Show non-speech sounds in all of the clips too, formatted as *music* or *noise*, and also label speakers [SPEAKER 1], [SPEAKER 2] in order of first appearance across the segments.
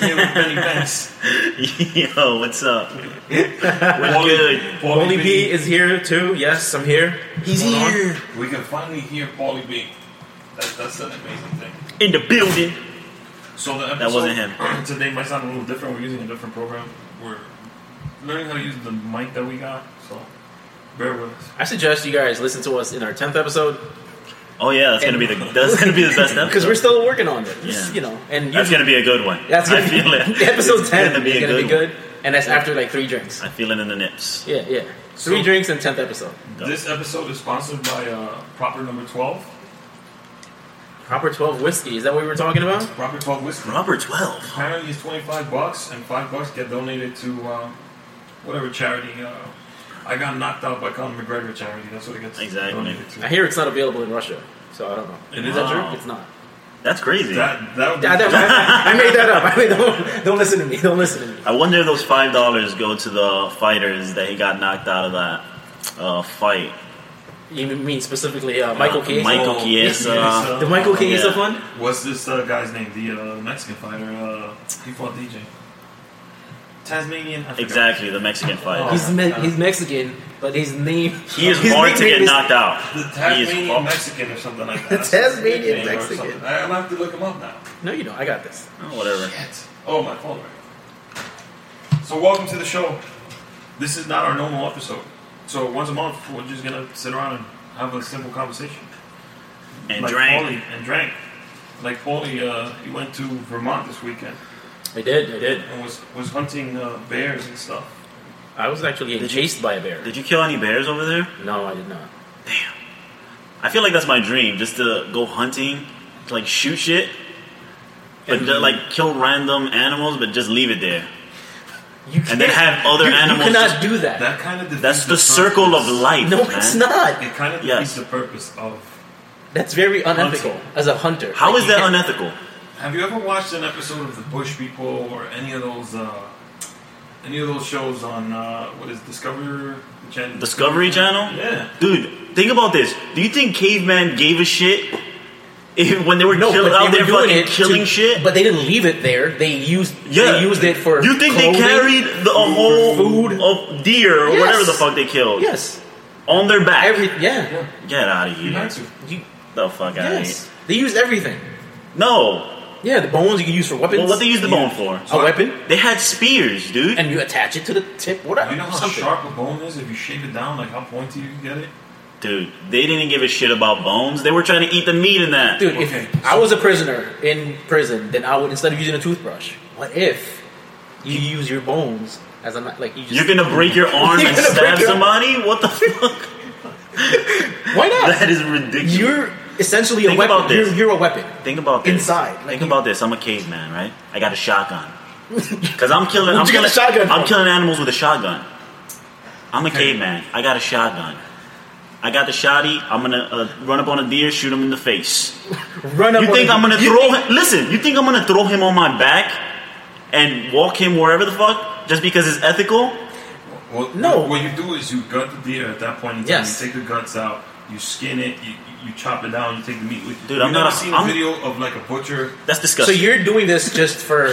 [SPEAKER 1] here with Benny Benz.
[SPEAKER 2] *laughs* Yo, what's up? What's good?
[SPEAKER 1] Paulie
[SPEAKER 3] Paulie B is here too. Yes, I'm here.
[SPEAKER 2] He's here
[SPEAKER 4] We can finally hear Paulie B. That's, that's an amazing thing.
[SPEAKER 2] in the building.
[SPEAKER 4] So the episode
[SPEAKER 2] wasn't
[SPEAKER 1] *clears throat*
[SPEAKER 2] him.
[SPEAKER 1] Today might sound a little different. We're using a different program. We're learning how to use the mic that we got, so bear with us.
[SPEAKER 3] I suggest you guys listen to us in our tenth episode
[SPEAKER 2] Oh yeah, that's gonna be the that's gonna be the
[SPEAKER 3] *laughs*
[SPEAKER 2] best episode.
[SPEAKER 3] because we're still working on it.
[SPEAKER 2] Yeah.
[SPEAKER 3] You know, and
[SPEAKER 2] that's
[SPEAKER 3] usually-
[SPEAKER 2] gonna be a good one.
[SPEAKER 3] that's
[SPEAKER 2] I
[SPEAKER 3] gonna be
[SPEAKER 2] feel
[SPEAKER 3] *laughs*
[SPEAKER 2] it.
[SPEAKER 3] episode
[SPEAKER 2] It's
[SPEAKER 3] ten.
[SPEAKER 2] gonna be
[SPEAKER 3] is
[SPEAKER 2] a
[SPEAKER 3] gonna
[SPEAKER 2] good.
[SPEAKER 3] be
[SPEAKER 2] one.
[SPEAKER 3] good, and that's after like three drinks.
[SPEAKER 2] I feel it in the nips.
[SPEAKER 3] Yeah, yeah. Three
[SPEAKER 1] So-
[SPEAKER 3] drinks and tenth episode.
[SPEAKER 1] This episode is sponsored by uh, Proper Number 12.
[SPEAKER 3] Proper twelve whiskey. Is that what we were talking about?
[SPEAKER 1] Proper 12 Whiskey.
[SPEAKER 2] Proper twelve.
[SPEAKER 1] Apparently it's 25 bucks, and 5 bucks get donated to um, whatever charity. Uh, I got knocked out by Conor McGregor charity. That's what it gets
[SPEAKER 2] Exactly.
[SPEAKER 1] donated to.
[SPEAKER 3] I hear it's not available in Russia, so I don't know.
[SPEAKER 1] It
[SPEAKER 3] Is
[SPEAKER 1] is
[SPEAKER 3] that
[SPEAKER 1] not.
[SPEAKER 3] true? It's not.
[SPEAKER 2] That's crazy.
[SPEAKER 1] That, that would be
[SPEAKER 3] I, I- I made that up. *laughs* I made, don't, don't listen to me. Don't listen to me.
[SPEAKER 2] I wonder if those five dollars go to the fighters that he got knocked out of that uh, fight.
[SPEAKER 3] You mean specifically uh, Michael Chiesa?
[SPEAKER 2] Michael
[SPEAKER 1] Oh,
[SPEAKER 2] Chiesa.
[SPEAKER 1] Chiesa.
[SPEAKER 3] The Michael Chiesa
[SPEAKER 2] Yeah.
[SPEAKER 3] fund?
[SPEAKER 1] What's this uh, guy's name? The uh, Mexican fighter. Uh, he fought DJ. Tasmanian. I forgot.
[SPEAKER 2] Exactly, the Mexican
[SPEAKER 3] Oh.
[SPEAKER 2] fighter.
[SPEAKER 3] He's me- he's Mexican, but his name
[SPEAKER 2] Oh, he is
[SPEAKER 3] *laughs* his
[SPEAKER 2] born to
[SPEAKER 3] nickname
[SPEAKER 2] get
[SPEAKER 3] is-
[SPEAKER 2] knocked out.
[SPEAKER 1] The
[SPEAKER 2] He is
[SPEAKER 1] Tasmanian
[SPEAKER 2] fucked.
[SPEAKER 1] Mexican or something
[SPEAKER 3] *laughs*
[SPEAKER 1] like that.
[SPEAKER 3] The
[SPEAKER 1] That's his
[SPEAKER 3] Tasmanian
[SPEAKER 1] nickname or
[SPEAKER 3] Mexican.
[SPEAKER 1] something. I- I'll have to look him up now.
[SPEAKER 3] No, you don't. I got this.
[SPEAKER 2] Oh, whatever.
[SPEAKER 1] Oh, my phone rang. So welcome to the show. This is not our normal episode. So once a month, we're just gonna sit around and have a simple conversation.
[SPEAKER 2] And
[SPEAKER 1] like
[SPEAKER 2] drank.
[SPEAKER 1] Paulie, and drank. Like Paulie, uh, he went to Vermont this weekend
[SPEAKER 3] I did. I did.
[SPEAKER 1] and was was hunting uh, bears and stuff.
[SPEAKER 3] I was actually getting
[SPEAKER 2] Did you-
[SPEAKER 3] chased by a bear.
[SPEAKER 2] Did you kill any bears over there?
[SPEAKER 3] No, I did not.
[SPEAKER 2] I feel like that's my dream, just to go hunting, to, like shoot shit, but
[SPEAKER 3] And-
[SPEAKER 2] ju- like kill random animals, but just leave it there,
[SPEAKER 3] You can't.
[SPEAKER 2] and then have other
[SPEAKER 3] you,
[SPEAKER 2] animals.
[SPEAKER 3] You cannot
[SPEAKER 2] just-
[SPEAKER 3] do
[SPEAKER 2] *laughs*
[SPEAKER 3] that.
[SPEAKER 1] That kind of
[SPEAKER 2] that's the circle of life.
[SPEAKER 3] no,
[SPEAKER 2] man.
[SPEAKER 3] it's not.
[SPEAKER 1] It kind of defeats
[SPEAKER 2] Yes.
[SPEAKER 1] the purpose of.
[SPEAKER 3] That's very unethical
[SPEAKER 1] Hunting.
[SPEAKER 3] as a hunter.
[SPEAKER 2] How
[SPEAKER 3] Like,
[SPEAKER 2] is
[SPEAKER 3] you
[SPEAKER 2] that
[SPEAKER 3] can't-
[SPEAKER 2] unethical?
[SPEAKER 1] Have you ever watched an episode of The Bush People or any of those uh, any of those shows on uh, what is Discover Channel?
[SPEAKER 2] Discovery Channel?
[SPEAKER 1] Yeah.
[SPEAKER 2] Dude, think about this. Do you think caveman gave a shit if, when they were
[SPEAKER 3] No,
[SPEAKER 2] kill-
[SPEAKER 3] but
[SPEAKER 2] out
[SPEAKER 3] they
[SPEAKER 2] there
[SPEAKER 3] were doing
[SPEAKER 2] fucking
[SPEAKER 3] it
[SPEAKER 2] killing
[SPEAKER 3] to-
[SPEAKER 2] shit?
[SPEAKER 3] But they didn't leave it there. They used.
[SPEAKER 2] yeah,
[SPEAKER 3] They used it for.
[SPEAKER 2] You think they
[SPEAKER 3] clothing.
[SPEAKER 2] carried the, a whole
[SPEAKER 3] food.
[SPEAKER 2] of deer or
[SPEAKER 3] Yes.
[SPEAKER 2] whatever the fuck they killed
[SPEAKER 3] Yes.
[SPEAKER 2] on their back?
[SPEAKER 3] Every. Yeah.
[SPEAKER 2] Get out of
[SPEAKER 1] You
[SPEAKER 2] here!
[SPEAKER 1] had to.
[SPEAKER 3] You,
[SPEAKER 2] The fuck out
[SPEAKER 3] yes.
[SPEAKER 2] of here!
[SPEAKER 3] They used everything.
[SPEAKER 2] No.
[SPEAKER 3] Yeah, the bones you can use for weapons.
[SPEAKER 2] Well, what they use the
[SPEAKER 3] You-
[SPEAKER 2] bone for?
[SPEAKER 3] A weapon,
[SPEAKER 2] They had spears, dude.
[SPEAKER 3] and you attach it to the tip. Whatever.
[SPEAKER 1] You know how
[SPEAKER 3] something.
[SPEAKER 1] sharp a bone is if you shave it down, like how pointy you can get it.
[SPEAKER 2] dude, they didn't give a shit about bones. They were trying to eat the meat in that.
[SPEAKER 3] Dude,
[SPEAKER 1] Okay.
[SPEAKER 3] if I was a prisoner in prison, then I would instead of using a toothbrush, what if you use your bones as a kni- like you just
[SPEAKER 2] You're gonna break your arm
[SPEAKER 3] You're
[SPEAKER 2] and
[SPEAKER 3] gonna
[SPEAKER 2] stab
[SPEAKER 3] break your-
[SPEAKER 2] somebody?
[SPEAKER 3] *laughs*
[SPEAKER 2] What the fuck?
[SPEAKER 3] why not?
[SPEAKER 2] *laughs* That is ridiculous.
[SPEAKER 3] You're essentially a
[SPEAKER 2] Think
[SPEAKER 3] weapon.
[SPEAKER 2] about this.
[SPEAKER 3] You're, you're a weapon.
[SPEAKER 2] Think about this.
[SPEAKER 3] Inside, like
[SPEAKER 2] Think
[SPEAKER 3] you-
[SPEAKER 2] about this. I'm a caveman, right? I got a
[SPEAKER 3] *laughs*
[SPEAKER 2] shotgun. Cause I'm killing. I'm
[SPEAKER 3] Where'd you get
[SPEAKER 2] killing.
[SPEAKER 3] a shotgun
[SPEAKER 2] I'm
[SPEAKER 3] from?
[SPEAKER 2] killing animals with a shotgun. I'm a caveman. I got a shotgun. I got the shotty. I'm gonna uh, run up on a deer, shoot him in the face.
[SPEAKER 3] Run up.
[SPEAKER 2] You
[SPEAKER 3] on
[SPEAKER 2] think
[SPEAKER 3] a-
[SPEAKER 2] I'm gonna
[SPEAKER 3] you
[SPEAKER 2] throw
[SPEAKER 3] think-
[SPEAKER 2] him? Listen, you think I'm gonna throw him on my back and walk him wherever the fuck just because it's ethical?
[SPEAKER 1] Well,
[SPEAKER 3] No.
[SPEAKER 1] What you do is you gut the deer at that point in time.
[SPEAKER 3] Yes.
[SPEAKER 1] You take the guts out. You skin it. You, you chop it down. You take the meat with you.
[SPEAKER 2] Dude,
[SPEAKER 1] you
[SPEAKER 2] I'm not
[SPEAKER 1] never
[SPEAKER 2] a-
[SPEAKER 1] seen a
[SPEAKER 2] I'm-
[SPEAKER 1] video of like a butcher.
[SPEAKER 2] That's
[SPEAKER 3] So
[SPEAKER 2] disgusting.
[SPEAKER 3] you're doing this just
[SPEAKER 2] *laughs*
[SPEAKER 3] for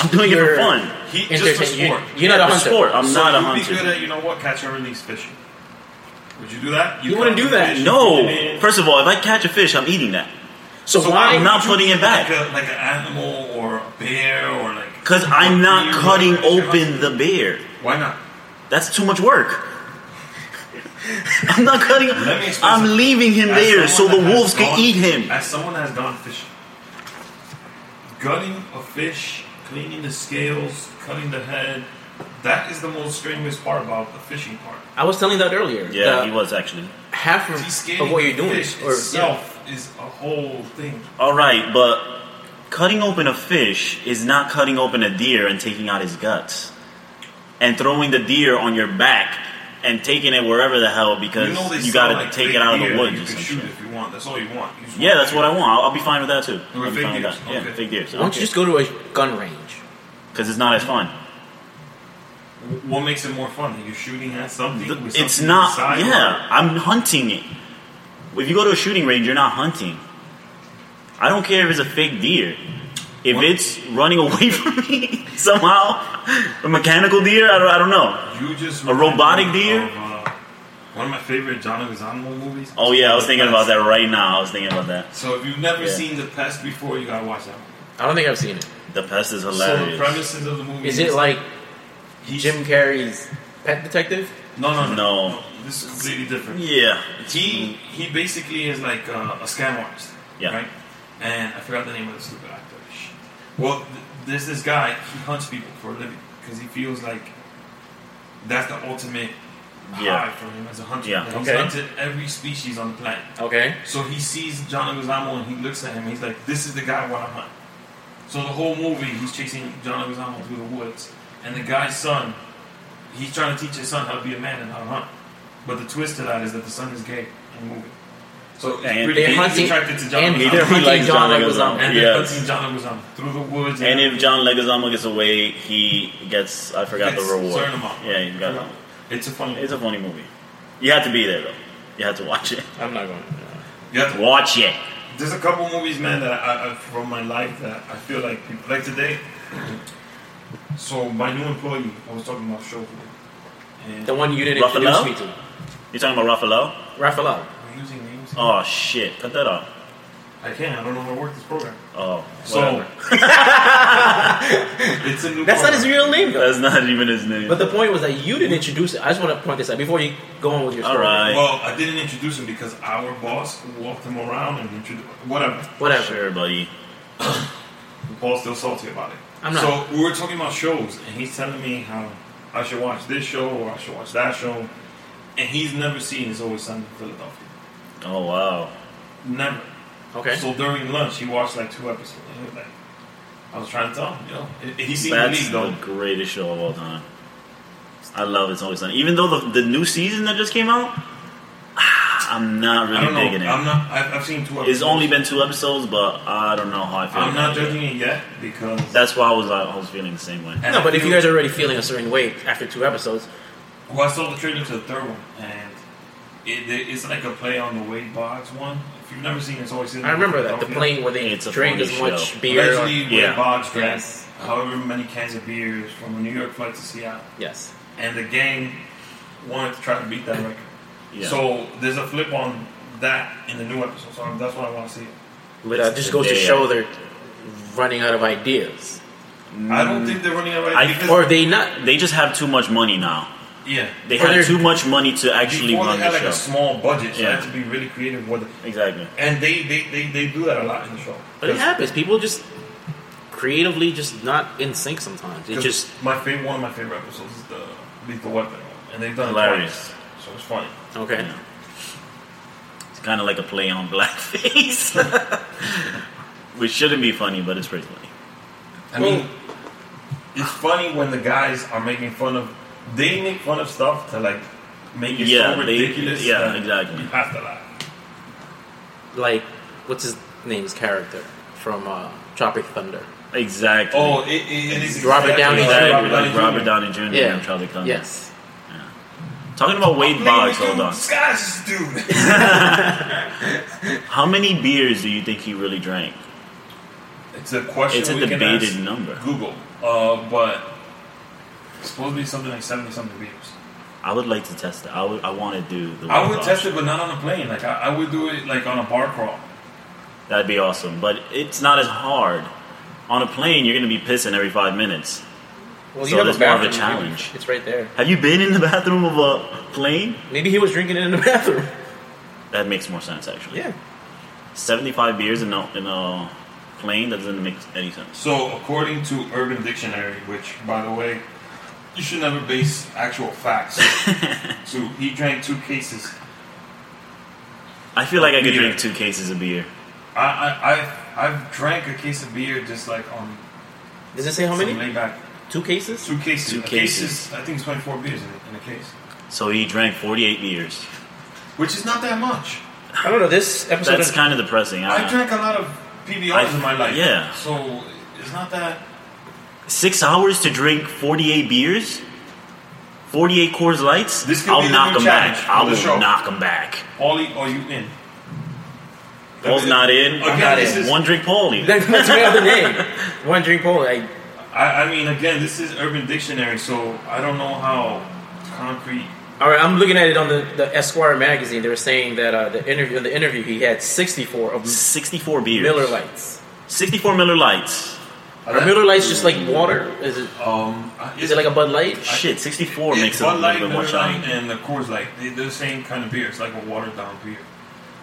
[SPEAKER 2] I'm doing it for
[SPEAKER 3] you're-
[SPEAKER 2] fun.
[SPEAKER 1] He just for
[SPEAKER 3] entertainment. You,
[SPEAKER 1] sport.
[SPEAKER 3] you're not a
[SPEAKER 2] For
[SPEAKER 3] hunter.
[SPEAKER 2] sport. I'm
[SPEAKER 1] so
[SPEAKER 2] not a
[SPEAKER 1] you'd
[SPEAKER 2] hunter.
[SPEAKER 1] be good at you know what catch and release fishing. Would you do that?
[SPEAKER 3] You wouldn't
[SPEAKER 1] caught
[SPEAKER 3] do
[SPEAKER 1] the
[SPEAKER 3] that.
[SPEAKER 1] fish, you put it
[SPEAKER 2] No.
[SPEAKER 1] in.
[SPEAKER 2] First of all, if I catch a fish, I'm eating that.
[SPEAKER 3] So,
[SPEAKER 1] So
[SPEAKER 3] why?
[SPEAKER 2] I'm not putting it back.
[SPEAKER 1] like a, like an animal or a bear or like.
[SPEAKER 2] Because I'm not
[SPEAKER 1] You-
[SPEAKER 2] cutting open the bear.
[SPEAKER 1] Why not?
[SPEAKER 2] That's too much work. *laughs* I'm not cutting.
[SPEAKER 1] Let me explain
[SPEAKER 2] I'm
[SPEAKER 1] something.
[SPEAKER 2] leaving him
[SPEAKER 1] As
[SPEAKER 2] there so
[SPEAKER 1] someone
[SPEAKER 2] the
[SPEAKER 1] that has
[SPEAKER 2] wolves can
[SPEAKER 1] gone-
[SPEAKER 2] eat him.
[SPEAKER 1] As someone that has gone fishing, gutting a fish, cleaning the scales, cutting the head, that is the most strenuous part about the fishing part.
[SPEAKER 3] I was telling that earlier.
[SPEAKER 2] Yeah,
[SPEAKER 3] that
[SPEAKER 2] he was actually.
[SPEAKER 3] half of,
[SPEAKER 1] Descaling
[SPEAKER 3] of what you're
[SPEAKER 1] the
[SPEAKER 3] doing,
[SPEAKER 1] fish
[SPEAKER 3] or yeah.
[SPEAKER 1] itself is a whole thing.
[SPEAKER 2] All right, but cutting open a fish is not cutting open a deer and taking out his guts, and throwing the deer on your back and taking it wherever the hell because
[SPEAKER 1] You
[SPEAKER 2] you,
[SPEAKER 1] know they sell,
[SPEAKER 2] gotta
[SPEAKER 1] like,
[SPEAKER 2] take
[SPEAKER 1] big
[SPEAKER 2] it out of
[SPEAKER 1] deer
[SPEAKER 2] the
[SPEAKER 1] that
[SPEAKER 2] woods.
[SPEAKER 1] You
[SPEAKER 2] or
[SPEAKER 1] can
[SPEAKER 2] some
[SPEAKER 1] shoot
[SPEAKER 2] shit.
[SPEAKER 1] if you want. That's all you want. You just
[SPEAKER 2] Yeah,
[SPEAKER 1] want
[SPEAKER 2] that's
[SPEAKER 1] to
[SPEAKER 2] what I want. I'll, I'll be fine with that too.
[SPEAKER 1] Or
[SPEAKER 2] I'll be
[SPEAKER 1] fake
[SPEAKER 2] fine with
[SPEAKER 1] deers.
[SPEAKER 2] that. Yeah,
[SPEAKER 1] Okay.
[SPEAKER 2] fake deers.
[SPEAKER 3] Why don't you just go to a gun range?
[SPEAKER 2] Because it's not as fun.
[SPEAKER 1] shoot. What makes it more fun? You're shooting at something.
[SPEAKER 2] Th-
[SPEAKER 1] with
[SPEAKER 2] It's
[SPEAKER 1] something
[SPEAKER 2] not.
[SPEAKER 1] inside or-
[SPEAKER 2] Yeah, I'm hunting it. If you go to a shooting range, you're not hunting. I don't care if it's a fake deer. If it's running *laughs* away from me somehow, a mechanical deer, I don't, I don't know.
[SPEAKER 1] You just
[SPEAKER 2] A robotic
[SPEAKER 1] remind
[SPEAKER 2] deer?
[SPEAKER 1] me of, uh, one of my favorite John Leguizamo movies.
[SPEAKER 2] Oh yeah, I was thinking about that right now. I was thinking about that.
[SPEAKER 1] So if you've never
[SPEAKER 2] Yeah.
[SPEAKER 1] seen The Pest before, you gotta watch that. One.
[SPEAKER 3] I don't think I've seen it.
[SPEAKER 2] The pest is
[SPEAKER 1] So the
[SPEAKER 2] hilarious.
[SPEAKER 1] premises of the movie
[SPEAKER 3] Is it like
[SPEAKER 1] he's-
[SPEAKER 3] Jim Carrey's pet detective?
[SPEAKER 1] No, no, no,
[SPEAKER 2] No.
[SPEAKER 1] This is completely different.
[SPEAKER 2] yeah,
[SPEAKER 1] He he basically is like uh, a scam artist.
[SPEAKER 2] Yeah.
[SPEAKER 1] Right. And I forgot the name of the stupid actor. Shit. Well, th- there's this guy. He hunts people for a living because he feels like that's the ultimate
[SPEAKER 2] Yeah.
[SPEAKER 1] high for him as a hunter.
[SPEAKER 2] Yeah.
[SPEAKER 1] He's
[SPEAKER 3] Okay.
[SPEAKER 1] hunted every species on the planet.
[SPEAKER 3] Okay.
[SPEAKER 1] So he sees John Leguizamo and he looks at him. and He's like, "This is the guy I want to hunt." So the whole movie, he's chasing John Leguizamo through the woods, and the guy's son, he's trying to teach his son how to be a man and how to hunt. But the twist to that is that the son is gay in the movie. So it's
[SPEAKER 2] And
[SPEAKER 1] pretty,
[SPEAKER 3] they're
[SPEAKER 1] he's
[SPEAKER 3] hunting-
[SPEAKER 1] attracted to John
[SPEAKER 3] and
[SPEAKER 1] Leguizamo.
[SPEAKER 3] they're
[SPEAKER 2] He
[SPEAKER 3] hunting
[SPEAKER 2] likes
[SPEAKER 3] John
[SPEAKER 2] John
[SPEAKER 3] Leguizamo.
[SPEAKER 2] Leguizamo.
[SPEAKER 1] and they're
[SPEAKER 2] yes.
[SPEAKER 1] hunting John Leguizamo through the woods.
[SPEAKER 2] And if John Leguizamo gets away, he gets I forgot
[SPEAKER 1] Gets
[SPEAKER 2] the reward.
[SPEAKER 1] certain amount.
[SPEAKER 2] Yeah, you got
[SPEAKER 1] it's a funny.
[SPEAKER 2] It's a funny movie. You have to be there though. You have to watch it.
[SPEAKER 3] I'm not going.
[SPEAKER 1] you have to
[SPEAKER 2] Watch it.
[SPEAKER 1] There's a couple movies, man, that I, I from my life that I feel like people like today. *clears throat* So my new employee, I was talking about show, and
[SPEAKER 3] The one you didn't
[SPEAKER 2] Ruffalo?
[SPEAKER 3] introduce me to.
[SPEAKER 2] You talking about Ruffalo?
[SPEAKER 3] Raphael.
[SPEAKER 1] we're using names.
[SPEAKER 2] Oh shit! Cut that off.
[SPEAKER 1] I can't. I don't know how to work this program.
[SPEAKER 2] Oh,
[SPEAKER 1] So
[SPEAKER 2] whatever.
[SPEAKER 1] *laughs* it's a new.
[SPEAKER 3] That's
[SPEAKER 1] program.
[SPEAKER 3] not his real name, though.
[SPEAKER 2] that's not even his name.
[SPEAKER 3] But the point was that you didn't introduce it. I just want to point this out before you go on with your story.
[SPEAKER 2] All right.
[SPEAKER 1] Well, I didn't introduce him because our boss walked him around and introduced whatever.
[SPEAKER 3] Whatever.
[SPEAKER 2] Sure, buddy.
[SPEAKER 1] Paul's still salty about it.
[SPEAKER 3] I'm not.
[SPEAKER 1] So we were talking about shows, and he's telling me how I should watch this show or I should watch that show, and he's never seen It's Always Sunny in Philadelphia.
[SPEAKER 2] Oh wow.
[SPEAKER 1] Never.
[SPEAKER 3] Okay.
[SPEAKER 1] So during lunch, he watched like two episodes. And he was like, I was trying to tell him, you know. He- He seemed
[SPEAKER 2] That's
[SPEAKER 1] relieved
[SPEAKER 2] the
[SPEAKER 1] though.
[SPEAKER 2] greatest show of all time. I love It's Always Sunny. Even though the, the new season that just came out, ah, I'm not
[SPEAKER 1] I
[SPEAKER 2] really
[SPEAKER 1] don't know.
[SPEAKER 2] digging
[SPEAKER 1] I'm
[SPEAKER 2] it.
[SPEAKER 1] not. I've, I've seen two episodes.
[SPEAKER 2] It's only been two episodes, but I don't know how I feel.
[SPEAKER 1] I'm
[SPEAKER 2] about
[SPEAKER 1] not
[SPEAKER 2] it
[SPEAKER 1] judging it yet because.
[SPEAKER 2] That's why I was like, I was feeling the same way.
[SPEAKER 1] and
[SPEAKER 3] no,
[SPEAKER 1] I
[SPEAKER 3] but if you
[SPEAKER 1] feel-
[SPEAKER 3] guys are already feeling a certain way after two episodes,
[SPEAKER 1] well, I saw the trailer to the third one, and it, it- it's like a play on the Wade Boggs one. If you've never seen it, it's always in
[SPEAKER 3] I remember that the
[SPEAKER 1] Philadelphia.
[SPEAKER 3] plane where they
[SPEAKER 2] It's a
[SPEAKER 3] drank
[SPEAKER 2] funny
[SPEAKER 3] as much
[SPEAKER 2] show.
[SPEAKER 3] beer. or-
[SPEAKER 1] Allegedly,
[SPEAKER 2] yeah.
[SPEAKER 1] Wade Boggs drank
[SPEAKER 3] Yes.
[SPEAKER 1] however many cans of beers from a New York flight to Seattle,
[SPEAKER 3] yes.
[SPEAKER 1] and the gang wanted to try to beat that record.
[SPEAKER 2] Yeah.
[SPEAKER 1] So there's a flip on that in the new episode. So that's why I want to see it.
[SPEAKER 3] But uh, just goes to
[SPEAKER 2] today,
[SPEAKER 3] show
[SPEAKER 2] yeah.
[SPEAKER 3] they're running out of ideas.
[SPEAKER 1] I don't think they're running out of
[SPEAKER 2] I-
[SPEAKER 1] ideas.
[SPEAKER 3] Or they not.
[SPEAKER 2] they just have too much money now.
[SPEAKER 1] yeah.
[SPEAKER 2] They
[SPEAKER 3] Or they're-
[SPEAKER 2] have too much money to actually
[SPEAKER 1] Before they
[SPEAKER 2] run
[SPEAKER 1] had
[SPEAKER 2] the
[SPEAKER 1] like
[SPEAKER 2] show.
[SPEAKER 1] a small budget, so they
[SPEAKER 2] Yeah.
[SPEAKER 1] had to be really creative with it.
[SPEAKER 2] exactly.
[SPEAKER 1] And they they, they they do that a lot in the show.
[SPEAKER 3] But it happens. People just creatively just not in sync sometimes. It
[SPEAKER 1] 'Cause
[SPEAKER 3] just.
[SPEAKER 1] my favorite one of my favorite episodes is the Lethal Weapon, one, and they've done it
[SPEAKER 2] Hilarious.
[SPEAKER 1] twice, so it's funny.
[SPEAKER 3] Okay.
[SPEAKER 2] Yeah. It's kind of like a play on blackface, *laughs* which shouldn't be funny, but it's pretty funny.
[SPEAKER 1] I
[SPEAKER 3] Well-
[SPEAKER 1] mean, it's funny when the guys are making fun of. They make fun of stuff to like make it
[SPEAKER 2] Yeah,
[SPEAKER 1] so
[SPEAKER 2] they-
[SPEAKER 1] ridiculous.
[SPEAKER 2] yeah,
[SPEAKER 1] that
[SPEAKER 2] exactly.
[SPEAKER 1] You have to laugh.
[SPEAKER 3] Like, what's his name's character from uh, Tropic Thunder?
[SPEAKER 2] Exactly.
[SPEAKER 1] Oh, it, it, it is
[SPEAKER 3] Robert
[SPEAKER 1] exactly
[SPEAKER 3] Downey
[SPEAKER 1] like
[SPEAKER 3] Jr.
[SPEAKER 2] exactly. Like
[SPEAKER 1] Jr.
[SPEAKER 2] Robert Downey Jr.
[SPEAKER 3] Yeah.
[SPEAKER 2] and Charlie Cunningham.
[SPEAKER 3] Yes.
[SPEAKER 2] Talking about Wade Boggs,
[SPEAKER 1] Ladies,
[SPEAKER 2] hold on.
[SPEAKER 1] dude, Scottish dude.
[SPEAKER 2] How many beers do you think he really drank?
[SPEAKER 1] It's a question.
[SPEAKER 2] It's a
[SPEAKER 1] we
[SPEAKER 2] debated
[SPEAKER 1] can ask
[SPEAKER 2] number.
[SPEAKER 1] Google, uh, but it's supposed to be something like seventy something beers.
[SPEAKER 2] I would like to test it. I would. I want to do the.
[SPEAKER 1] I
[SPEAKER 2] Wade
[SPEAKER 1] would
[SPEAKER 2] Boggs.
[SPEAKER 1] test it, but not on a plane. Like I, I would do it like on a bar crawl.
[SPEAKER 2] That'd be awesome, but it's not as hard. On a plane, you're gonna be pissing every five minutes.
[SPEAKER 3] Well,
[SPEAKER 2] you So have a that's more of a bathroom, right? challenge.
[SPEAKER 3] It's right there.
[SPEAKER 2] Have you been in the *laughs* bathroom of a plane?
[SPEAKER 3] Maybe he was drinking it in the *laughs* bathroom.
[SPEAKER 2] That makes more sense, actually.
[SPEAKER 3] Yeah.
[SPEAKER 2] 75 beers in a, in a plane, that doesn't make any sense.
[SPEAKER 1] So according to Urban Dictionary, which by the way, you should never base actual
[SPEAKER 2] *laughs*
[SPEAKER 1] facts. so he drank two cases.
[SPEAKER 2] I feel like I could
[SPEAKER 1] Beer.
[SPEAKER 2] drink two cases of beer.
[SPEAKER 1] I I I've, I've drank a case of beer just like on
[SPEAKER 3] Does it say how
[SPEAKER 1] some
[SPEAKER 3] many?
[SPEAKER 1] laid back.
[SPEAKER 3] Two cases?
[SPEAKER 1] Two cases.
[SPEAKER 2] Two
[SPEAKER 1] A case
[SPEAKER 2] cases.
[SPEAKER 1] is- I think it's twenty four beers in, in a case,
[SPEAKER 2] So he drank 48 beers.
[SPEAKER 1] which is not that much.
[SPEAKER 3] I don't know. This episode
[SPEAKER 2] That's
[SPEAKER 3] is
[SPEAKER 2] kind of depressing.
[SPEAKER 1] I
[SPEAKER 2] I,
[SPEAKER 1] drank a lot of PBRs
[SPEAKER 2] I-
[SPEAKER 1] in my life.
[SPEAKER 2] yeah.
[SPEAKER 1] So it's not that.
[SPEAKER 2] Six hours to drink 48 beers? 48 Coors Lights?
[SPEAKER 1] This could
[SPEAKER 2] I'll
[SPEAKER 1] be the
[SPEAKER 2] knock
[SPEAKER 1] new
[SPEAKER 2] them
[SPEAKER 1] challenge
[SPEAKER 2] back.
[SPEAKER 1] for
[SPEAKER 2] I
[SPEAKER 1] the
[SPEAKER 2] will
[SPEAKER 1] show.
[SPEAKER 2] knock them back.
[SPEAKER 1] Ollie, are you in?
[SPEAKER 2] Paul's not in.
[SPEAKER 1] Again,
[SPEAKER 3] not
[SPEAKER 1] this
[SPEAKER 3] in.
[SPEAKER 1] is-
[SPEAKER 2] One drink Paulie.
[SPEAKER 3] *laughs* That's
[SPEAKER 2] *laughs*
[SPEAKER 3] my other name. One drink pole. Like,
[SPEAKER 1] I, I mean, again, this is Urban Dictionary, so I don't know how concrete.
[SPEAKER 3] all right, I'm looking at it on the, the Esquire magazine. They were saying that uh, the interview, in the interview, he had 64 of
[SPEAKER 2] 64 beers.
[SPEAKER 3] Miller Lights.
[SPEAKER 2] 64 Miller Lights.
[SPEAKER 3] Are Miller Lights just like water? Is it
[SPEAKER 1] Um,
[SPEAKER 3] is it like a Bud Light?
[SPEAKER 2] Shit, 64
[SPEAKER 1] Yeah,
[SPEAKER 2] makes it a
[SPEAKER 1] Bud
[SPEAKER 2] little
[SPEAKER 1] Light,
[SPEAKER 2] bit more
[SPEAKER 1] Miller Lite,
[SPEAKER 2] shiny.
[SPEAKER 1] and of course, like they, they're the same kind of beer. It's like a watered down beer.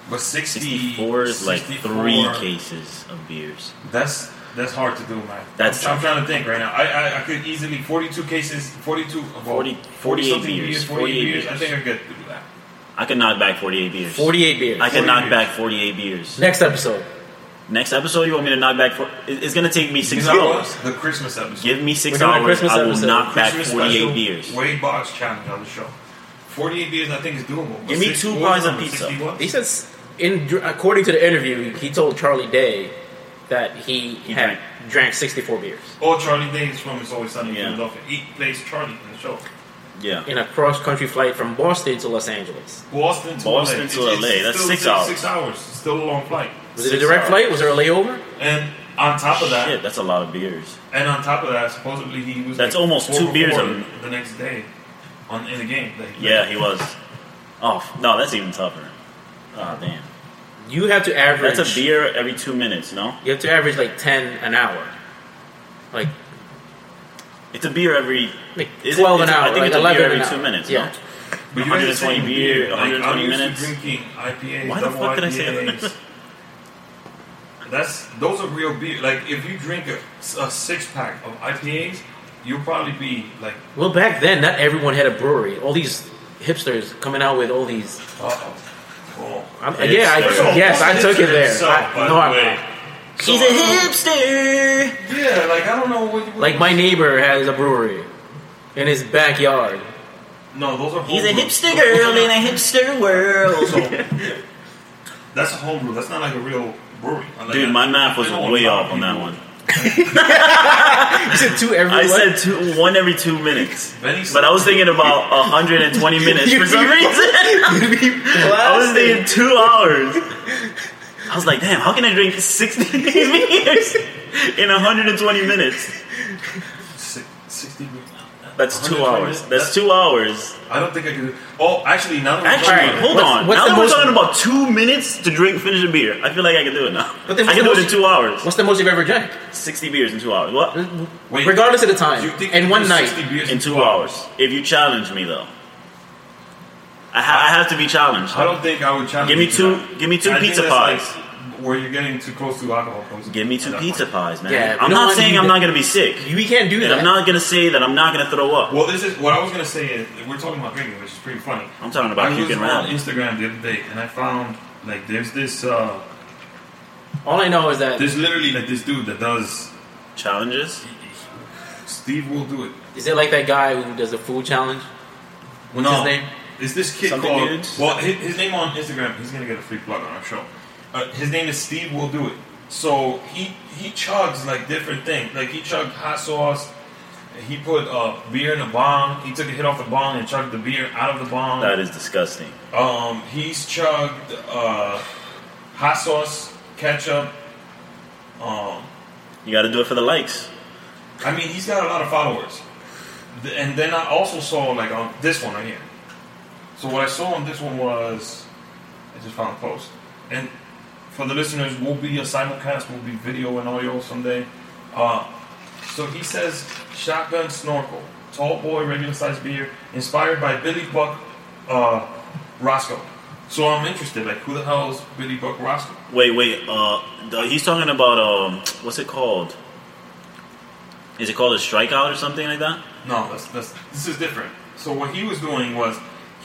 [SPEAKER 1] But 60,
[SPEAKER 2] 64 is like
[SPEAKER 1] 64,
[SPEAKER 2] three cases of beers.
[SPEAKER 1] That's that's hard to do, man.
[SPEAKER 2] That's-
[SPEAKER 1] I'm, I'm trying to think right now. I, I, I could easily 42 cases, 42, about
[SPEAKER 2] 40 48
[SPEAKER 1] something
[SPEAKER 2] beers,
[SPEAKER 1] 48 beers.
[SPEAKER 2] 48
[SPEAKER 1] I think I could do that.
[SPEAKER 2] I could knock back 48 beers.
[SPEAKER 3] 48 beers.
[SPEAKER 2] I could
[SPEAKER 1] 48
[SPEAKER 2] knock
[SPEAKER 1] beers.
[SPEAKER 2] back 48 beers.
[SPEAKER 3] Next episode.
[SPEAKER 2] Next episode, you want me to knock back? For, it- it's gonna take me six
[SPEAKER 1] You know what?
[SPEAKER 2] hours.
[SPEAKER 1] The Christmas episode.
[SPEAKER 2] Give me six
[SPEAKER 3] We're doing a
[SPEAKER 2] hours.
[SPEAKER 3] Christmas
[SPEAKER 2] I will
[SPEAKER 3] episode.
[SPEAKER 2] knock back
[SPEAKER 1] Christmas
[SPEAKER 2] 48
[SPEAKER 1] special,
[SPEAKER 2] beers.
[SPEAKER 1] Wade Boggs challenge on the show. 48 beers, I think, is doable. but
[SPEAKER 2] Give me
[SPEAKER 1] 60
[SPEAKER 2] two
[SPEAKER 1] was
[SPEAKER 2] pies of
[SPEAKER 1] on the
[SPEAKER 2] pizza.
[SPEAKER 1] 60 was?
[SPEAKER 3] He says, in according to the interview, he told Charlie Day that he, had
[SPEAKER 2] drank.
[SPEAKER 3] drank. 64 beers
[SPEAKER 1] Oh, Charlie Day is from It's Always Sunny in
[SPEAKER 2] Yeah.
[SPEAKER 1] Philadelphia. He plays Charlie in the show.
[SPEAKER 2] Yeah.
[SPEAKER 3] in a cross-country flight from Boston to Los Angeles.
[SPEAKER 1] Boston to
[SPEAKER 2] Boston
[SPEAKER 1] LA.
[SPEAKER 2] to
[SPEAKER 1] It's-
[SPEAKER 2] LA.
[SPEAKER 1] it's
[SPEAKER 2] That's
[SPEAKER 1] still
[SPEAKER 2] six
[SPEAKER 1] six
[SPEAKER 2] hours.
[SPEAKER 1] Six hours. It's still a long flight.
[SPEAKER 3] Was it a
[SPEAKER 2] Six
[SPEAKER 3] direct
[SPEAKER 2] hours.
[SPEAKER 3] flight? Was there a layover?
[SPEAKER 1] And on top of that,
[SPEAKER 2] Shit, that's a lot of beers.
[SPEAKER 1] and on top of that, supposedly he was.
[SPEAKER 2] That's almost
[SPEAKER 1] four
[SPEAKER 2] two
[SPEAKER 1] for
[SPEAKER 2] beers
[SPEAKER 1] four
[SPEAKER 2] on-
[SPEAKER 1] the next day, on in the game. Like,
[SPEAKER 2] Yeah, he was. Oh f- no, that's even tougher. Oh damn.
[SPEAKER 3] You have to average.
[SPEAKER 2] That's a beer every two minutes. No,
[SPEAKER 3] You have to average like 10 an hour. Like,
[SPEAKER 2] it's a beer every.
[SPEAKER 3] like
[SPEAKER 2] is it-
[SPEAKER 3] 12 an
[SPEAKER 2] it's a-
[SPEAKER 3] hour.
[SPEAKER 2] I think
[SPEAKER 3] like
[SPEAKER 2] it's a
[SPEAKER 3] 11
[SPEAKER 2] beer every
[SPEAKER 3] an
[SPEAKER 2] two
[SPEAKER 3] hour.
[SPEAKER 2] minutes,
[SPEAKER 3] Yeah.
[SPEAKER 2] no?
[SPEAKER 1] But you guys are
[SPEAKER 2] 120
[SPEAKER 1] saying
[SPEAKER 2] beer,
[SPEAKER 1] beer, like,
[SPEAKER 2] 120
[SPEAKER 1] I'm used to
[SPEAKER 2] minutes.
[SPEAKER 1] drinking IPAs,
[SPEAKER 2] Why the
[SPEAKER 1] double
[SPEAKER 2] fuck
[SPEAKER 1] IPAs.
[SPEAKER 2] did I say that?
[SPEAKER 1] That's those are real beer. Like if you drink a, a six pack of IPAs, you'll probably be like,
[SPEAKER 3] Well, back then, not everyone had a brewery. All these hipsters coming out with all these.
[SPEAKER 1] uh oh, oh.
[SPEAKER 3] I'm, yeah, I,
[SPEAKER 2] Hipsters.
[SPEAKER 3] yes, I took it there.
[SPEAKER 1] So,
[SPEAKER 3] I-
[SPEAKER 1] by
[SPEAKER 3] no,
[SPEAKER 1] the
[SPEAKER 3] I-
[SPEAKER 1] way,
[SPEAKER 2] He's a hipster.
[SPEAKER 1] yeah, like I don't know what. what
[SPEAKER 3] Like my neighbor has a brewery in his backyard. *laughs*
[SPEAKER 1] no, those are
[SPEAKER 2] He's a
[SPEAKER 1] homebrew.
[SPEAKER 2] hipster girl in a hipster world.
[SPEAKER 1] So that's a homebrew. That's not like a real brewery. Like,
[SPEAKER 2] Dude, my math was
[SPEAKER 1] I know
[SPEAKER 2] way
[SPEAKER 1] a lot
[SPEAKER 2] off
[SPEAKER 1] of
[SPEAKER 2] on that
[SPEAKER 1] people-
[SPEAKER 2] one.
[SPEAKER 3] You said two every
[SPEAKER 2] I said
[SPEAKER 3] what?
[SPEAKER 2] two, one every two minutes.
[SPEAKER 1] Benny
[SPEAKER 2] But
[SPEAKER 1] said-
[SPEAKER 2] I was thinking about
[SPEAKER 3] *laughs*
[SPEAKER 2] 120 minutes for some reason. I was thinking two hours. I was like, damn, how can I drink 60 *laughs* beers in 120 minutes?
[SPEAKER 1] Six- sixty.
[SPEAKER 2] That's two
[SPEAKER 1] 120
[SPEAKER 2] hours.
[SPEAKER 1] minutes?
[SPEAKER 2] That's two hours.
[SPEAKER 1] I don't think I could. Oh, actually, now that we're
[SPEAKER 2] Actually,
[SPEAKER 1] talking
[SPEAKER 3] Alright,
[SPEAKER 1] about it-
[SPEAKER 2] hold
[SPEAKER 3] what's-
[SPEAKER 2] on.
[SPEAKER 3] what's
[SPEAKER 2] now
[SPEAKER 3] the
[SPEAKER 2] that we're
[SPEAKER 3] most-
[SPEAKER 2] talking about two minutes to drink, finish a beer, I feel like I can do it now.
[SPEAKER 3] But then
[SPEAKER 2] I
[SPEAKER 3] what's
[SPEAKER 2] can
[SPEAKER 3] the
[SPEAKER 2] do it in
[SPEAKER 3] most-
[SPEAKER 2] two hours.
[SPEAKER 3] What's the most you've ever drank?
[SPEAKER 2] 60 beers in two hours. What?
[SPEAKER 1] Wait,
[SPEAKER 3] Regardless of the
[SPEAKER 1] do
[SPEAKER 3] time.
[SPEAKER 1] you think
[SPEAKER 3] And
[SPEAKER 1] you
[SPEAKER 3] one
[SPEAKER 1] do
[SPEAKER 3] night.
[SPEAKER 1] 60 beers
[SPEAKER 2] In two hours. If you challenge me, though. I, ha- I have to be challenged.
[SPEAKER 1] I don't think I would challenge.
[SPEAKER 2] Give me
[SPEAKER 1] you to
[SPEAKER 2] two-
[SPEAKER 1] that.
[SPEAKER 2] give me two
[SPEAKER 1] I think
[SPEAKER 2] pizza
[SPEAKER 1] that's
[SPEAKER 2] pies.
[SPEAKER 1] like where you're getting too close to alcohol. poisoning
[SPEAKER 2] Give me
[SPEAKER 1] at
[SPEAKER 2] two
[SPEAKER 1] that
[SPEAKER 2] pizza
[SPEAKER 1] point.
[SPEAKER 2] pies, man.
[SPEAKER 3] Yeah,
[SPEAKER 2] I'm
[SPEAKER 3] we don't
[SPEAKER 2] not
[SPEAKER 3] want
[SPEAKER 2] saying
[SPEAKER 3] you
[SPEAKER 2] I'm
[SPEAKER 3] to-
[SPEAKER 2] not going to be sick.
[SPEAKER 3] You- We can't do
[SPEAKER 2] And
[SPEAKER 3] that.
[SPEAKER 2] I'm not going to say that I'm not going to throw up.
[SPEAKER 1] Well, this is what I was gonna say. Is we're talking about drinking, which is pretty funny.
[SPEAKER 2] I'm talking about
[SPEAKER 1] I was
[SPEAKER 2] puking
[SPEAKER 1] on
[SPEAKER 2] rabbit.
[SPEAKER 1] Instagram the other day, and I found like there's this uh,
[SPEAKER 3] All I know is that
[SPEAKER 1] there's literally like this dude that does.
[SPEAKER 2] Challenges?
[SPEAKER 1] Steve will do it.
[SPEAKER 3] is it like that guy who does the food challenge? What's
[SPEAKER 1] no.
[SPEAKER 3] his name?
[SPEAKER 1] Is this kid
[SPEAKER 2] Something
[SPEAKER 1] called?
[SPEAKER 2] dudes?
[SPEAKER 1] Well, his, his name on Instagram. He's gonna get a free plug on our show. Uh, his name is Steve. Will do it. So he he chugs like different things. Like he chugged hot sauce. He put uh, beer in a bong. He took a hit off the bong and chugged the beer out of the bong.
[SPEAKER 2] That is disgusting.
[SPEAKER 1] Um, he's chugged uh, hot sauce, ketchup. Um,
[SPEAKER 2] You got to do it for the likes.
[SPEAKER 1] I mean, he's got a lot of followers. Th- And then I also saw like on this one right here. So what I saw on this one was I just found a post. And for the listeners, will be a simulcast, will be video and audio someday. Uh, so he says shotgun snorkel, tall boy, regular sized beer, inspired by Billy Buck uh, Roscoe. So I'm interested, like who the hell is Billy Buck Roscoe?
[SPEAKER 2] Wait, wait. Uh, the- he's talking about um, what's it called? Is it called a strikeout or something like that?
[SPEAKER 1] No, that's, that's this is different. So what he was doing was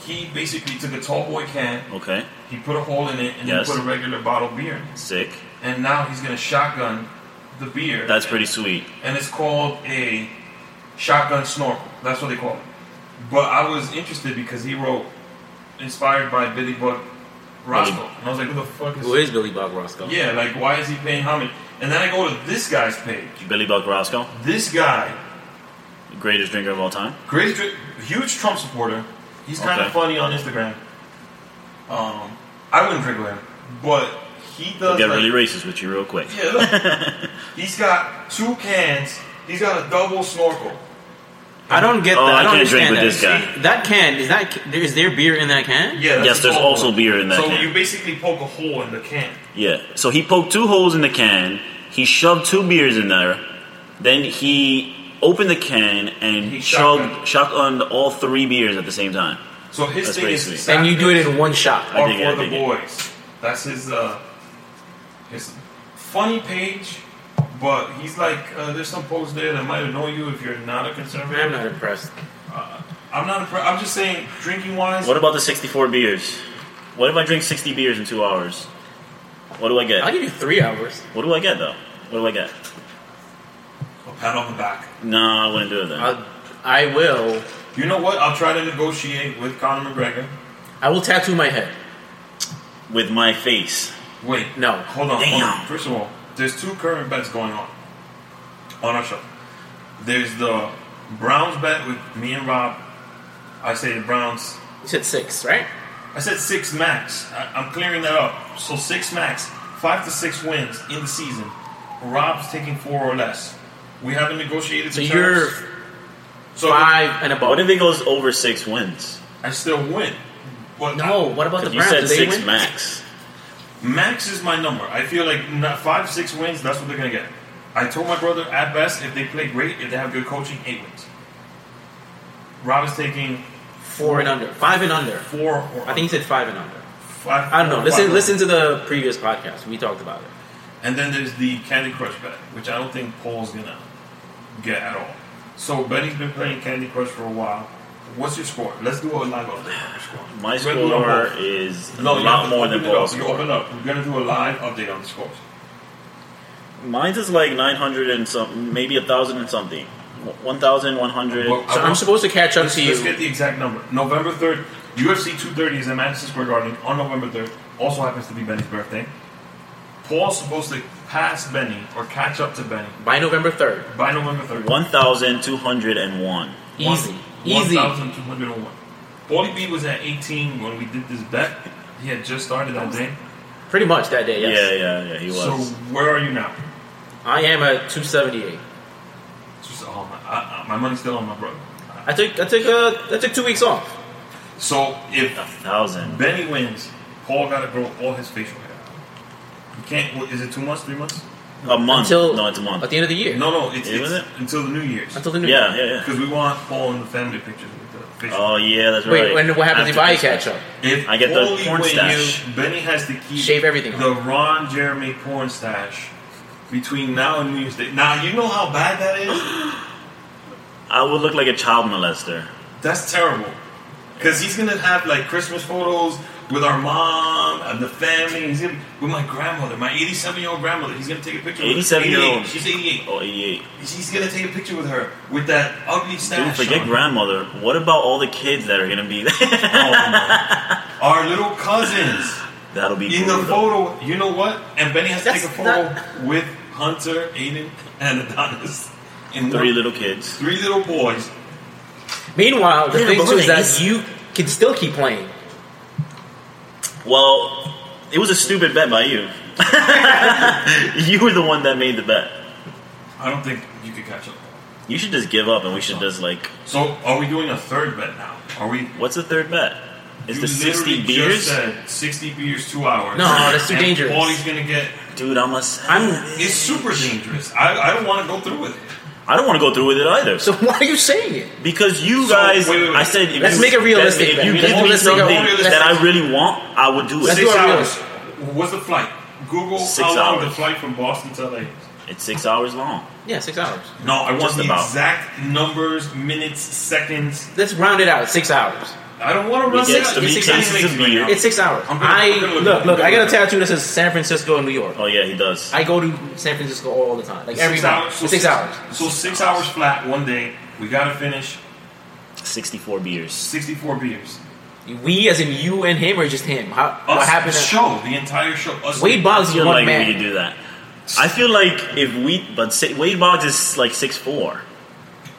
[SPEAKER 1] he basically took a tall boy can,
[SPEAKER 2] Okay,
[SPEAKER 1] He put a hole in it and
[SPEAKER 2] Yes.
[SPEAKER 1] he put a regular bottle beer in it.
[SPEAKER 2] sick.
[SPEAKER 1] And now he's gonna shotgun the beer.
[SPEAKER 2] That's pretty sweet.
[SPEAKER 1] and it's called a shotgun snorkel. That's what they call it. But I was interested because he wrote inspired by Billy Buck Roscoe. And I was like, who the fuck is
[SPEAKER 3] Who is Billy Bob Roscoe?
[SPEAKER 1] Yeah, like why is he paying homage? And then I go to this guy's page.
[SPEAKER 2] Billy Buck Roscoe,
[SPEAKER 1] This guy,
[SPEAKER 2] greatest drinker of all time.
[SPEAKER 1] great dri- huge Trump supporter. He's kind of
[SPEAKER 2] Okay.
[SPEAKER 1] funny on Instagram. Um I wouldn't drink with him, but he
[SPEAKER 2] I'll
[SPEAKER 1] does
[SPEAKER 2] get
[SPEAKER 1] like,
[SPEAKER 2] really racist with you real quick.
[SPEAKER 1] *laughs* Yeah, look. he's got two cans. He's got a double snorkel.
[SPEAKER 3] I don't get
[SPEAKER 2] Oh,
[SPEAKER 3] that. I,
[SPEAKER 2] I
[SPEAKER 3] don't
[SPEAKER 2] can't drink
[SPEAKER 3] understand
[SPEAKER 1] guy.
[SPEAKER 2] with this
[SPEAKER 3] that. That can is that there is there beer in that can?
[SPEAKER 1] Yeah. that's
[SPEAKER 2] Yes,
[SPEAKER 1] a
[SPEAKER 2] there's
[SPEAKER 1] snorkel.
[SPEAKER 2] also beer in that
[SPEAKER 1] So
[SPEAKER 2] can.
[SPEAKER 1] you basically poke a hole in the can.
[SPEAKER 2] Yeah. So he poked two holes in the can. He shoved two beers in there. Then he opened the can and
[SPEAKER 1] He
[SPEAKER 2] chugged, shotgunned all three beers at the same time.
[SPEAKER 1] So his
[SPEAKER 2] That's
[SPEAKER 1] thing
[SPEAKER 2] pretty
[SPEAKER 1] is,
[SPEAKER 2] sweet.
[SPEAKER 3] And you do it in one shot.
[SPEAKER 2] I
[SPEAKER 1] Or
[SPEAKER 2] dig it, I
[SPEAKER 1] for the
[SPEAKER 2] dig it.
[SPEAKER 1] boys. That's his uh, his funny page. But he's like, uh, there's some posts there that might annoy you if you're not a conservative.
[SPEAKER 3] I'm not impressed.
[SPEAKER 1] I'm not. A, I'm just saying, drinking wise,
[SPEAKER 2] What about the 64 beers? What if I drink 60 beers in two hours? What do I
[SPEAKER 3] I'll
[SPEAKER 2] get?
[SPEAKER 3] give you three hours.
[SPEAKER 2] What do I get though? What do I get?
[SPEAKER 1] a pat on the back.
[SPEAKER 2] No, I wouldn't do it then.
[SPEAKER 3] I'll, I will.
[SPEAKER 1] You know what? I'll try to negotiate with Conor McGregor.
[SPEAKER 3] I will tattoo my head.
[SPEAKER 2] With my face.
[SPEAKER 1] Wait,
[SPEAKER 3] No.
[SPEAKER 1] Hold on. Hold
[SPEAKER 2] Damn.
[SPEAKER 1] on. First of all, there's two current bets going on on our show. There's the Browns bet with me and Rob. I say the Browns
[SPEAKER 3] You said six, right?
[SPEAKER 1] I said six max. I, I'm clearing that up. So six max, five to six wins in the season. Rob's taking four or less. We haven't negotiated.
[SPEAKER 3] So
[SPEAKER 1] the
[SPEAKER 3] you're
[SPEAKER 1] terms. so
[SPEAKER 3] five and above.
[SPEAKER 2] What if it goes over six wins?
[SPEAKER 1] I still win. But
[SPEAKER 3] no, what about the
[SPEAKER 2] You
[SPEAKER 3] Browns?
[SPEAKER 2] said
[SPEAKER 3] Do they
[SPEAKER 2] six
[SPEAKER 3] win?
[SPEAKER 2] max.
[SPEAKER 1] max is my number. I feel like not five, six wins. That's what they're gonna get. I told my brother at best if they play great, if they have good coaching, eight wins. Rob is taking
[SPEAKER 3] Four and under. Five and under.
[SPEAKER 1] four or
[SPEAKER 3] I think you said five and under.
[SPEAKER 1] five.
[SPEAKER 3] I don't know.
[SPEAKER 1] four or
[SPEAKER 3] Listen,
[SPEAKER 1] five.
[SPEAKER 3] listen to the previous podcast. We talked about it.
[SPEAKER 1] And then there's the Candy Crush bet, which I don't think Paul's gonna get at all. So Benny's been playing Candy Crush for a while. What's your score? Let's do a live update on your score.
[SPEAKER 2] My
[SPEAKER 1] We're gonna do a
[SPEAKER 2] score
[SPEAKER 1] whole-
[SPEAKER 2] is a
[SPEAKER 1] No, you have
[SPEAKER 2] lot
[SPEAKER 1] to
[SPEAKER 2] more
[SPEAKER 1] open
[SPEAKER 2] than
[SPEAKER 1] it up.
[SPEAKER 2] Paul's
[SPEAKER 1] You
[SPEAKER 2] score.
[SPEAKER 1] open up. We're gonna do a live update on the scores.
[SPEAKER 2] Mine's is like 900 and some, maybe a 1,000 and something. 1,100.
[SPEAKER 1] Well, I
[SPEAKER 3] So I'm
[SPEAKER 1] want-
[SPEAKER 3] supposed to catch up
[SPEAKER 1] let's,
[SPEAKER 3] to
[SPEAKER 1] let's
[SPEAKER 3] you.
[SPEAKER 1] get the exact number. November third, UFC 230 is in Madison Square Garden on November third. Also happens to be Benny's birthday. Paul's supposed to pass Benny or catch up to Benny
[SPEAKER 3] By November 3rd.
[SPEAKER 1] by November third.
[SPEAKER 2] 1,201.
[SPEAKER 3] Easy. Easy.
[SPEAKER 1] 1,201. Paulie B was at 18 when we did this bet. He had just started that day.
[SPEAKER 3] Pretty much that day, yes.
[SPEAKER 2] Yeah, yeah, yeah, he was.
[SPEAKER 1] So where are you now?
[SPEAKER 3] I am at 278.
[SPEAKER 1] Just, oh, my, I, I, my money's still on my brother.
[SPEAKER 3] I took I took uh I took two weeks off.
[SPEAKER 1] So if
[SPEAKER 2] a thousand.
[SPEAKER 1] Benny wins, Paul got to grow all his facial hair. You can't. what, Is it two months? Three months?
[SPEAKER 2] A month.
[SPEAKER 3] Until
[SPEAKER 2] no, it's a month.
[SPEAKER 3] At the end of the year.
[SPEAKER 1] No, no. It's,
[SPEAKER 2] Isn't
[SPEAKER 1] it's
[SPEAKER 2] it?
[SPEAKER 1] until the New Year's
[SPEAKER 3] Until the new
[SPEAKER 2] Yeah,
[SPEAKER 3] year.
[SPEAKER 2] yeah, yeah.
[SPEAKER 1] because we want Paul in the family pictures with the facial.
[SPEAKER 2] Oh, yeah, that's
[SPEAKER 3] Wait,
[SPEAKER 2] right.
[SPEAKER 3] when what happens if
[SPEAKER 2] After
[SPEAKER 3] I
[SPEAKER 2] Christmas.
[SPEAKER 3] catch up?
[SPEAKER 1] If
[SPEAKER 2] I get the
[SPEAKER 1] Paulie
[SPEAKER 2] porn
[SPEAKER 1] wins,
[SPEAKER 2] stash.
[SPEAKER 1] Benny has to keep
[SPEAKER 3] Shave everything
[SPEAKER 1] The Ron Jeremy porn stash between now and New Year's Day. Now you know how bad that
[SPEAKER 2] *gasps*
[SPEAKER 1] is.
[SPEAKER 2] I would look like a child molester.
[SPEAKER 1] That's terrible. Because he's gonna have like Christmas photos with our mom and the family. He's gonna with my grandmother, my 87 year old grandmother. He's gonna take a picture. with her.
[SPEAKER 2] 87-year-old.
[SPEAKER 1] 88. She's 88.
[SPEAKER 2] Oh, 88.
[SPEAKER 1] She's gonna take a picture with her with that ugly
[SPEAKER 2] Dude,
[SPEAKER 1] stash.
[SPEAKER 2] forget
[SPEAKER 1] on.
[SPEAKER 2] grandmother. What about all the kids that are going to be there? *laughs*
[SPEAKER 1] Oh, my. Our little cousins.
[SPEAKER 2] That'll be
[SPEAKER 1] In the
[SPEAKER 2] brutal.
[SPEAKER 1] photo, you know what? And Benny has to
[SPEAKER 3] That's
[SPEAKER 1] take a photo
[SPEAKER 3] not-
[SPEAKER 1] with Hunter, Aiden, and Adonis. And
[SPEAKER 2] Three
[SPEAKER 1] three,
[SPEAKER 2] little kids.
[SPEAKER 1] three little boys.
[SPEAKER 3] Meanwhile, the
[SPEAKER 2] Yeah,
[SPEAKER 3] thing
[SPEAKER 2] but
[SPEAKER 3] too is that
[SPEAKER 2] it's-
[SPEAKER 3] you can still keep playing.
[SPEAKER 2] Well, it was a stupid bet by you. *laughs* you were the one that made the bet.
[SPEAKER 1] I don't think you could catch up.
[SPEAKER 2] You should just give up and we should just like.
[SPEAKER 1] So, are we doing a third bet now? Are we?
[SPEAKER 2] What's the third bet? Is
[SPEAKER 1] you
[SPEAKER 2] the 60
[SPEAKER 1] literally
[SPEAKER 2] beers?
[SPEAKER 1] Just said 60 beers, two hours.
[SPEAKER 3] No, that's too
[SPEAKER 1] And
[SPEAKER 3] dangerous.
[SPEAKER 1] Paulie's gonna get.
[SPEAKER 2] Dude, I'm a. sa-
[SPEAKER 3] I'm
[SPEAKER 1] It's super dangerous. I, I don't want to go through with it.
[SPEAKER 2] I don't want to go through with it either.
[SPEAKER 3] so *laughs* why are you saying it?
[SPEAKER 2] Because you
[SPEAKER 1] So,
[SPEAKER 2] guys,
[SPEAKER 1] wait, wait, wait.
[SPEAKER 2] I said, if
[SPEAKER 3] Let's
[SPEAKER 2] you,
[SPEAKER 3] make it realistic,
[SPEAKER 2] If
[SPEAKER 1] Ben.
[SPEAKER 2] you give
[SPEAKER 1] Let's
[SPEAKER 2] me
[SPEAKER 1] make it
[SPEAKER 2] something
[SPEAKER 1] realistic.
[SPEAKER 2] that I really want, I would do it.
[SPEAKER 3] Let's
[SPEAKER 1] Six
[SPEAKER 3] do it
[SPEAKER 1] hours.
[SPEAKER 3] realistic.
[SPEAKER 1] What's the flight? Google
[SPEAKER 2] Six
[SPEAKER 1] how long
[SPEAKER 2] hours.
[SPEAKER 1] the flight from Boston to LA.
[SPEAKER 2] It's six hours long.
[SPEAKER 3] Yeah, six hours.
[SPEAKER 1] No, I want
[SPEAKER 2] Just
[SPEAKER 1] the
[SPEAKER 2] about.
[SPEAKER 1] exact numbers, minutes, seconds.
[SPEAKER 3] Let's round it out. Six hours.
[SPEAKER 1] I don't want to
[SPEAKER 2] We
[SPEAKER 1] run
[SPEAKER 2] get
[SPEAKER 1] six.
[SPEAKER 2] three
[SPEAKER 1] six
[SPEAKER 2] cases of
[SPEAKER 1] minutes right
[SPEAKER 2] beer.
[SPEAKER 1] now.
[SPEAKER 3] It's six hours.
[SPEAKER 1] I'm gonna-
[SPEAKER 3] I
[SPEAKER 1] I'm gonna look-
[SPEAKER 3] look, look. I
[SPEAKER 1] I'm
[SPEAKER 3] got a
[SPEAKER 1] gonna-
[SPEAKER 3] tattoo that says San Francisco and New York.
[SPEAKER 2] Oh yeah, he does.
[SPEAKER 3] I go to San Francisco all the time, like every month.
[SPEAKER 1] so
[SPEAKER 3] six hours.
[SPEAKER 1] So six hours flat one day. We gotta finish
[SPEAKER 2] Sixty-four beers.
[SPEAKER 1] sixty-four beers.
[SPEAKER 3] We, as in you and him, or just him? How
[SPEAKER 1] Us,
[SPEAKER 3] what happened?
[SPEAKER 1] The
[SPEAKER 3] to-
[SPEAKER 1] show the entire show. Us
[SPEAKER 3] Wade
[SPEAKER 2] I
[SPEAKER 3] Boggs is
[SPEAKER 2] feel
[SPEAKER 3] one
[SPEAKER 2] like
[SPEAKER 3] man.
[SPEAKER 2] we could do that. I feel like if we, but say, Wade Boggs is like six four.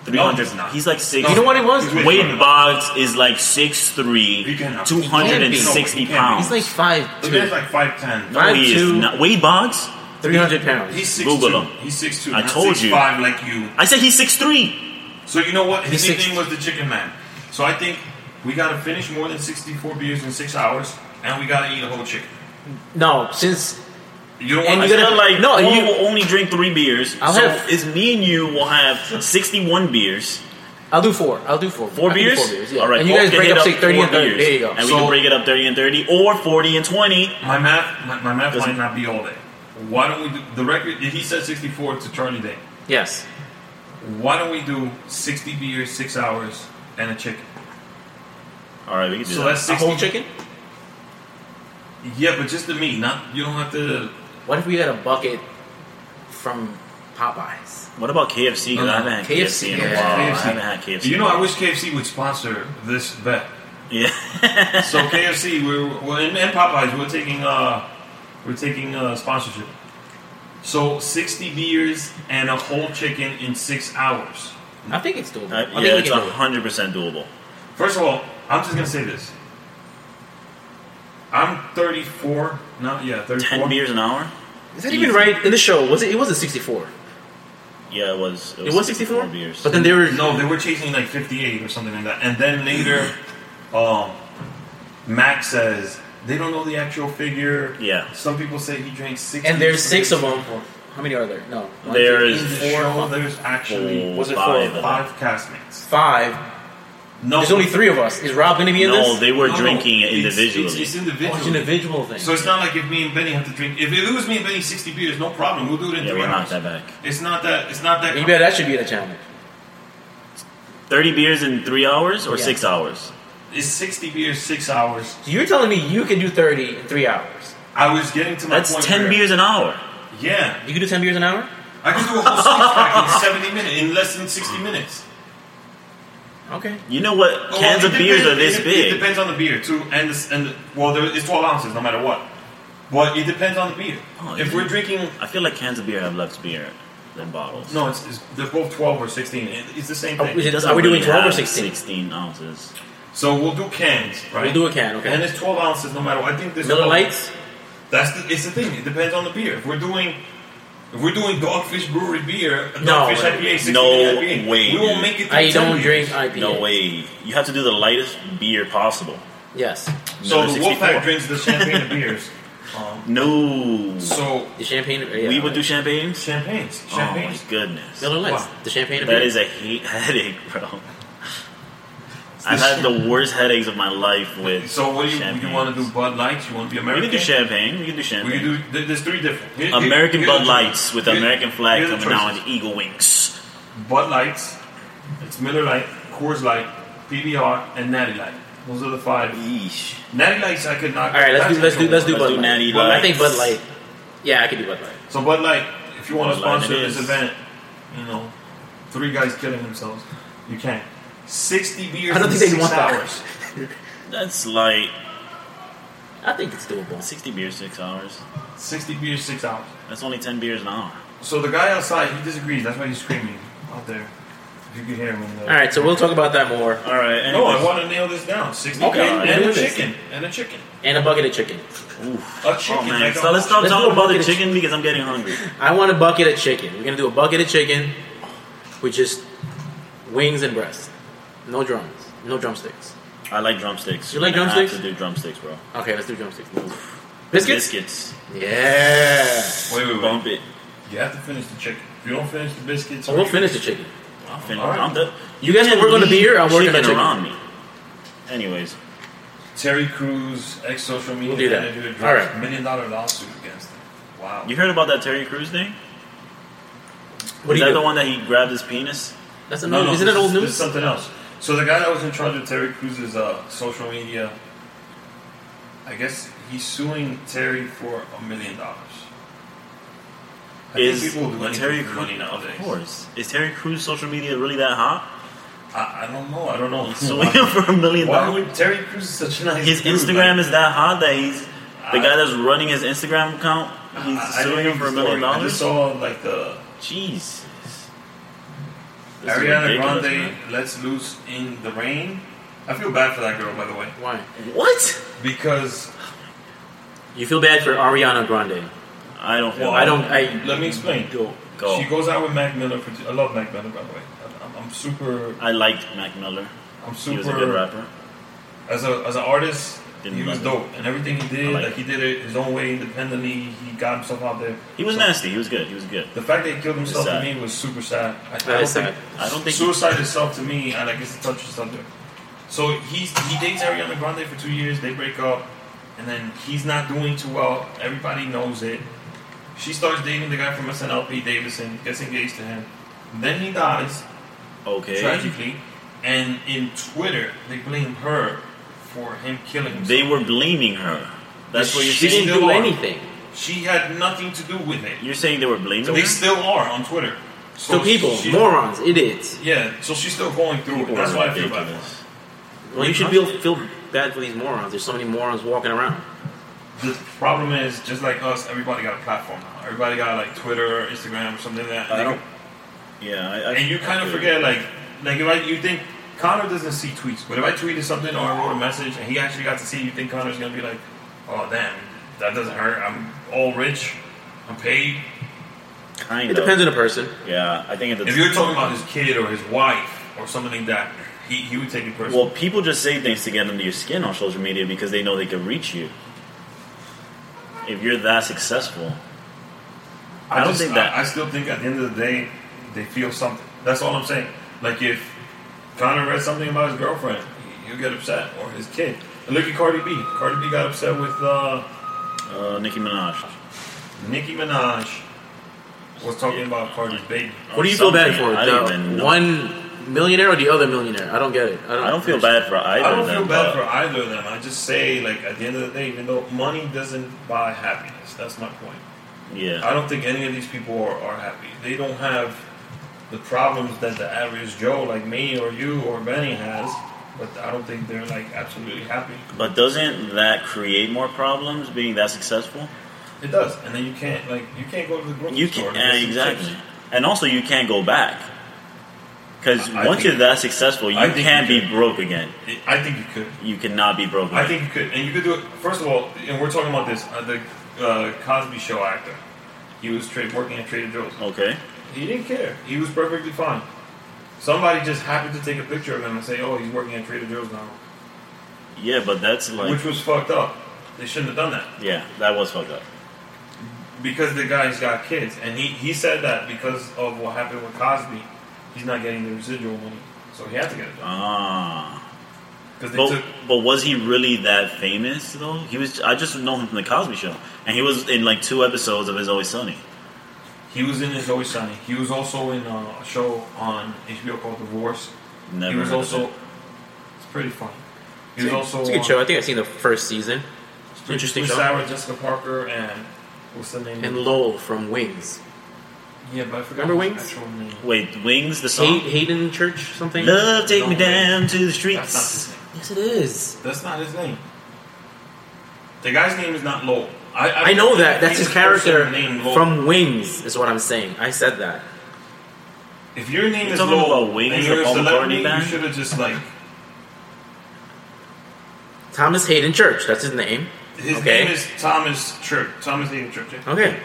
[SPEAKER 2] Three hundred.
[SPEAKER 1] he's not.
[SPEAKER 2] he's like six.
[SPEAKER 3] You know what he was?
[SPEAKER 1] He's with-
[SPEAKER 2] Wade Boggs is like 6'3",
[SPEAKER 1] He can't-
[SPEAKER 2] 260
[SPEAKER 1] he can't.
[SPEAKER 2] pounds.
[SPEAKER 3] He's like five
[SPEAKER 1] The man's
[SPEAKER 3] two,
[SPEAKER 1] like five ten.
[SPEAKER 2] no, he is
[SPEAKER 3] 5'2".
[SPEAKER 2] not. Wade Boggs?
[SPEAKER 3] three hundred pounds.
[SPEAKER 1] He's six
[SPEAKER 2] Google
[SPEAKER 1] two.
[SPEAKER 2] him.
[SPEAKER 1] He's six two.
[SPEAKER 2] I told you.
[SPEAKER 1] five like you.
[SPEAKER 2] I said he's 6'3".
[SPEAKER 1] So you know what? His
[SPEAKER 3] He's six-
[SPEAKER 1] nickname was the Chicken Man. So I think we gotta finish more than sixty four beers in six hours, and we gotta eat a whole chicken.
[SPEAKER 3] no, since
[SPEAKER 1] You don't want
[SPEAKER 3] And
[SPEAKER 2] I
[SPEAKER 3] you
[SPEAKER 1] to
[SPEAKER 3] gotta-
[SPEAKER 2] feel like
[SPEAKER 3] No,
[SPEAKER 2] no,
[SPEAKER 3] you-
[SPEAKER 2] you will only drink three beers.
[SPEAKER 3] I'll
[SPEAKER 2] so
[SPEAKER 3] have-
[SPEAKER 2] it's me and you will have 61 beers.
[SPEAKER 3] I'll do four. I'll do four.
[SPEAKER 2] Four
[SPEAKER 3] I can do
[SPEAKER 2] beers?
[SPEAKER 3] Four beers. Yeah.
[SPEAKER 2] All right.
[SPEAKER 3] And you
[SPEAKER 2] Paul
[SPEAKER 3] guys
[SPEAKER 2] can
[SPEAKER 3] break
[SPEAKER 2] hit
[SPEAKER 3] up say thirty
[SPEAKER 2] four
[SPEAKER 3] and thirty.
[SPEAKER 2] beers.
[SPEAKER 3] There you go.
[SPEAKER 2] And we
[SPEAKER 1] So-
[SPEAKER 2] can break it up 30 and 30 or 40 and 20.
[SPEAKER 1] my math. My, my math might
[SPEAKER 2] Doesn't-
[SPEAKER 1] not be all day. Why don't we do the record? He said sixty four to Charlie Day.
[SPEAKER 3] Yes.
[SPEAKER 1] Why don't we do sixty beers, six hours, and a chicken?
[SPEAKER 2] All right, we can do
[SPEAKER 1] So
[SPEAKER 2] that.
[SPEAKER 1] that's
[SPEAKER 3] A
[SPEAKER 1] sixty.
[SPEAKER 3] whole chicken.
[SPEAKER 1] Yeah, but just the meat. Not you don't have to.
[SPEAKER 3] What if we had a bucket from Popeyes?
[SPEAKER 2] What about KFC? 'Cause I haven't had KFC, in a while.
[SPEAKER 3] yeah,
[SPEAKER 2] I
[SPEAKER 1] KFC.
[SPEAKER 2] haven't had KFC.
[SPEAKER 1] You know, I wish KFC would sponsor this bet.
[SPEAKER 3] *laughs*
[SPEAKER 2] yeah. Uh,
[SPEAKER 1] So KFC, we're, well, and, and Popeyes, we're taking uh, we're taking uh, sponsorship. So sixty beers and a whole chicken in six hours.
[SPEAKER 3] I think it's doable. I
[SPEAKER 2] Uh,
[SPEAKER 3] think
[SPEAKER 2] yeah,
[SPEAKER 3] we
[SPEAKER 2] it's
[SPEAKER 3] can do it.
[SPEAKER 2] 100% doable.
[SPEAKER 1] First of all, I'm just gonna say this. I'm 34. No, yeah, 34.
[SPEAKER 2] 10 beers an hour?
[SPEAKER 3] Is that even right in the show? Was it? It wasn't sixty-four.
[SPEAKER 2] Yeah, it was.
[SPEAKER 3] It was sixty-four.
[SPEAKER 2] beers.
[SPEAKER 3] But then they were
[SPEAKER 1] No, they were chasing like 58 or something like that. And then later, um, Max says they don't know the actual figure.
[SPEAKER 2] Yeah.
[SPEAKER 1] Some people say he drank six.
[SPEAKER 3] and there's six of them. How many are there? No. One,
[SPEAKER 2] There
[SPEAKER 3] two,
[SPEAKER 1] In
[SPEAKER 2] is
[SPEAKER 1] the
[SPEAKER 3] three, four,
[SPEAKER 1] show,
[SPEAKER 3] five.
[SPEAKER 1] there's actually
[SPEAKER 3] Was it
[SPEAKER 2] five.
[SPEAKER 3] four?
[SPEAKER 1] five castmates.
[SPEAKER 3] Five.
[SPEAKER 1] No,
[SPEAKER 3] There's only three of us. Is Rob going to be in
[SPEAKER 2] No,
[SPEAKER 3] this?
[SPEAKER 2] they were
[SPEAKER 1] no, no,
[SPEAKER 2] drinking it
[SPEAKER 1] it's-
[SPEAKER 2] individually.
[SPEAKER 1] It's, it's
[SPEAKER 3] Oh, it's
[SPEAKER 1] individual.
[SPEAKER 3] an individual thing.
[SPEAKER 1] So it's not like if me and Benny have to drink. If it was me and Benny, sixty beers, no problem. We'll do it in
[SPEAKER 2] yeah,
[SPEAKER 1] three
[SPEAKER 2] we're
[SPEAKER 1] hours.
[SPEAKER 2] not that back.
[SPEAKER 1] It's not that. It's not that.
[SPEAKER 3] Maybe that should be the challenge.
[SPEAKER 2] 30 beers in three hours or
[SPEAKER 3] Yeah.
[SPEAKER 2] six hours?
[SPEAKER 1] It's sixty beers, six hours.
[SPEAKER 3] So you're telling me you can do thirty in three hours?
[SPEAKER 1] I was getting to my
[SPEAKER 2] That's
[SPEAKER 1] point
[SPEAKER 2] 10
[SPEAKER 1] where-
[SPEAKER 2] beers an hour.
[SPEAKER 1] Yeah,
[SPEAKER 3] You can do ten beers an hour?
[SPEAKER 1] I can do a whole six pack in seventy minutes in less than sixty minutes.
[SPEAKER 3] Okay.
[SPEAKER 2] You know what?
[SPEAKER 1] Well,
[SPEAKER 2] Cans
[SPEAKER 1] Oh, it
[SPEAKER 2] of beers
[SPEAKER 1] depends-
[SPEAKER 2] are this
[SPEAKER 1] it, It
[SPEAKER 2] big.
[SPEAKER 1] depends on the beer too, and the, and the, well, there, it's twelve ounces no matter what. But it depends on the beer.
[SPEAKER 2] Oh,
[SPEAKER 1] if
[SPEAKER 2] yeah.
[SPEAKER 1] we're drinking,
[SPEAKER 2] I feel like cans of beer have less beer than bottles.
[SPEAKER 1] no, it's, it's they're both twelve or sixteen. It, it's the same
[SPEAKER 3] Oh,
[SPEAKER 1] thing.
[SPEAKER 3] is it-
[SPEAKER 2] It doesn't
[SPEAKER 3] Are we doing
[SPEAKER 2] really
[SPEAKER 3] 12 or
[SPEAKER 2] have
[SPEAKER 3] 16?
[SPEAKER 2] 16 ounces.
[SPEAKER 1] So we'll do cans, right?
[SPEAKER 3] We'll do a can. Okay.
[SPEAKER 1] And it's twelve ounces no matter. what. I think this
[SPEAKER 3] Miller Lights.
[SPEAKER 1] That's the, it's the thing. It depends on the beer. If we're doing. If we're doing Dogfish Brewery beer, a
[SPEAKER 3] No
[SPEAKER 1] Dogfish
[SPEAKER 3] way.
[SPEAKER 1] IPA, 16
[SPEAKER 2] No
[SPEAKER 1] IPA,
[SPEAKER 2] way,
[SPEAKER 1] we won't
[SPEAKER 2] dude.
[SPEAKER 1] make it. through
[SPEAKER 3] I
[SPEAKER 1] 10
[SPEAKER 3] don't
[SPEAKER 1] beers.
[SPEAKER 3] drink IPA.
[SPEAKER 2] No way. You have to do the lightest beer possible.
[SPEAKER 3] Yes.
[SPEAKER 1] So
[SPEAKER 2] Number
[SPEAKER 1] the Wolfpack
[SPEAKER 2] 64.
[SPEAKER 1] drinks the champagne of beers. Um,
[SPEAKER 2] No.
[SPEAKER 1] so
[SPEAKER 3] The champagne. Yeah,
[SPEAKER 2] we would do champagnes?
[SPEAKER 1] champagnes,
[SPEAKER 2] Oh my
[SPEAKER 1] champagnes.
[SPEAKER 2] goodness.
[SPEAKER 3] Miller Lights.
[SPEAKER 1] Wow.
[SPEAKER 3] The champagne. of
[SPEAKER 2] That
[SPEAKER 3] beer.
[SPEAKER 2] is a hate *laughs* headache, bro. I've had the worst headaches of my life with
[SPEAKER 1] so what do you, you
[SPEAKER 2] champagnes.
[SPEAKER 1] want to do? Bud Lights? You want to be
[SPEAKER 2] We
[SPEAKER 1] American?
[SPEAKER 2] can do champagne. We can do
[SPEAKER 1] We
[SPEAKER 2] champagne.
[SPEAKER 1] can do. there- There's three different. Here- here-
[SPEAKER 2] American
[SPEAKER 1] here are
[SPEAKER 2] Bud
[SPEAKER 1] the
[SPEAKER 2] Lights with the
[SPEAKER 1] here-
[SPEAKER 2] American flag
[SPEAKER 1] here are the
[SPEAKER 2] coming out
[SPEAKER 1] choices.
[SPEAKER 2] with eagle wings.
[SPEAKER 1] Bud Lights. It's Miller Light, Coors Light, PBR, and Natty Light. Those are the five.
[SPEAKER 2] Yeesh.
[SPEAKER 1] Natty Lights, I could not.
[SPEAKER 3] All right. Let's do. Let's do. Let's do
[SPEAKER 2] Let's
[SPEAKER 3] Bud
[SPEAKER 2] do
[SPEAKER 3] Light.
[SPEAKER 2] Natty
[SPEAKER 3] Well, I
[SPEAKER 2] Lights.
[SPEAKER 3] think Bud Light. Yeah, I could do Bud Light.
[SPEAKER 1] So Bud Light, if you want to
[SPEAKER 2] Bud Light
[SPEAKER 1] sponsor
[SPEAKER 2] it
[SPEAKER 1] this
[SPEAKER 2] is.
[SPEAKER 1] event, you know, three guys killing themselves, you can't. Sixty beers.
[SPEAKER 3] I don't
[SPEAKER 1] in
[SPEAKER 3] think they
[SPEAKER 1] six
[SPEAKER 3] want that.
[SPEAKER 1] hours.
[SPEAKER 2] That's like
[SPEAKER 3] I think it's doable.
[SPEAKER 2] 60 beers, six hours.
[SPEAKER 1] Sixty beers, six hours.
[SPEAKER 2] That's only 10 beers an hour.
[SPEAKER 1] So the guy outside, he disagrees. That's why he's screaming out there. If you can hear him. in the-
[SPEAKER 3] All right. So we'll talk about that more.
[SPEAKER 2] All right.
[SPEAKER 1] No,
[SPEAKER 2] Anyways.
[SPEAKER 1] Oh, I want to nail this down. Sixty
[SPEAKER 3] Okay,
[SPEAKER 1] beers and
[SPEAKER 3] do
[SPEAKER 1] a
[SPEAKER 3] this.
[SPEAKER 1] chicken and a chicken.
[SPEAKER 3] And a bucket of chicken.
[SPEAKER 2] Oof.
[SPEAKER 1] A chicken.
[SPEAKER 2] Oh
[SPEAKER 1] like
[SPEAKER 2] man.
[SPEAKER 1] a-
[SPEAKER 2] So let's stop
[SPEAKER 3] Let's
[SPEAKER 2] talking
[SPEAKER 3] do a
[SPEAKER 2] about the
[SPEAKER 3] bucket of
[SPEAKER 2] chicken because I'm getting hungry.
[SPEAKER 3] I want a bucket of chicken. We're gonna do a bucket of chicken with just wings and breast. No drums. No drumsticks.
[SPEAKER 2] I like drumsticks.
[SPEAKER 3] You like
[SPEAKER 2] I
[SPEAKER 3] drumsticks?
[SPEAKER 2] have to do drumsticks, bro.
[SPEAKER 3] Okay, let's do drumsticks. Biscuits?
[SPEAKER 2] Biscuits.
[SPEAKER 3] Yeah.
[SPEAKER 1] Wait, wait, wait.
[SPEAKER 2] Bump it.
[SPEAKER 1] You have to finish the chicken. If you don't finish the biscuits,
[SPEAKER 3] So Oh, we'll finish the chicken.
[SPEAKER 2] I'll finish.
[SPEAKER 1] All right.
[SPEAKER 2] I'm done.
[SPEAKER 3] You guys can work on the beer, I'll work on the
[SPEAKER 2] chicken
[SPEAKER 3] chicken.
[SPEAKER 2] around me. Anyways,
[SPEAKER 1] Terry Crews, ex social media
[SPEAKER 3] We'll do that.
[SPEAKER 1] manager, drops
[SPEAKER 3] All right.
[SPEAKER 1] million dollar lawsuit against him. Wow.
[SPEAKER 2] you heard about that Terry Crews thing?
[SPEAKER 3] What
[SPEAKER 2] Is
[SPEAKER 3] do
[SPEAKER 2] that
[SPEAKER 3] you
[SPEAKER 2] the
[SPEAKER 3] do?
[SPEAKER 2] one that he grabbed his penis?
[SPEAKER 3] That's
[SPEAKER 1] No,
[SPEAKER 3] another.
[SPEAKER 1] no,
[SPEAKER 3] Isn't
[SPEAKER 1] this
[SPEAKER 3] that old
[SPEAKER 1] is- This is
[SPEAKER 3] news?
[SPEAKER 1] something else. So the guy that was in charge of Terry Cruz's uh, social media, I guess he's suing Terry for a million dollars. I
[SPEAKER 2] is
[SPEAKER 1] think people do anything
[SPEAKER 2] Terry
[SPEAKER 1] for
[SPEAKER 2] Crews?
[SPEAKER 1] money nowadays.
[SPEAKER 2] Of course. Is Terry Crews' social media really that hot?
[SPEAKER 1] I, I don't know. I don't know.
[SPEAKER 2] Suing him *laughs* for a million
[SPEAKER 1] Hmm. Why
[SPEAKER 2] dollars.
[SPEAKER 1] would Terry Crews is such a nice
[SPEAKER 2] His
[SPEAKER 1] dude,
[SPEAKER 2] Instagram
[SPEAKER 1] like,
[SPEAKER 2] is that hot that he's the
[SPEAKER 1] I-
[SPEAKER 2] guy that's running his Instagram account.
[SPEAKER 1] I- I
[SPEAKER 2] He's
[SPEAKER 1] didn't
[SPEAKER 2] suing
[SPEAKER 1] read
[SPEAKER 2] him for
[SPEAKER 1] the
[SPEAKER 2] a million
[SPEAKER 1] story. I just
[SPEAKER 2] dollars.
[SPEAKER 1] saw like the
[SPEAKER 2] Jeez. This is
[SPEAKER 1] Ariana
[SPEAKER 2] ridiculous,
[SPEAKER 1] Grande lets loose in the rain. I feel bad for that girl, by the way,
[SPEAKER 3] Why?
[SPEAKER 2] man. What?
[SPEAKER 1] because
[SPEAKER 3] You feel bad for Ariana Grande.
[SPEAKER 2] I don't.
[SPEAKER 1] Well,
[SPEAKER 3] I don't. I
[SPEAKER 1] let me explain.
[SPEAKER 3] don't.
[SPEAKER 2] Go.
[SPEAKER 1] She goes out with Mac Miller. For, I love Mac Miller, by the way. I'm, I'm super.
[SPEAKER 2] I liked Mac Miller.
[SPEAKER 1] I'm
[SPEAKER 2] He was a good
[SPEAKER 1] super.
[SPEAKER 2] rapper.
[SPEAKER 1] As a as an artist,
[SPEAKER 2] Didn't
[SPEAKER 1] he was
[SPEAKER 2] like
[SPEAKER 1] dope, and everything he did,
[SPEAKER 2] I
[SPEAKER 1] like,
[SPEAKER 2] like
[SPEAKER 1] he did it his own way, independently. He got himself out there.
[SPEAKER 2] He was
[SPEAKER 1] So,
[SPEAKER 2] nasty. He was good. He was good.
[SPEAKER 1] The fact that he killed himself to
[SPEAKER 2] sad.
[SPEAKER 1] me was super sad. I, I
[SPEAKER 3] That
[SPEAKER 1] don't
[SPEAKER 3] is sad.
[SPEAKER 1] think-
[SPEAKER 2] I don't think.
[SPEAKER 1] Suicide itself to me, I like it's a touchy subject. So he's he dates Ariana Grande for two years, they break up, and then he's not doing too well. Everybody knows it. She starts dating the guy from SNLP, Davidson, gets engaged to him. Then he dies
[SPEAKER 2] okay.
[SPEAKER 1] tragically, and in Twitter they blame her for him killing himself.
[SPEAKER 2] They were blaming her. That's what you're
[SPEAKER 1] She
[SPEAKER 3] She
[SPEAKER 2] saying.
[SPEAKER 3] didn't
[SPEAKER 1] still are.
[SPEAKER 3] do anything.
[SPEAKER 1] she had nothing to do with it.
[SPEAKER 2] You're saying they were blaming
[SPEAKER 1] They
[SPEAKER 2] her.
[SPEAKER 1] still are on Twitter. So
[SPEAKER 3] So people,
[SPEAKER 1] she-
[SPEAKER 3] morons, idiots.
[SPEAKER 1] Yeah, so she's still going through it.
[SPEAKER 2] People
[SPEAKER 1] That's
[SPEAKER 2] are
[SPEAKER 1] why I feel bad. for her.
[SPEAKER 2] ridiculous.
[SPEAKER 3] Well, you should feel feel bad for these morons. There's so many morons walking around.
[SPEAKER 1] The problem is, just like us, everybody got a platform now. Everybody got like Twitter, or Instagram, or something like that.
[SPEAKER 2] I
[SPEAKER 1] Like,
[SPEAKER 2] don't- Yeah, I, I,
[SPEAKER 1] and you kind of
[SPEAKER 2] I-
[SPEAKER 1] forget, like, like if I, you think Connor doesn't see tweets, but if I tweeted something or I wrote a message and he actually got to see, it, you think Connor's gonna be like, "Oh damn, that doesn't hurt. I'm all rich, I'm paid."
[SPEAKER 2] Kind
[SPEAKER 3] It depends on the person.
[SPEAKER 2] Of. Yeah, I think it
[SPEAKER 1] If
[SPEAKER 2] depends.
[SPEAKER 1] you're talking about his kid or his wife or something like that, he, he would take it personally.
[SPEAKER 2] Well, people just say things to get under your skin on social media because they know they can reach you. If you're that successful, I don't
[SPEAKER 1] just-
[SPEAKER 2] think that-
[SPEAKER 1] I, I still think at the end of the day, they feel something. That's all I'm saying. Like if Connor read something about his girlfriend, he'll get upset, or his kid. And look at Cardi B. Cardi B got upset with uh,
[SPEAKER 2] uh, Nicki Minaj.
[SPEAKER 1] Nicki Minaj. Was talking about Cardi's baby.
[SPEAKER 3] What do you feel bad
[SPEAKER 2] Something,
[SPEAKER 3] for?
[SPEAKER 2] I don't even
[SPEAKER 3] The
[SPEAKER 2] know.
[SPEAKER 3] one millionaire or the other millionaire? I don't get it. I don't,
[SPEAKER 2] I don't feel bad for either.
[SPEAKER 1] I don't
[SPEAKER 2] of them,
[SPEAKER 1] feel bad
[SPEAKER 2] but-
[SPEAKER 1] for either of them. I just say, like, at the end of the day, even though money doesn't buy happiness, that's my point.
[SPEAKER 2] Yeah,
[SPEAKER 1] I don't think any of these people are, are happy. They don't have the problems that the average Joe, like me or you or Benny, has. But I don't think they're like absolutely happy.
[SPEAKER 2] but doesn't that create more problems? Being that successful,
[SPEAKER 1] It does, and then you can't like you can't go to the grocery
[SPEAKER 2] you
[SPEAKER 1] store.
[SPEAKER 2] can
[SPEAKER 1] to get
[SPEAKER 2] uh,
[SPEAKER 1] some
[SPEAKER 2] exactly,
[SPEAKER 1] chips.
[SPEAKER 2] and also you can't go back because
[SPEAKER 1] I- I
[SPEAKER 2] once
[SPEAKER 1] think-
[SPEAKER 2] you're that successful, you
[SPEAKER 1] I think
[SPEAKER 2] can't
[SPEAKER 1] you
[SPEAKER 2] be
[SPEAKER 1] can.
[SPEAKER 2] broke again.
[SPEAKER 1] It- I think you could.
[SPEAKER 2] You cannot be broke.
[SPEAKER 1] I
[SPEAKER 2] again.
[SPEAKER 1] think you could, and you could do it. First of all, and we're talking about this. Uh, the uh, Cosby Show actor, he was tra- working at Trader Joe's.
[SPEAKER 2] okay.
[SPEAKER 1] He didn't care. He was perfectly fine. Somebody just happened to take a picture of him and say, "Oh, he's working at Trader Joe's now,"
[SPEAKER 2] Yeah, but that's like
[SPEAKER 1] which was fucked up. They shouldn't have done that.
[SPEAKER 2] yeah, that was fucked up.
[SPEAKER 1] because the guy's got kids, and he, he said that because of what happened with Cosby, he's not getting the residual money, so he had to get a job
[SPEAKER 2] Ah.
[SPEAKER 1] because they
[SPEAKER 2] But,
[SPEAKER 1] took.
[SPEAKER 2] but was he really that famous though? He was. I just know him from the Cosby Show, and he was in like two episodes of His Always Sunny.
[SPEAKER 1] He was in It's Always Sunny. He was also in uh, a show on HBO called Divorce.
[SPEAKER 2] Never.
[SPEAKER 1] he was
[SPEAKER 2] heard of
[SPEAKER 1] also.
[SPEAKER 2] it.
[SPEAKER 1] It's pretty funny. He was also.
[SPEAKER 3] It's a good
[SPEAKER 1] on-
[SPEAKER 3] show. I think I've seen the first season.
[SPEAKER 1] it's pretty-
[SPEAKER 3] Interesting
[SPEAKER 1] with
[SPEAKER 3] show.
[SPEAKER 1] Sarah Jessica Parker and what's the name?
[SPEAKER 3] And Lowell from Wings.
[SPEAKER 1] yeah, but I forgot
[SPEAKER 3] Remember
[SPEAKER 1] his
[SPEAKER 3] Wings?
[SPEAKER 1] actual name.
[SPEAKER 2] Wait, Wings the song.
[SPEAKER 3] Hay- Hayden Church something.
[SPEAKER 2] Love take me
[SPEAKER 1] No,
[SPEAKER 2] down to
[SPEAKER 1] That's
[SPEAKER 2] the
[SPEAKER 1] not his
[SPEAKER 2] streets.
[SPEAKER 1] name.
[SPEAKER 3] Yes, it is.
[SPEAKER 1] That's not his name. The guy's name is not Lowell. I, I,
[SPEAKER 3] I know that. That's his
[SPEAKER 1] He's a person
[SPEAKER 3] character
[SPEAKER 1] named Lowell.
[SPEAKER 3] from Wings. Is what I'm saying. I said that.
[SPEAKER 1] If your name
[SPEAKER 2] You're
[SPEAKER 1] is
[SPEAKER 2] talking
[SPEAKER 1] Lowell
[SPEAKER 2] about Wings,
[SPEAKER 1] and you're
[SPEAKER 2] the
[SPEAKER 1] a
[SPEAKER 2] Paul McCartney
[SPEAKER 1] celebrity, you
[SPEAKER 2] band?
[SPEAKER 1] should have just like
[SPEAKER 3] Thomas Hayden Church. That's his name.
[SPEAKER 1] his
[SPEAKER 3] Okay.
[SPEAKER 1] name is Thomas Church, Thomas Hayden Church, yeah.
[SPEAKER 3] Okay.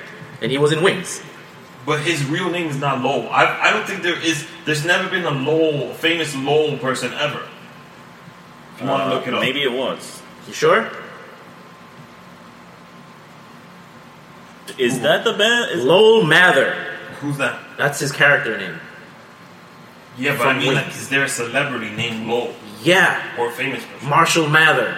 [SPEAKER 3] And he was in Wings.
[SPEAKER 1] but his real name is not Lowell. I, I don't think there is. There's never been a Lowell, famous Lowell person ever. If you want to
[SPEAKER 2] Uh,
[SPEAKER 1] look it up,
[SPEAKER 2] Maybe it was.
[SPEAKER 3] You sure?
[SPEAKER 2] Is that the band? Is-
[SPEAKER 3] Lowell Mather.
[SPEAKER 1] who's that?
[SPEAKER 3] That's his character name.
[SPEAKER 1] Yeah, but
[SPEAKER 3] From
[SPEAKER 1] I mean, like,
[SPEAKER 3] Wings.
[SPEAKER 1] is there a celebrity named Lowell
[SPEAKER 3] Yeah,
[SPEAKER 1] or a famous person?
[SPEAKER 3] Marshall Mather.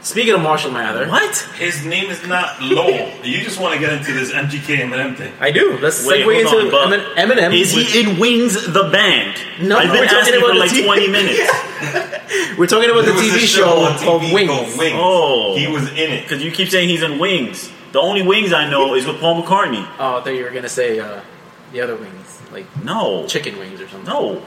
[SPEAKER 3] Speaking of Marshall Mather,
[SPEAKER 2] what?
[SPEAKER 1] His name is not Lowell. you just want to get into this MGK and M thing.
[SPEAKER 3] I do. Let's
[SPEAKER 2] Wait,
[SPEAKER 3] segue
[SPEAKER 2] hold
[SPEAKER 3] into
[SPEAKER 2] on, but
[SPEAKER 3] Emin- Eminem.
[SPEAKER 2] Is
[SPEAKER 3] which-
[SPEAKER 2] he in Wings the band?
[SPEAKER 3] No,
[SPEAKER 2] I've
[SPEAKER 3] we're
[SPEAKER 2] been
[SPEAKER 3] talking
[SPEAKER 2] asking
[SPEAKER 3] about
[SPEAKER 2] for
[SPEAKER 3] the
[SPEAKER 2] like
[SPEAKER 3] TV.
[SPEAKER 2] twenty minutes
[SPEAKER 3] We're talking about the
[SPEAKER 1] There was
[SPEAKER 3] TV
[SPEAKER 1] a
[SPEAKER 3] show
[SPEAKER 1] on
[SPEAKER 3] called
[SPEAKER 1] TV
[SPEAKER 3] Wings.
[SPEAKER 1] called Wings.
[SPEAKER 2] Oh.
[SPEAKER 1] he was in it.
[SPEAKER 2] because you keep saying he's in Wings. The only Wings I know is with Paul McCartney.
[SPEAKER 3] Oh, I thought you were gonna say uh, the other wings, like
[SPEAKER 2] No,
[SPEAKER 3] chicken wings or something.
[SPEAKER 2] no.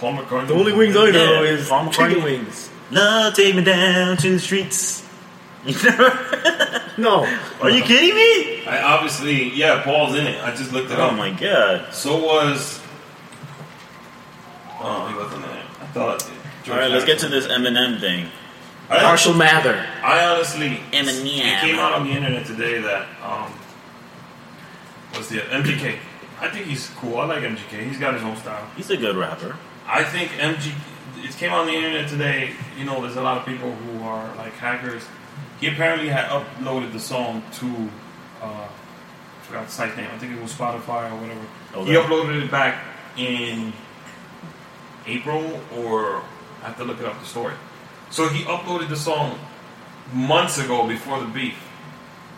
[SPEAKER 1] Paul McCartney.
[SPEAKER 2] know is
[SPEAKER 3] Farm
[SPEAKER 2] chicken
[SPEAKER 3] wings.
[SPEAKER 2] Love take me down to the streets. *laughs* You never.
[SPEAKER 3] No,
[SPEAKER 2] Are you kidding me?
[SPEAKER 1] I obviously, yeah, Paul's in it. I just looked it
[SPEAKER 2] Oh
[SPEAKER 1] up.
[SPEAKER 2] my god.
[SPEAKER 1] So was Oh, he wasn't there. I thought.
[SPEAKER 2] All right, let's get to this Eminem thing.
[SPEAKER 1] I,
[SPEAKER 3] Marshall Mather.
[SPEAKER 1] I honestly,
[SPEAKER 2] Eminem.
[SPEAKER 1] it came out on the internet today that um, what's the MGK? I think he's cool. I like MGK. He's got his own style.
[SPEAKER 2] He's a good rapper.
[SPEAKER 1] I think MG. It came on the internet today. You know, there's a lot of people who are like hackers. He apparently had uploaded the song to, uh, I forgot the site name. I think it was Spotify or whatever. He
[SPEAKER 2] Okay.
[SPEAKER 1] uploaded it back in April, or I have to look it up the story. So he uploaded the song months ago before the beef.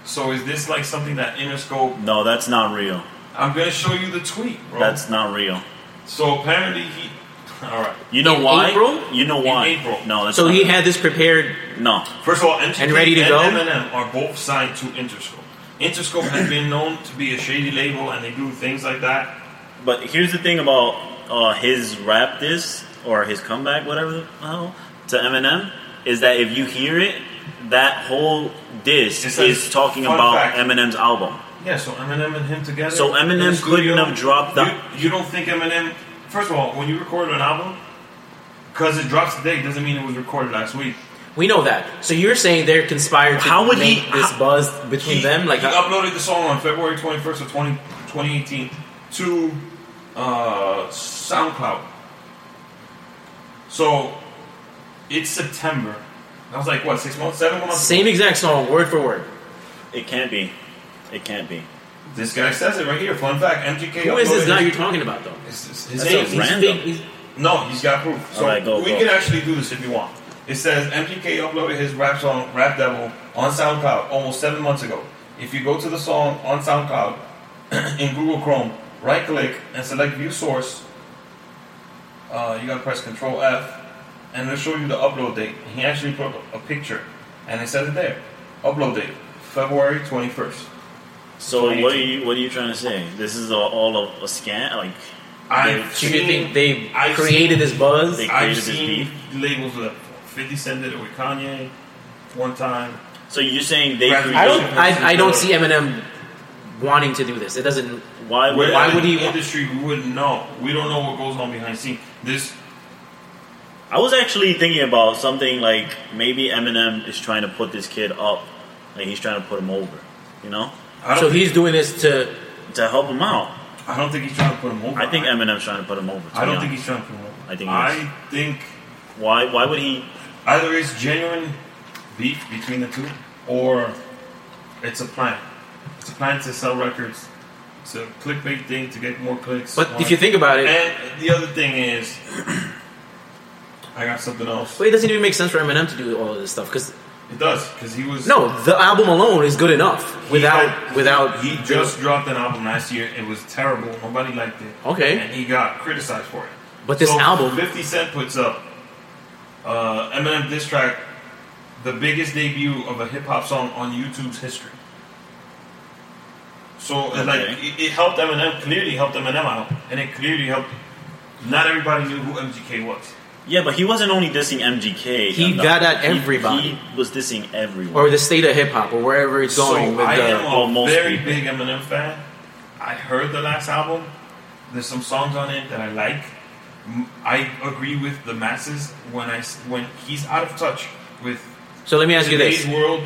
[SPEAKER 1] So is this like something that Interscope?
[SPEAKER 2] No, that's not real.
[SPEAKER 1] I'm gonna show you the tweet, bro.
[SPEAKER 2] That's not real.
[SPEAKER 1] so apparently he. *laughs* All right.
[SPEAKER 2] You know
[SPEAKER 3] In
[SPEAKER 2] why?
[SPEAKER 3] April?
[SPEAKER 2] You know why?
[SPEAKER 1] April.
[SPEAKER 2] No, that's
[SPEAKER 3] So
[SPEAKER 2] not
[SPEAKER 3] he
[SPEAKER 2] real.
[SPEAKER 3] had this prepared.
[SPEAKER 2] no.
[SPEAKER 1] First of all, MGK
[SPEAKER 3] And ready to
[SPEAKER 1] and
[SPEAKER 3] go?
[SPEAKER 1] Eminem are both signed to Interscope. Interscope has been known to be a shady label, and they do things like that.
[SPEAKER 2] But here's the thing about uh, his rap this or his comeback, whatever the hell, to Eminem, is that if you hear it, that whole disc
[SPEAKER 1] It says-
[SPEAKER 2] is talking
[SPEAKER 1] fun
[SPEAKER 2] about
[SPEAKER 1] fact.
[SPEAKER 2] Eminem's album.
[SPEAKER 1] Yeah, so Eminem and him together.
[SPEAKER 2] So Eminem
[SPEAKER 1] in the
[SPEAKER 2] couldn't
[SPEAKER 1] studio,
[SPEAKER 2] have dropped the-
[SPEAKER 1] You, you don't think Eminem? First of all, when you record an album, because it drops today doesn't mean it was recorded last week.
[SPEAKER 3] We know that. So you're saying they're conspired to
[SPEAKER 2] How would
[SPEAKER 3] make
[SPEAKER 2] he-
[SPEAKER 3] this
[SPEAKER 2] how-
[SPEAKER 3] buzz between
[SPEAKER 1] He-
[SPEAKER 3] them? Like uh,
[SPEAKER 1] he
[SPEAKER 3] how-
[SPEAKER 1] uploaded the song on February 21st of 20, 2018 to uh, SoundCloud. So it's September. That was like what six months, seven months.
[SPEAKER 3] same exact song, word for word.
[SPEAKER 2] It can't be. It can't be.
[SPEAKER 1] This guy says it right here. Fun fact: MGK.
[SPEAKER 3] Who is this
[SPEAKER 1] uploaded
[SPEAKER 3] guy
[SPEAKER 1] his-
[SPEAKER 3] you're talking about, though?
[SPEAKER 1] His, his- his
[SPEAKER 2] That's
[SPEAKER 1] name
[SPEAKER 2] a
[SPEAKER 1] is-
[SPEAKER 2] rant. Random.
[SPEAKER 3] He's big-
[SPEAKER 1] No, he's got proof. So
[SPEAKER 2] Alright, go,
[SPEAKER 1] we
[SPEAKER 2] go.
[SPEAKER 1] can actually do this if you want. It says MGK uploaded his rap song "Rap Devil" on SoundCloud almost seven months ago. If you go to the song on SoundCloud *clears throat* in Google Chrome, right-click and select View Source. Uh, you gotta press Control F, and it'll show you the upload date. He actually put up a picture, and it says it there. Upload date February twenty-first.
[SPEAKER 2] So what are you? What are you trying to say? This is a, all a, a scam. Like
[SPEAKER 1] I've
[SPEAKER 3] he's big-
[SPEAKER 1] seen
[SPEAKER 3] they
[SPEAKER 1] I've
[SPEAKER 3] created this buzz.
[SPEAKER 2] They-
[SPEAKER 1] I've
[SPEAKER 2] created this
[SPEAKER 1] seen labels with 50 Cent did it with Kanye one time.
[SPEAKER 2] so, you're saying they?
[SPEAKER 1] Rather-
[SPEAKER 2] created-
[SPEAKER 3] I don't. I, I don't see Eminem wanting to do this. It doesn't.
[SPEAKER 2] Why would?
[SPEAKER 1] Without
[SPEAKER 3] would he-
[SPEAKER 1] the Industry, we wouldn't know. We don't know what goes on behind the scenes. This
[SPEAKER 2] I was actually thinking about something like maybe Eminem is trying to put this kid up, like he's trying to put him over, you know,
[SPEAKER 1] I don't.
[SPEAKER 3] So
[SPEAKER 1] think,
[SPEAKER 3] he's doing this to.
[SPEAKER 2] to help him out.
[SPEAKER 1] I don't think he's trying to put him over.
[SPEAKER 2] I think Eminem's trying to put him over. to
[SPEAKER 1] I
[SPEAKER 2] be
[SPEAKER 1] don't think
[SPEAKER 2] honest.
[SPEAKER 1] he's trying to put him over.
[SPEAKER 2] I think he
[SPEAKER 1] I think
[SPEAKER 2] Why? Why would he?
[SPEAKER 1] either it's genuine beef between the two, or it's a plan. It's a plan to sell records. It's a clickbait thing to get more clicks.
[SPEAKER 3] But if you think about it,
[SPEAKER 1] and the other thing is, *clears throat* I got something else.
[SPEAKER 3] well, it doesn't even make sense for Eminem to do all of this stuff because
[SPEAKER 1] It does because he was
[SPEAKER 3] no, the album alone is good enough without
[SPEAKER 1] had-
[SPEAKER 3] without
[SPEAKER 1] He just dropped an album last year. It was terrible. Nobody liked it.
[SPEAKER 3] Okay.
[SPEAKER 1] And he got criticized for it.
[SPEAKER 3] But this
[SPEAKER 1] So,
[SPEAKER 3] album-
[SPEAKER 1] 50 Cent puts up uh, Eminem diss track, the biggest debut of a hip hop song on YouTube's history. So it, like
[SPEAKER 2] Okay.
[SPEAKER 1] it, it helped Eminem, clearly helped Eminem out, and it clearly helped. Not everybody knew who MGK was.
[SPEAKER 2] Yeah, but he wasn't only dissing MGK.
[SPEAKER 3] He
[SPEAKER 2] and, uh,
[SPEAKER 3] got at
[SPEAKER 2] he-
[SPEAKER 3] everybody.
[SPEAKER 2] He was dissing everyone.
[SPEAKER 3] or the state of hip hop or wherever it's going
[SPEAKER 1] so
[SPEAKER 3] with
[SPEAKER 1] I
[SPEAKER 3] the.
[SPEAKER 1] am a
[SPEAKER 2] well, most
[SPEAKER 1] very
[SPEAKER 2] people.
[SPEAKER 1] big Eminem fan. I heard the last album. There's some songs on it that I like. M- I agree with the masses when I s- when he's out of touch with
[SPEAKER 3] so let me ask you
[SPEAKER 1] today's
[SPEAKER 3] this.
[SPEAKER 1] world,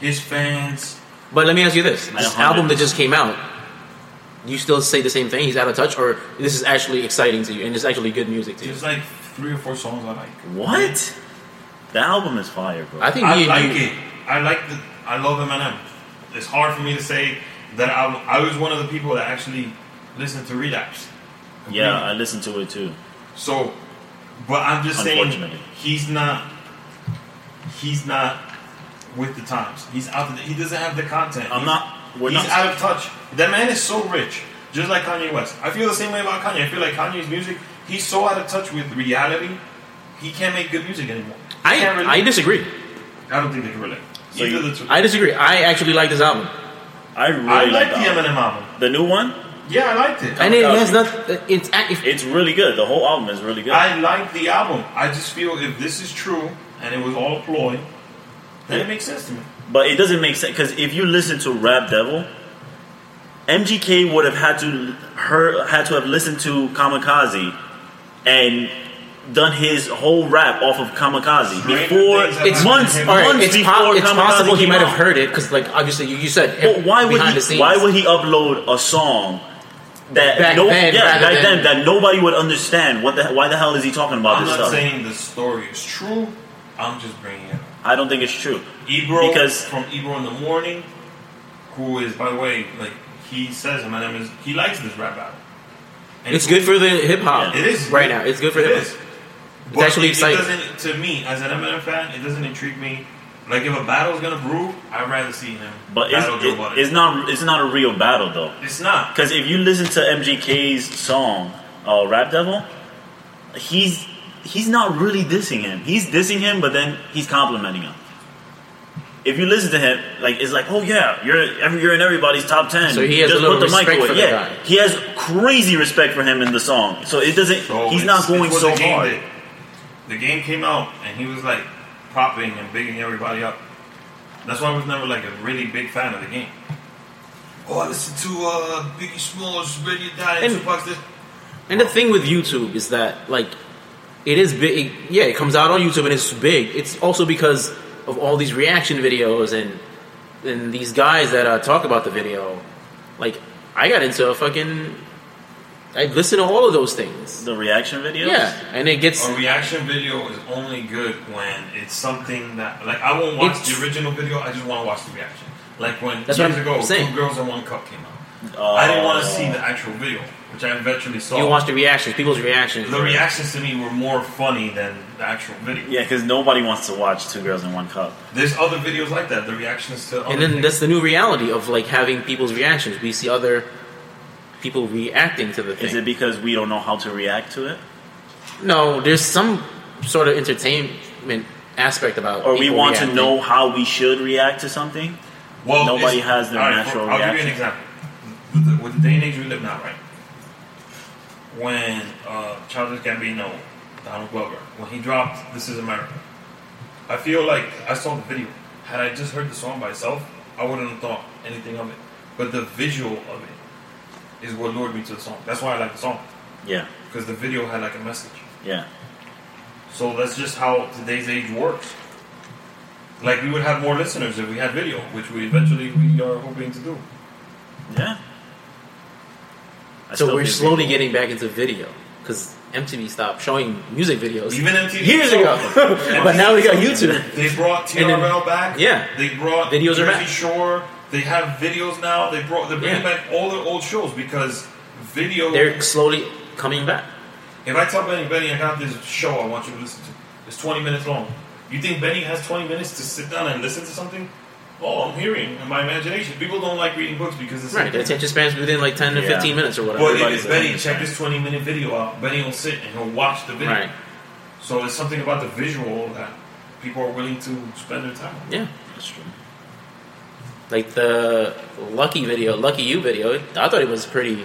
[SPEAKER 1] his fans.
[SPEAKER 3] But let me ask you this: this
[SPEAKER 2] 100.
[SPEAKER 3] album that just came out, you still say the same thing? He's out of touch, or this is actually exciting to you, and it's actually good music to you?
[SPEAKER 1] There's like three or four songs I like.
[SPEAKER 2] what? The album is fire, bro.
[SPEAKER 3] I think
[SPEAKER 1] I
[SPEAKER 3] me
[SPEAKER 1] like
[SPEAKER 3] and you,
[SPEAKER 1] it. I like the. I love Eminem. It's hard for me to say that I, I was one of the people that actually listened to Relapse.
[SPEAKER 2] yeah, I listened to it too.
[SPEAKER 1] So, but I'm just saying
[SPEAKER 2] Unfortunately.
[SPEAKER 1] he's not. He's not with the times. He's out. Of the, he doesn't have the content.
[SPEAKER 2] I'm
[SPEAKER 1] He's-
[SPEAKER 2] not. We're
[SPEAKER 1] he's
[SPEAKER 2] not.
[SPEAKER 1] out of touch. That man is so rich, just like Kanye West. I feel the same way about Kanye. I feel like Kanye's music. He's so out of touch with reality. He can't make good music anymore. He can't
[SPEAKER 3] I I
[SPEAKER 1] relate.
[SPEAKER 3] disagree.
[SPEAKER 1] I, don't think they can relate.
[SPEAKER 2] So
[SPEAKER 1] Either
[SPEAKER 2] you-
[SPEAKER 1] the two. I,
[SPEAKER 3] I disagree. I actually like this album,
[SPEAKER 2] I really
[SPEAKER 1] like the
[SPEAKER 2] album.
[SPEAKER 1] Eminem album.
[SPEAKER 2] The new one.
[SPEAKER 1] Yeah, I liked it.
[SPEAKER 3] and it
[SPEAKER 2] out.
[SPEAKER 3] has not. It's act- if,
[SPEAKER 2] It's really good. The whole album is really good.
[SPEAKER 1] I like the album. I just feel if this is true and it was all a ploy, then it makes sense to me.
[SPEAKER 2] But it doesn't make sense because if you listen to Rap Devil, MGK would have had to her had to have listened to Kamikaze and done his whole rap off of Kamikaze
[SPEAKER 1] Greater
[SPEAKER 2] before
[SPEAKER 1] things have
[SPEAKER 2] it's
[SPEAKER 1] happened
[SPEAKER 2] months,
[SPEAKER 1] to him.
[SPEAKER 2] months
[SPEAKER 1] All
[SPEAKER 3] All right, it's,
[SPEAKER 2] before
[SPEAKER 3] po- it's
[SPEAKER 2] Kamikaze
[SPEAKER 3] possible he
[SPEAKER 2] came
[SPEAKER 3] might
[SPEAKER 2] out.
[SPEAKER 3] have heard it because, like, obviously you, you said
[SPEAKER 2] But why would
[SPEAKER 3] behind
[SPEAKER 2] he?
[SPEAKER 3] the scenes.
[SPEAKER 2] Why would he upload a song that
[SPEAKER 3] Back
[SPEAKER 2] no,
[SPEAKER 3] then,
[SPEAKER 2] yeah,
[SPEAKER 3] rather
[SPEAKER 2] back
[SPEAKER 3] than-
[SPEAKER 2] then that nobody would understand? What the why the hell is he talking about
[SPEAKER 1] I'm
[SPEAKER 2] this
[SPEAKER 1] not
[SPEAKER 2] stuff?
[SPEAKER 1] saying the story is true. I'm just bringing it up.
[SPEAKER 2] I don't think it's true.
[SPEAKER 1] Ebro
[SPEAKER 2] Because-
[SPEAKER 1] from Ebro in the morning, who is by the way, like he says, my name is he likes this rap album. And
[SPEAKER 3] It's good for the hip hop.
[SPEAKER 1] It is
[SPEAKER 3] right now. It's good for
[SPEAKER 1] it
[SPEAKER 3] hip hop.
[SPEAKER 1] is. But
[SPEAKER 3] actually
[SPEAKER 1] it,
[SPEAKER 3] exciting.
[SPEAKER 1] It doesn't, to me, as an Eminem fan, it doesn't intrigue me. Like if a battle's gonna brew, I'd rather see him.
[SPEAKER 2] But it's,
[SPEAKER 1] battle Joe
[SPEAKER 2] it-
[SPEAKER 1] Budden.
[SPEAKER 2] it's not it's not a real battle though.
[SPEAKER 1] It's not.
[SPEAKER 2] Because if you listen to MGK's song, uh, Rap Devil, he's he's not really dissing him. He's dissing him, but then he's complimenting him. If you listen to him, like it's like, oh yeah, you're every, you're in everybody's top ten.
[SPEAKER 3] So he has a little respect for the
[SPEAKER 2] yeah,
[SPEAKER 3] guy.
[SPEAKER 2] he has crazy respect for him in the song. So it doesn't.
[SPEAKER 1] So
[SPEAKER 2] he's
[SPEAKER 1] Oh, it's-
[SPEAKER 2] not
[SPEAKER 1] it's
[SPEAKER 2] going
[SPEAKER 1] what
[SPEAKER 2] so
[SPEAKER 1] the game
[SPEAKER 2] hard.
[SPEAKER 1] did. The game came out and he was like popping and bigging everybody up. That's why I was never like a really big fan of the game. Oh, I listened to uh, Biggie Smalls, Ready to Die,
[SPEAKER 3] And-
[SPEAKER 1] Tupac's this.
[SPEAKER 3] And the thing with YouTube is that like it is big. it- yeah, it comes out on YouTube and it's big. It's also because of all these reaction videos and and these guys that uh, talk about the video. Like I got into a fucking. I listen to all of those things.
[SPEAKER 2] The reaction videos.
[SPEAKER 3] Yeah, and it gets
[SPEAKER 2] Oh,
[SPEAKER 1] A reaction video is only good when it's something that like I won't watch
[SPEAKER 3] It's-
[SPEAKER 1] the original video. I just want to watch the reaction. Like when
[SPEAKER 3] That's what
[SPEAKER 1] years
[SPEAKER 3] I'm
[SPEAKER 1] ago,
[SPEAKER 3] saying. Oh.
[SPEAKER 1] Two Girls and One Cup came out.
[SPEAKER 2] Uh,
[SPEAKER 1] I didn't want to see the actual video, which I eventually saw.
[SPEAKER 3] you watch the reactions, people's reactions.
[SPEAKER 1] the reactions to me were more funny than the actual video.
[SPEAKER 2] Yeah, because nobody wants to watch Two Girls in One Cup.
[SPEAKER 1] There's other videos like that. The reactions to other
[SPEAKER 3] And then
[SPEAKER 1] things.
[SPEAKER 3] that's the new reality of like having people's reactions. We see other people reacting to the thing.
[SPEAKER 2] Is it because we don't know how to react to it,
[SPEAKER 3] No, there's some sort of entertainment aspect about.
[SPEAKER 2] or we
[SPEAKER 3] people
[SPEAKER 2] want to
[SPEAKER 3] reacting.
[SPEAKER 2] know how we should react to something?
[SPEAKER 1] well,
[SPEAKER 2] nobody
[SPEAKER 1] it's-
[SPEAKER 2] has their
[SPEAKER 1] all
[SPEAKER 2] natural
[SPEAKER 1] I'll give you an example. With the, with the day and age we live now, right? When uh, Childish Gambino, Donald Glover, when he dropped "This Is America," I feel like I saw the video. Had I just heard the song by itself, I wouldn't have thought anything of it. But the visual of it is what lured me to the song. That's why I like the song
[SPEAKER 2] Yeah,
[SPEAKER 1] because the video had like a message.
[SPEAKER 2] yeah.
[SPEAKER 1] So that's just how today's age works. Like we would have more listeners if we had video, which we eventually we are hoping to do.
[SPEAKER 2] Yeah. I
[SPEAKER 3] So
[SPEAKER 2] still
[SPEAKER 3] we're
[SPEAKER 2] think
[SPEAKER 3] slowly
[SPEAKER 2] we-
[SPEAKER 3] getting back into video because MTV stopped showing music videos
[SPEAKER 1] Even MTV
[SPEAKER 3] years
[SPEAKER 2] *laughs*
[SPEAKER 3] ago, *laughs* but now we got YouTube.
[SPEAKER 1] they brought TRL
[SPEAKER 3] And then-
[SPEAKER 1] back.
[SPEAKER 3] yeah.
[SPEAKER 1] they brought
[SPEAKER 3] Videos are
[SPEAKER 1] Jersey
[SPEAKER 3] back.
[SPEAKER 1] Shore. They have videos now. They brought they bring
[SPEAKER 3] Yeah.
[SPEAKER 1] back all their old shows because video.
[SPEAKER 3] They're slowly coming back.
[SPEAKER 1] if I tell Benny, Benny, I got this show I want you to listen to. It's twenty minutes long. You think Benny has twenty minutes to sit down and listen to something? Oh, I'm hearing in my imagination. People don't like reading books because it's
[SPEAKER 3] Right, the attention spans within like ten to
[SPEAKER 2] Yeah.
[SPEAKER 3] fifteen minutes or
[SPEAKER 1] But
[SPEAKER 3] whatever.
[SPEAKER 1] if it's
[SPEAKER 2] Everybody's
[SPEAKER 1] Benny,
[SPEAKER 2] doing the
[SPEAKER 1] check
[SPEAKER 2] same.
[SPEAKER 1] this 20 minute video out. Benny will sit and he'll watch the video.
[SPEAKER 3] Right.
[SPEAKER 1] So it's something about the visual that people are willing to spend their time on.
[SPEAKER 3] Yeah,
[SPEAKER 2] That's true.
[SPEAKER 3] like the Lucky video, Lucky You video. I thought it was pretty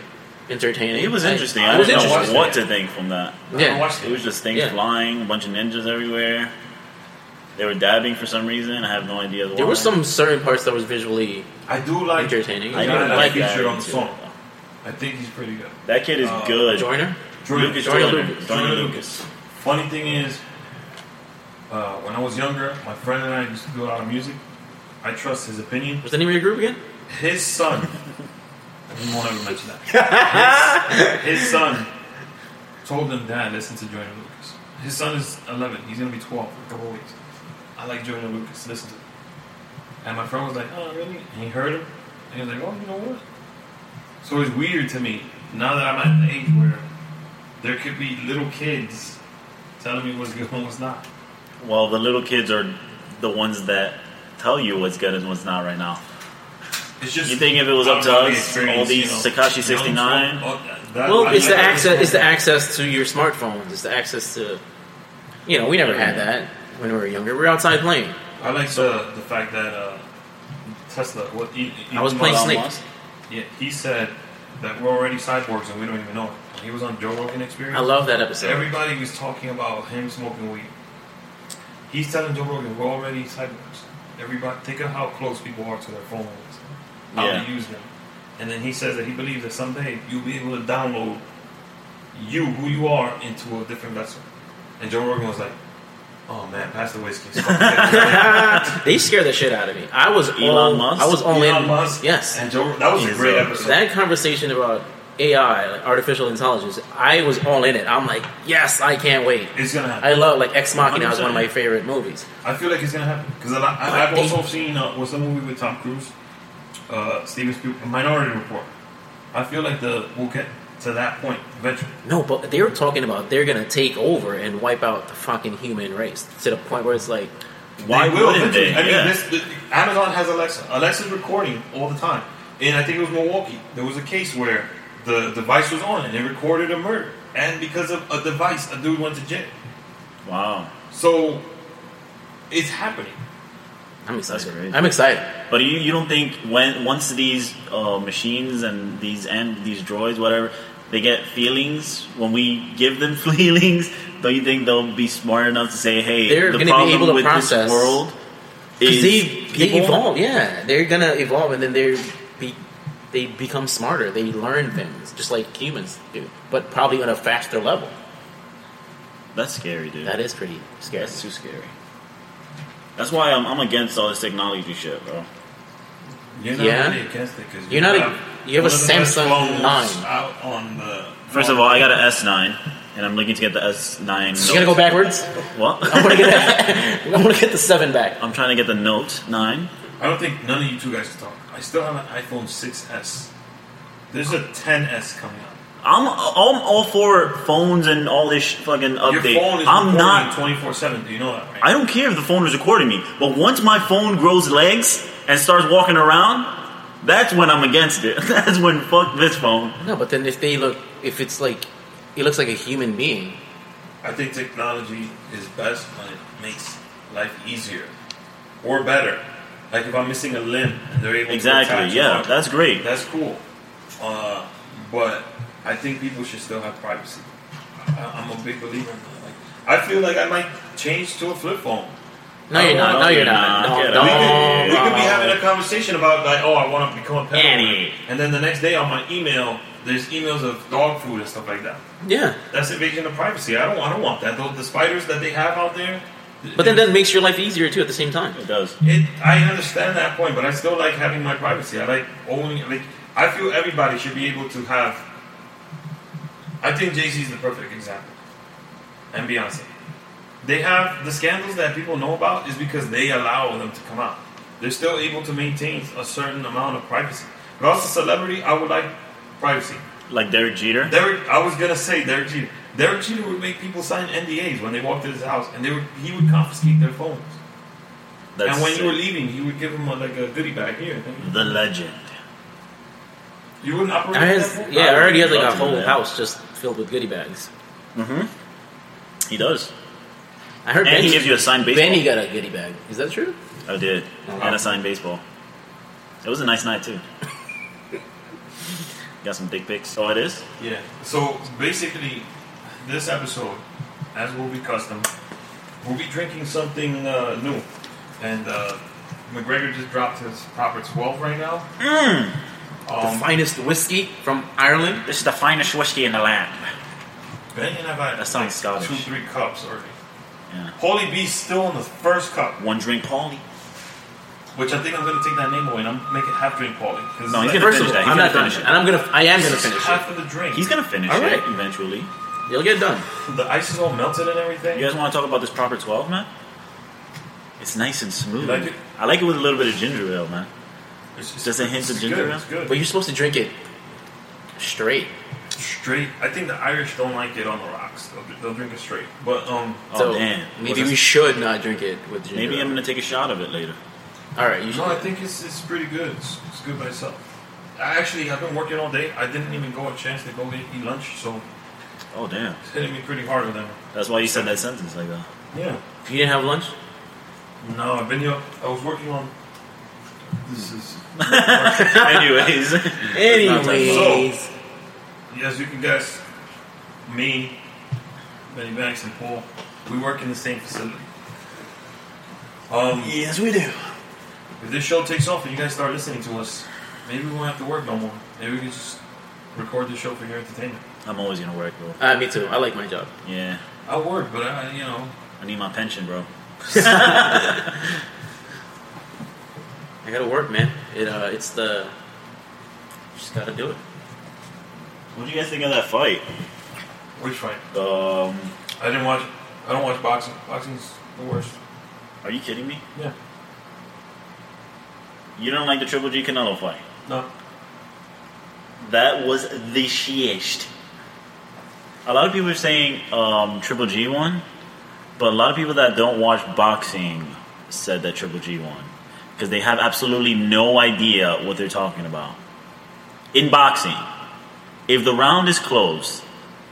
[SPEAKER 3] entertaining.
[SPEAKER 2] It was
[SPEAKER 3] Like,
[SPEAKER 2] interesting.
[SPEAKER 3] It
[SPEAKER 2] I
[SPEAKER 3] was
[SPEAKER 2] didn't know
[SPEAKER 1] interesting.
[SPEAKER 2] what, what to think from that.
[SPEAKER 1] I
[SPEAKER 3] Yeah.
[SPEAKER 1] haven't watched
[SPEAKER 2] It was just things
[SPEAKER 3] Yeah.
[SPEAKER 2] flying, a bunch of ninjas everywhere. They were dabbing for some reason. I have no idea why.
[SPEAKER 3] There were some certain parts that was visually
[SPEAKER 1] I do like
[SPEAKER 3] entertaining.
[SPEAKER 1] I
[SPEAKER 2] I
[SPEAKER 1] Yeah,
[SPEAKER 2] didn't
[SPEAKER 1] that's
[SPEAKER 2] like
[SPEAKER 1] featured
[SPEAKER 2] that
[SPEAKER 1] on the
[SPEAKER 2] too.
[SPEAKER 1] song. I think he's pretty good.
[SPEAKER 2] That kid is
[SPEAKER 1] Uh,
[SPEAKER 2] good.
[SPEAKER 3] Joiner.
[SPEAKER 1] Jordan
[SPEAKER 2] Lucas
[SPEAKER 3] Jordan
[SPEAKER 2] Joyner.
[SPEAKER 3] Lucas.
[SPEAKER 2] Joyner
[SPEAKER 1] Jordan
[SPEAKER 2] Lucas.
[SPEAKER 1] Funny thing is, uh, when I was younger, my friend and I used to do a lot of music. I trust his opinion.
[SPEAKER 3] What's the name of your group again?
[SPEAKER 1] His son. we won't ever mention
[SPEAKER 2] *laughs*
[SPEAKER 1] that. His, his son told him, Dad, listen to Joyner Lucas. His son is 11. He's going to be 12 in a couple of weeks. I like Joyner Lucas. Listen to him. And my friend was like, Oh, really? And he heard him. And he was like, Oh, you know what? So it's weird to me now that I'm at an age where there could be little kids telling me what's *laughs* good and what's not.
[SPEAKER 2] Well, the little kids are the ones that tell you what's good and what's not right now.
[SPEAKER 1] It's just.
[SPEAKER 2] You think if it was up to
[SPEAKER 1] I've
[SPEAKER 2] us,
[SPEAKER 1] experienced,
[SPEAKER 2] all these Tekashi
[SPEAKER 1] young
[SPEAKER 2] 69?
[SPEAKER 1] folk- oh, that-
[SPEAKER 3] Well,
[SPEAKER 1] I
[SPEAKER 3] it's the
[SPEAKER 1] never-
[SPEAKER 3] access. It's the access to your smartphones. It's the access to. You know, we never had that when we were younger. We were outside playing.
[SPEAKER 1] I like the the fact that uh, Tesla. What he, he-
[SPEAKER 3] I was playing
[SPEAKER 2] Elon
[SPEAKER 3] Snake.
[SPEAKER 2] Musk?
[SPEAKER 1] Yeah, he said that we're already cyborgs and we don't even know it. He was on Joe Rogan Experience.
[SPEAKER 3] I love that episode.
[SPEAKER 1] Everybody was talking about him smoking weed. He's telling Joe Rogan we're already cyborgs. Everybody, think of how close people are to their phones, how
[SPEAKER 2] Yeah.
[SPEAKER 1] they use them, and then he says that he believes that someday you'll be able to download you, who you are, into a different vessel. And Joe Rogan was like, oh man, pass the whiskey.
[SPEAKER 3] *laughs* they scared the shit out of me. I was
[SPEAKER 2] Elon
[SPEAKER 3] all,
[SPEAKER 2] Musk?
[SPEAKER 3] I was all
[SPEAKER 1] Elon
[SPEAKER 3] in.
[SPEAKER 1] Musk.
[SPEAKER 3] Yes,
[SPEAKER 1] And Joe, that was a
[SPEAKER 2] He's
[SPEAKER 1] great
[SPEAKER 2] a-
[SPEAKER 1] episode.
[SPEAKER 3] that conversation about AI, like artificial intelligence. I was all in it. I'm like, yes, I can't wait.
[SPEAKER 1] it's gonna happen.
[SPEAKER 3] I love like Ex Machina was one
[SPEAKER 2] 100%.
[SPEAKER 3] of my favorite movies.
[SPEAKER 1] I feel like it's gonna happen because I've
[SPEAKER 3] But they-
[SPEAKER 1] also seen uh, what's the movie with Tom Cruise, uh, Steven Spielberg, Minority Report. I feel like the we'll get to that point eventually.
[SPEAKER 3] No, but they were talking about they're gonna take over and wipe out the fucking human race to the point where it's like,
[SPEAKER 2] Why
[SPEAKER 1] They will
[SPEAKER 2] wouldn't
[SPEAKER 1] eventually.
[SPEAKER 2] they?
[SPEAKER 1] I mean,
[SPEAKER 2] Yeah.
[SPEAKER 1] this, the, Amazon has Alexa. Alexa's recording all the time, and I think it was Milwaukee. There was a case where the device was on and it recorded a murder, and because of a device, a dude went to jail.
[SPEAKER 2] Wow.
[SPEAKER 1] So it's happening.
[SPEAKER 3] I'm
[SPEAKER 2] crazy.
[SPEAKER 3] excited. I'm excited.
[SPEAKER 2] But you, you don't think when once these uh, machines and these and these droids, whatever, they get feelings when we give them *laughs* feelings, don't you think they'll be smart enough to say, "Hey,
[SPEAKER 3] They're
[SPEAKER 2] the
[SPEAKER 3] gonna be
[SPEAKER 2] problem
[SPEAKER 3] able to
[SPEAKER 2] with
[SPEAKER 3] process.
[SPEAKER 2] this world is
[SPEAKER 3] Because they,
[SPEAKER 2] people."
[SPEAKER 3] they evolve, yeah. They're gonna evolve, and then they be they become smarter. They learn things just like humans do, but probably on a faster level.
[SPEAKER 2] That's scary, dude.
[SPEAKER 3] That is pretty scary. That's too scary.
[SPEAKER 2] That's why I'm, I'm against all this technology shit, bro.
[SPEAKER 4] You're
[SPEAKER 3] Yeah.
[SPEAKER 4] really against it because
[SPEAKER 3] You're not. A, you have a Samsung nine.
[SPEAKER 4] out on the.
[SPEAKER 2] First of all, I got an S9, and I'm looking to get the S9.
[SPEAKER 3] You gotta go *laughs* backwards. I
[SPEAKER 2] What? *laughs*
[SPEAKER 3] want to *laughs* get. I want to get the seven back.
[SPEAKER 2] I'm trying to get the Note 9.
[SPEAKER 1] I don't think none of you two guys can talk. I still have an iPhone 6s. There's a 10s coming out.
[SPEAKER 2] I'm I'm all for phones and all this sh- fucking
[SPEAKER 1] Your
[SPEAKER 2] update.
[SPEAKER 1] phone is
[SPEAKER 2] I'm not
[SPEAKER 1] 24 seven. Do you know that, right?
[SPEAKER 2] I don't care if the phone is recording me, but once my phone grows legs and starts walking around, that's when I'm against it. *laughs* That's when fuck this phone.
[SPEAKER 3] No, but then if they look, if it's like, it looks like a human being.
[SPEAKER 1] I think technology is best when it makes life easier or better. Like if I'm missing a limb and they're able to
[SPEAKER 2] Exactly.
[SPEAKER 1] attach
[SPEAKER 2] Yeah,
[SPEAKER 1] an arm,
[SPEAKER 2] that's great.
[SPEAKER 1] that's cool. Uh, but I think people should still have privacy. I, I'm a big believer in that. Like, I feel like I might change to a flip phone.
[SPEAKER 3] No, you're not. No, you're not.
[SPEAKER 2] Nah,
[SPEAKER 3] No,
[SPEAKER 2] get
[SPEAKER 1] We
[SPEAKER 2] out.
[SPEAKER 3] no.
[SPEAKER 1] could, we could be having a conversation about like, oh, I want to become a pet owner,
[SPEAKER 2] Annie.
[SPEAKER 1] and then the next day on my email, there's emails of dog food and stuff like that.
[SPEAKER 3] Yeah,
[SPEAKER 1] That's invasion of privacy. I don't, I don't want that. Those the spiders that they have out there.
[SPEAKER 3] but then that makes your life easier too. At the same time.
[SPEAKER 2] It does.
[SPEAKER 1] It, I understand that point, but I still like having my privacy. I like owning. Like I feel everybody should be able to have. I think Jay Z is the perfect example, and Beyonce. They have the scandals that people know about is because they allow them to come out. They're still able to maintain a certain amount of privacy. If I was a celebrity, I would like privacy.
[SPEAKER 2] Like Derek Jeter.
[SPEAKER 1] Derek, I was gonna say Derek Jeter. Derek Jeter would make people sign NDAs when they walked to his house, and they would, he would confiscate their phones.
[SPEAKER 2] That's
[SPEAKER 1] and when
[SPEAKER 2] sick.
[SPEAKER 1] you were leaving, he would give him a, like a goodie bag here. thank
[SPEAKER 2] the legend.
[SPEAKER 1] You You wouldn't operate.
[SPEAKER 3] I has,
[SPEAKER 1] that phone?
[SPEAKER 3] yeah, I already has like a
[SPEAKER 2] Lots of
[SPEAKER 3] whole
[SPEAKER 2] them.
[SPEAKER 3] house just filled with goodie bags.
[SPEAKER 2] He does.
[SPEAKER 3] I heard
[SPEAKER 2] And
[SPEAKER 3] Benny,
[SPEAKER 2] he gives you a signed baseball.
[SPEAKER 3] Benny got a goodie bag. Is that true?
[SPEAKER 2] I did.
[SPEAKER 1] Oh,
[SPEAKER 2] And a signed baseball. It was a nice
[SPEAKER 1] *laughs*
[SPEAKER 2] night too. Got some dick pics. Oh, it is.
[SPEAKER 1] Yeah. So basically, this episode, as will be custom, we'll be drinking something uh, new, and uh, McGregor just dropped his proper twelve right now.
[SPEAKER 3] the
[SPEAKER 1] Um,
[SPEAKER 3] finest whiskey from Ireland.
[SPEAKER 2] This is the finest whiskey in the land.
[SPEAKER 1] Benny and I've had
[SPEAKER 2] That sounds
[SPEAKER 1] two,
[SPEAKER 2] Scottish.
[SPEAKER 1] three cups already.
[SPEAKER 2] Yeah.
[SPEAKER 1] Holy Beast still on the first cup.
[SPEAKER 2] One drink, Paulie.
[SPEAKER 1] Which I think I'm gonna take that name away and I'm make it half drink Paulie.
[SPEAKER 2] No, he's gonna
[SPEAKER 3] First
[SPEAKER 2] finish
[SPEAKER 3] of all,
[SPEAKER 2] that. He's
[SPEAKER 3] I'm
[SPEAKER 2] gonna
[SPEAKER 3] not done,
[SPEAKER 2] finish
[SPEAKER 3] and
[SPEAKER 2] it.
[SPEAKER 3] I'm gonna, I am gonna finish
[SPEAKER 2] *laughs*
[SPEAKER 3] it.
[SPEAKER 1] half of the drink.
[SPEAKER 2] He's gonna finish
[SPEAKER 3] All
[SPEAKER 2] it
[SPEAKER 3] right.
[SPEAKER 2] eventually.
[SPEAKER 3] You'll get done.
[SPEAKER 1] the ice is all melted and everything.
[SPEAKER 2] You guys want to talk about this proper 12, man? It's nice and smooth.
[SPEAKER 1] You like it?
[SPEAKER 2] I like it with a little bit of ginger ale, man.
[SPEAKER 1] It's just,
[SPEAKER 2] Does it hint of
[SPEAKER 1] it's
[SPEAKER 2] ginger
[SPEAKER 1] good.
[SPEAKER 2] ale?
[SPEAKER 1] It's good.
[SPEAKER 3] But you're supposed to drink it straight.
[SPEAKER 1] straight. I think the Irish don't like it on the rocks. They'll, they'll drink it straight. But um,
[SPEAKER 2] Oh,
[SPEAKER 3] so
[SPEAKER 2] damn.
[SPEAKER 3] maybe
[SPEAKER 2] Was
[SPEAKER 3] we
[SPEAKER 2] it-
[SPEAKER 3] should not drink it with ginger.
[SPEAKER 2] Maybe I'm
[SPEAKER 3] ale.
[SPEAKER 2] gonna take a shot of it later.
[SPEAKER 3] All right, you should.
[SPEAKER 1] no, I think it's it's pretty good. It's, it's good by itself. I actually I've been working all day. I didn't even go a chance to go get, eat lunch, so
[SPEAKER 2] Oh, damn.
[SPEAKER 1] it's hitting me pretty hard with them.
[SPEAKER 2] That's why you said that sentence like uh, that.
[SPEAKER 1] Yeah.
[SPEAKER 3] You didn't have lunch.
[SPEAKER 1] No, I've been here. I was working on. This is. *laughs*
[SPEAKER 3] *laughs*
[SPEAKER 2] Anyways.
[SPEAKER 3] Anyways,
[SPEAKER 1] Yes, you can guess, me, Benny Banks, and Paul, we work in the same facility. Um,
[SPEAKER 2] yes, we do.
[SPEAKER 1] if this show takes off and you guys start listening to us, maybe we won't have to work no more. Maybe we can just record the show for your entertainment.
[SPEAKER 2] I'm always gonna work, bro.
[SPEAKER 3] Uh, me too. I like my job.
[SPEAKER 2] Yeah,
[SPEAKER 1] I work, but I, you know,
[SPEAKER 2] I need my pension, bro.
[SPEAKER 3] I gotta work, man. It uh, it's the just gotta do it.
[SPEAKER 2] What do you guys think of that fight?
[SPEAKER 1] which fight?
[SPEAKER 2] Um,
[SPEAKER 1] I didn't watch. I don't watch boxing. Boxing's the worst.
[SPEAKER 2] are you kidding me?
[SPEAKER 1] Yeah.
[SPEAKER 2] You don't like the Triple G Canelo fight?
[SPEAKER 1] No.
[SPEAKER 2] That was the shiest. A lot of people are saying um, Triple G won, but a lot of people that don't watch boxing said that Triple G won because they have absolutely no idea what they're talking about. In boxing, if the round is close,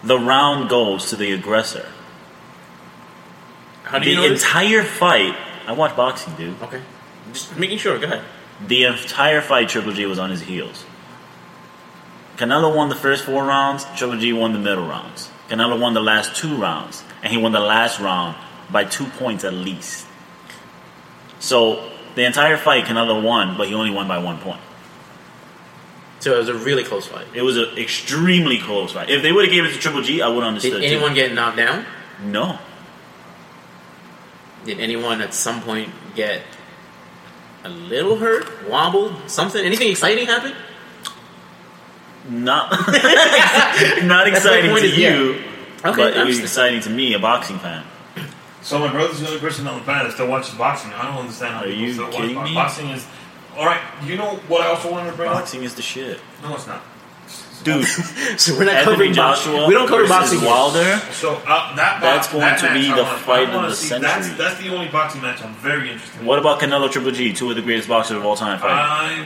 [SPEAKER 2] the round goes to the aggressor.
[SPEAKER 3] How do you
[SPEAKER 2] The
[SPEAKER 3] know? this?
[SPEAKER 2] entire fight, I watch boxing, dude.
[SPEAKER 3] okay, just making sure. Go ahead.
[SPEAKER 2] The entire fight, Triple G was on his heels. Canelo won the first four rounds, Triple G won the middle rounds. Canelo won the last two rounds, and he won the last round by two points at least. So the entire fight, Canelo won, but he only won by one point.
[SPEAKER 3] So it was a really close fight.
[SPEAKER 2] It was an extremely close fight. If they would have gave it to Triple G, I would have
[SPEAKER 3] Did
[SPEAKER 2] understood. too.
[SPEAKER 3] anyone get knocked down?
[SPEAKER 2] No.
[SPEAKER 3] Did anyone at some point get a little hurt, wobbled, something? Anything exciting happen?
[SPEAKER 2] Not, *laughs* not exciting
[SPEAKER 3] point
[SPEAKER 2] to
[SPEAKER 3] is, yeah.
[SPEAKER 2] you,
[SPEAKER 3] Okay,
[SPEAKER 2] but it was
[SPEAKER 3] understand.
[SPEAKER 2] exciting to me, a boxing fan.
[SPEAKER 1] So my brother's the only person on the planet that still watches boxing. I don't understand how
[SPEAKER 2] Are
[SPEAKER 1] people
[SPEAKER 2] you
[SPEAKER 1] still
[SPEAKER 2] kidding
[SPEAKER 1] watch
[SPEAKER 2] me?
[SPEAKER 1] boxing. Boxing is all right. You know what I also wanted to bring up?
[SPEAKER 2] Boxing is the shit,
[SPEAKER 1] No, it's not.
[SPEAKER 2] dude.
[SPEAKER 3] *laughs* So we're not
[SPEAKER 2] Anthony
[SPEAKER 3] covering boxing.
[SPEAKER 2] Joshua.
[SPEAKER 3] We don't cover
[SPEAKER 2] versus
[SPEAKER 3] boxing.
[SPEAKER 2] Wilder.
[SPEAKER 1] So uh, that bo-
[SPEAKER 2] That's going
[SPEAKER 1] that
[SPEAKER 2] to be
[SPEAKER 1] match I wanna-
[SPEAKER 2] the
[SPEAKER 1] I
[SPEAKER 2] fight of
[SPEAKER 1] wanna
[SPEAKER 2] the
[SPEAKER 1] see.
[SPEAKER 2] century.
[SPEAKER 1] That's that's the only boxing match I'm very interested in.
[SPEAKER 2] What about Canelo Triple G, two of the greatest boxers of all time? Fighting?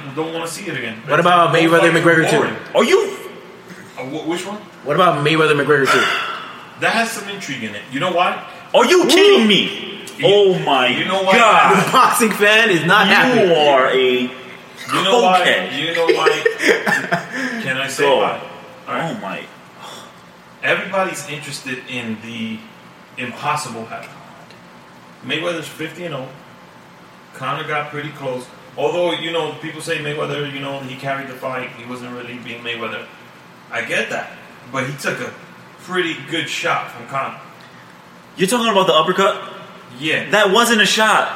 [SPEAKER 1] I don't want to see it again.
[SPEAKER 3] What about
[SPEAKER 1] It's-
[SPEAKER 3] Mayweather
[SPEAKER 1] it's
[SPEAKER 3] McGregor too?
[SPEAKER 1] boring.
[SPEAKER 2] Are you?
[SPEAKER 1] Uh, wh- which one?
[SPEAKER 3] What about Mayweather McGregor too?
[SPEAKER 1] That has some intrigue in it. You know why?
[SPEAKER 2] Are you kidding me? oh my
[SPEAKER 1] You know what? *laughs*
[SPEAKER 2] god!
[SPEAKER 3] The boxing fan is not happy.
[SPEAKER 2] You are a.
[SPEAKER 1] You know why?
[SPEAKER 2] Okay.
[SPEAKER 1] You know
[SPEAKER 2] *laughs*
[SPEAKER 1] why? Can I say
[SPEAKER 2] Go.
[SPEAKER 1] why? All right.
[SPEAKER 2] Oh my.
[SPEAKER 1] Everybody's interested in the impossible happen. Mayweather's 50 and 0. Connor got pretty close. Although, you know, people say Mayweather, you know, he carried the fight. He wasn't really being Mayweather. I get that. But he took a pretty good shot from Connor.
[SPEAKER 2] You're talking about the uppercut?
[SPEAKER 1] Yeah.
[SPEAKER 2] That wasn't a shot.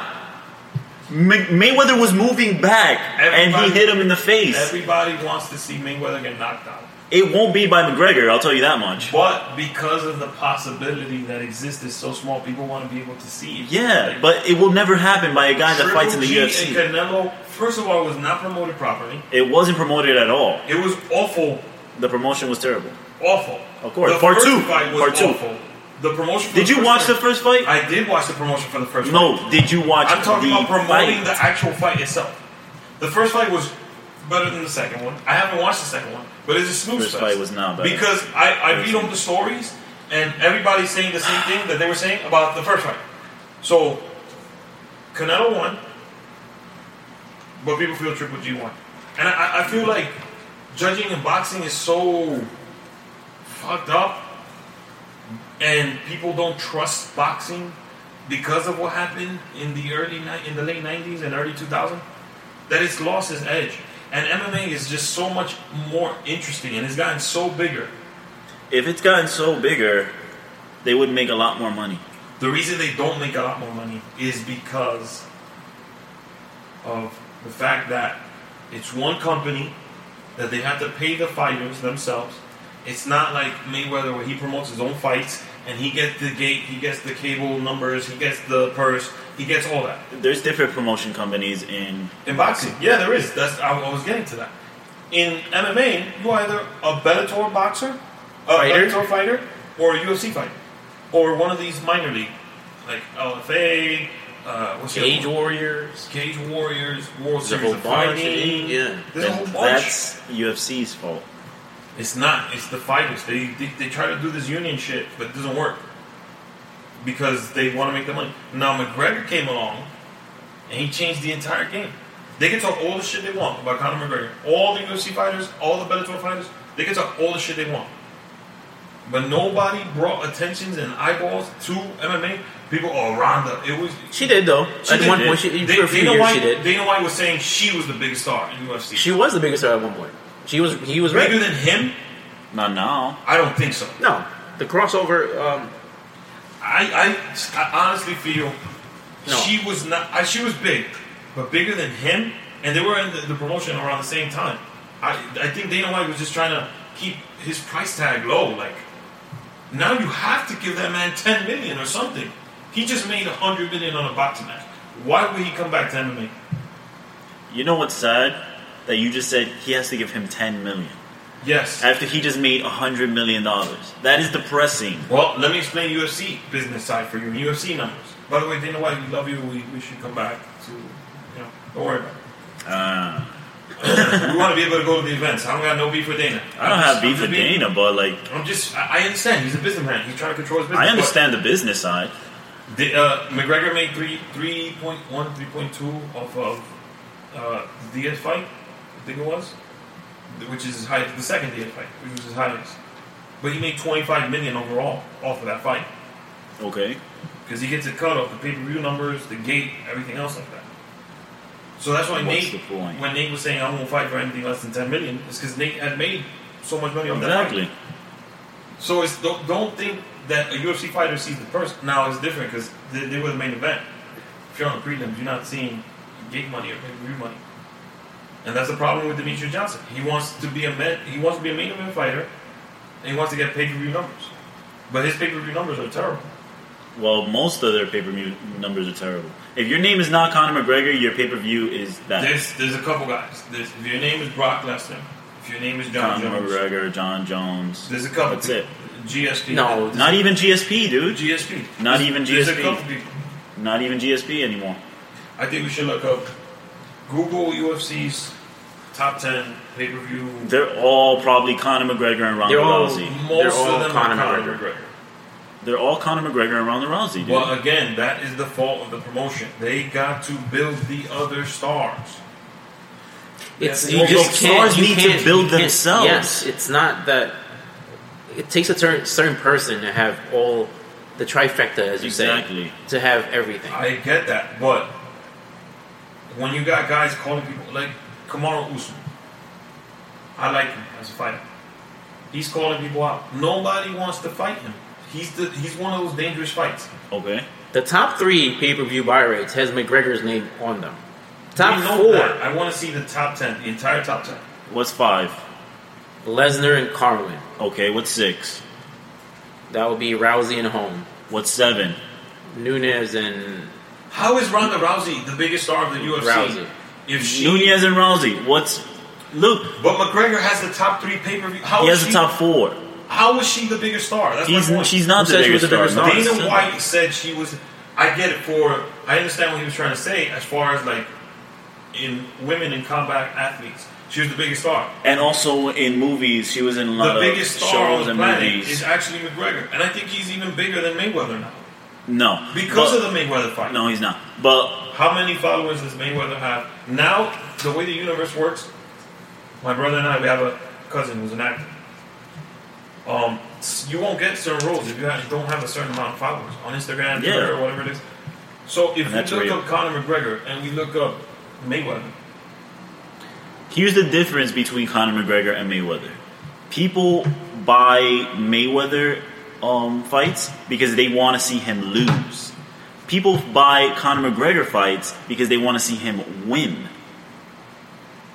[SPEAKER 2] May- Mayweather was moving back, and
[SPEAKER 1] Everybody-
[SPEAKER 2] he hit him in the face.
[SPEAKER 1] Everybody wants to see Mayweather get knocked out.
[SPEAKER 2] it won't be by McGregor. I'll tell you that much.
[SPEAKER 1] But because of the possibility that exists is so small, people want to be able to see it.
[SPEAKER 2] Yeah,
[SPEAKER 1] Like,
[SPEAKER 2] but it will never happen by a guy that
[SPEAKER 1] Triple
[SPEAKER 2] fights in the
[SPEAKER 1] G
[SPEAKER 2] UFC.
[SPEAKER 1] And Canelo, first of all, was not promoted properly.
[SPEAKER 2] it wasn't promoted at all.
[SPEAKER 1] It was awful,
[SPEAKER 2] The promotion was terrible.
[SPEAKER 1] awful.
[SPEAKER 2] Of course.
[SPEAKER 1] the
[SPEAKER 2] Part
[SPEAKER 1] first
[SPEAKER 2] two.
[SPEAKER 1] fight was
[SPEAKER 2] Part two.
[SPEAKER 1] awful. The promotion. For
[SPEAKER 2] Did
[SPEAKER 1] the
[SPEAKER 2] you
[SPEAKER 1] first
[SPEAKER 2] watch the
[SPEAKER 1] fight-
[SPEAKER 2] first fight?
[SPEAKER 1] I did watch the promotion for the first. fight.
[SPEAKER 2] No, did you watch
[SPEAKER 1] I'm talking
[SPEAKER 2] the
[SPEAKER 1] about promoting
[SPEAKER 2] fight?
[SPEAKER 1] the actual fight itself. The first fight was better than the second one. I haven't watched the second one, but it's a snooze
[SPEAKER 2] First
[SPEAKER 1] fest.
[SPEAKER 2] fight was not better.
[SPEAKER 1] because I, I read on the stories and everybody's saying the same thing that they were saying about the first fight. So Canelo won, but people feel Triple G won, and I- I, I feel like judging in boxing is so fucked up, and people don't trust boxing because of what happened in the early ni- in the late nineties and early two thousand. That it's lost its edge, and MMA is just so much more interesting, and it's gotten so bigger.
[SPEAKER 2] If it's gotten so bigger, they would make a lot more money.
[SPEAKER 1] The reason they don't make a lot more money is because of the fact that it's one company that they have to pay the fighters themselves. It's not like Mayweather where he promotes his own fights and he gets the gate, he gets the cable numbers, he gets the purse, he gets all that.
[SPEAKER 2] There's different promotion companies in
[SPEAKER 1] In boxing, yeah, there is. That's I, I was getting to that. In MMA, you are either a Bellator boxer, a
[SPEAKER 3] Fighter?
[SPEAKER 1] Bellator fighter, or a UFC fighter, or one of these minor league, like LFA. Uh, what's the
[SPEAKER 3] Cage
[SPEAKER 1] other one?
[SPEAKER 3] Warriors.
[SPEAKER 1] Cage Warriors, World
[SPEAKER 3] There's a
[SPEAKER 1] Series
[SPEAKER 3] whole
[SPEAKER 1] of
[SPEAKER 3] bunch,
[SPEAKER 1] Fighting.
[SPEAKER 3] yeah.
[SPEAKER 1] there's a whole
[SPEAKER 2] then
[SPEAKER 1] bunch.
[SPEAKER 2] That's UFC's fault.
[SPEAKER 1] It's not. It's the fighters. They, they they try to do this union shit, but it doesn't work because they want to make the money. Now McGregor came along and he changed the entire game. They can talk all the shit they want about Conor McGregor, all the UFC fighters, all the Bellator fighters. They can talk all the shit they want, but nobody brought attentions and eyeballs to MMA. People, oh Ronda, it was.
[SPEAKER 3] She did though.
[SPEAKER 1] She
[SPEAKER 3] at
[SPEAKER 1] did.
[SPEAKER 3] one point, she,
[SPEAKER 1] They-
[SPEAKER 3] for a few
[SPEAKER 1] Dana
[SPEAKER 3] years,
[SPEAKER 1] White,
[SPEAKER 3] she did.
[SPEAKER 1] Dana White was saying she was the biggest star in UFC.
[SPEAKER 3] She was the biggest star at one point. She was. He was right.
[SPEAKER 1] Bigger than him?
[SPEAKER 2] Not now.
[SPEAKER 1] I don't think so.
[SPEAKER 3] No, the crossover. Um,
[SPEAKER 1] I, I, I honestly feel
[SPEAKER 3] No.
[SPEAKER 1] she was not. I, she was big, but bigger than him. And they were in the, the promotion around the same time. I, I think Dana White was just trying to keep his price tag low. Like now, you have to give that man ten million or something. He just made hundred million on a boxing match. Why would he come back to MMA?
[SPEAKER 2] You know what's sad? That you just said he has to give him ten million
[SPEAKER 1] Yes.
[SPEAKER 2] after he just made hundred million dollars. That is depressing.
[SPEAKER 1] Well, let me explain UFC business side for you and UFC numbers. By the way, Dana White, we love you. We, we should come back to, you know, don't worry about it.
[SPEAKER 2] Uh,
[SPEAKER 1] *laughs* we want to be able to go to the events. I don't got no beef with Dana.
[SPEAKER 2] I don't have beef with Dana, but like
[SPEAKER 1] I'm just, I, I understand. He's a businessman. He's trying to control his business.
[SPEAKER 2] I understand the business side.
[SPEAKER 1] But the, uh, McGregor made three, 3.1, 3.2 off of uh, the Diaz fight, I think it was, which is his highest, the second Diaz fight, which was his highest. But he made 25 million overall off of that fight.
[SPEAKER 2] Okay.
[SPEAKER 1] because he gets a cut off the pay per view numbers, the gate, everything else like that. So that's why Nate,
[SPEAKER 2] What's the point?
[SPEAKER 1] when Nate was saying I won't fight for anything less than ten million, it's because Nate had made so much money off that
[SPEAKER 2] Exactly.
[SPEAKER 1] fight. So it's don't, don't think that a UFC fighter sees the person. Now it's different because they, they were the main event. If you're on the prelims, you're not seeing gate money or pay per view money, and that's the problem with Demetrius Johnson. He wants to be a med, he wants to be a main event fighter, and he wants to get pay per view numbers, but his pay per view numbers are terrible.
[SPEAKER 2] Well, most of their pay per view numbers are terrible. If your name is not Conor McGregor, your pay per view is that.
[SPEAKER 1] There's there's a couple guys. There's, if your name is Brock Lesnar, if your name is John
[SPEAKER 2] Conor
[SPEAKER 1] Jones,
[SPEAKER 2] McGregor, John Jones.
[SPEAKER 1] there's a couple.
[SPEAKER 2] That's it.
[SPEAKER 1] GSP.
[SPEAKER 3] No,
[SPEAKER 2] Not even GSP, dude.
[SPEAKER 1] GSP.
[SPEAKER 2] Not even
[SPEAKER 1] There's a
[SPEAKER 2] GSP.
[SPEAKER 1] couple people.
[SPEAKER 2] Not even GSP anymore.
[SPEAKER 1] I think we should look up Google UFC's top ten pay per view.
[SPEAKER 2] They're all probably Conor McGregor and Ronda
[SPEAKER 3] They're all-
[SPEAKER 2] Rousey.
[SPEAKER 3] they're
[SPEAKER 1] Most
[SPEAKER 3] all
[SPEAKER 1] of them
[SPEAKER 3] Conor
[SPEAKER 1] are Conor
[SPEAKER 3] McGregor.
[SPEAKER 1] McGregor.
[SPEAKER 2] They're all Conor McGregor and Ronda Rousey, dude.
[SPEAKER 1] Well, again, that is the fault of the promotion. They got to build the other stars.
[SPEAKER 3] it's
[SPEAKER 2] Well,
[SPEAKER 3] you just
[SPEAKER 2] those
[SPEAKER 3] can't.
[SPEAKER 2] stars
[SPEAKER 3] you
[SPEAKER 2] need to
[SPEAKER 3] can't-
[SPEAKER 2] build
[SPEAKER 3] you can't-
[SPEAKER 2] themselves.
[SPEAKER 3] Yes, it's not that. It takes a certain certain person to have all the trifecta, as you
[SPEAKER 2] Exactly.
[SPEAKER 3] say, to have everything.
[SPEAKER 1] I get that, but when you got guys calling people like Kamaru Usman, I like him as a fighter. He's calling people out. Nobody wants to fight him. He's the he's one of those dangerous fights.
[SPEAKER 2] Okay.
[SPEAKER 3] The top three pay per view buy rates has McGregor's name on them. Top
[SPEAKER 1] We know
[SPEAKER 3] four:
[SPEAKER 1] that. I want to see the top ten, the entire top ten.
[SPEAKER 2] What's five?
[SPEAKER 3] Lesnar and Carlin.
[SPEAKER 2] Okay. What's six?
[SPEAKER 3] That would be Rousey and Home,
[SPEAKER 2] What's seven?
[SPEAKER 3] Nunes and
[SPEAKER 1] How is Ronda Rousey the biggest star of the UFC?
[SPEAKER 3] Rousey.
[SPEAKER 1] If she,
[SPEAKER 2] Nunez and Rousey. What's Luke?
[SPEAKER 1] but McGregor has the top three pay per view. How
[SPEAKER 2] He
[SPEAKER 1] is
[SPEAKER 2] has the
[SPEAKER 1] Oh, she?
[SPEAKER 2] top four.
[SPEAKER 1] How is she the biggest star? That's
[SPEAKER 2] He's
[SPEAKER 1] my point.
[SPEAKER 2] she's not
[SPEAKER 3] Who
[SPEAKER 2] the
[SPEAKER 3] said she was
[SPEAKER 2] biggest star.
[SPEAKER 3] the biggest
[SPEAKER 2] No,
[SPEAKER 3] star?
[SPEAKER 2] it's-
[SPEAKER 1] Dana White said she was. I get it for. I understand what he was trying to say as far as like in women in combat athletes. She was the biggest star.
[SPEAKER 2] And also in movies, she was in a lot
[SPEAKER 1] The
[SPEAKER 2] of
[SPEAKER 1] biggest star on
[SPEAKER 2] shows
[SPEAKER 1] the
[SPEAKER 2] and
[SPEAKER 1] planet
[SPEAKER 2] movies.
[SPEAKER 1] is actually McGregor, and I think he's even bigger than Mayweather now
[SPEAKER 2] no,
[SPEAKER 1] because of
[SPEAKER 2] but,
[SPEAKER 1] the Mayweather fight.
[SPEAKER 2] no, he's not. But
[SPEAKER 1] How many followers does Mayweather have now? The way the universe works, my brother and I, we have a cousin who's an actor. Um, s- you won't get certain roles if you ha- don't have a certain amount of followers on Instagram,
[SPEAKER 2] Yeah.
[SPEAKER 1] Twitter, or whatever it is. So if we
[SPEAKER 2] that's
[SPEAKER 1] look
[SPEAKER 2] real.
[SPEAKER 1] up Conor McGregor and we look up Mayweather,
[SPEAKER 2] here's the difference between Conor McGregor and Mayweather. People buy Mayweather um, fights because they want to see him lose. People buy Conor McGregor fights because they want to see him win.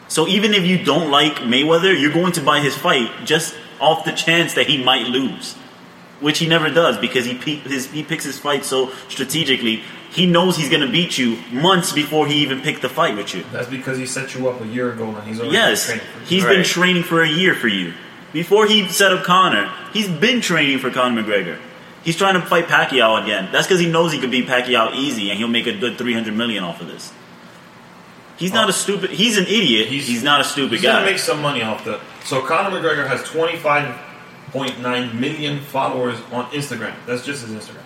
[SPEAKER 2] So even if you don't like Mayweather, you're going to buy his fight just off the chance that he might lose, which he never does because he pe- his, he picks his fight so strategically. He knows he's going to beat you months before he even picked the fight with you.
[SPEAKER 1] that's because he set you up a year ago and he's already
[SPEAKER 2] Yes,
[SPEAKER 1] training. for you.
[SPEAKER 2] he's been
[SPEAKER 3] Right.
[SPEAKER 2] training for a year for you. Before he set up Connor, he's been training for Conor McGregor. He's trying to fight Pacquiao again. That's because he knows he could beat Pacquiao easy, and he'll make a good three hundred million off of this. He's not a stupid. He's an idiot. He's,
[SPEAKER 1] Oh. He's-
[SPEAKER 2] not a stupid
[SPEAKER 1] He's
[SPEAKER 2] guy.
[SPEAKER 1] gonna make some money off that. So Conor McGregor has 25.9 million followers on Instagram. That's just his Instagram.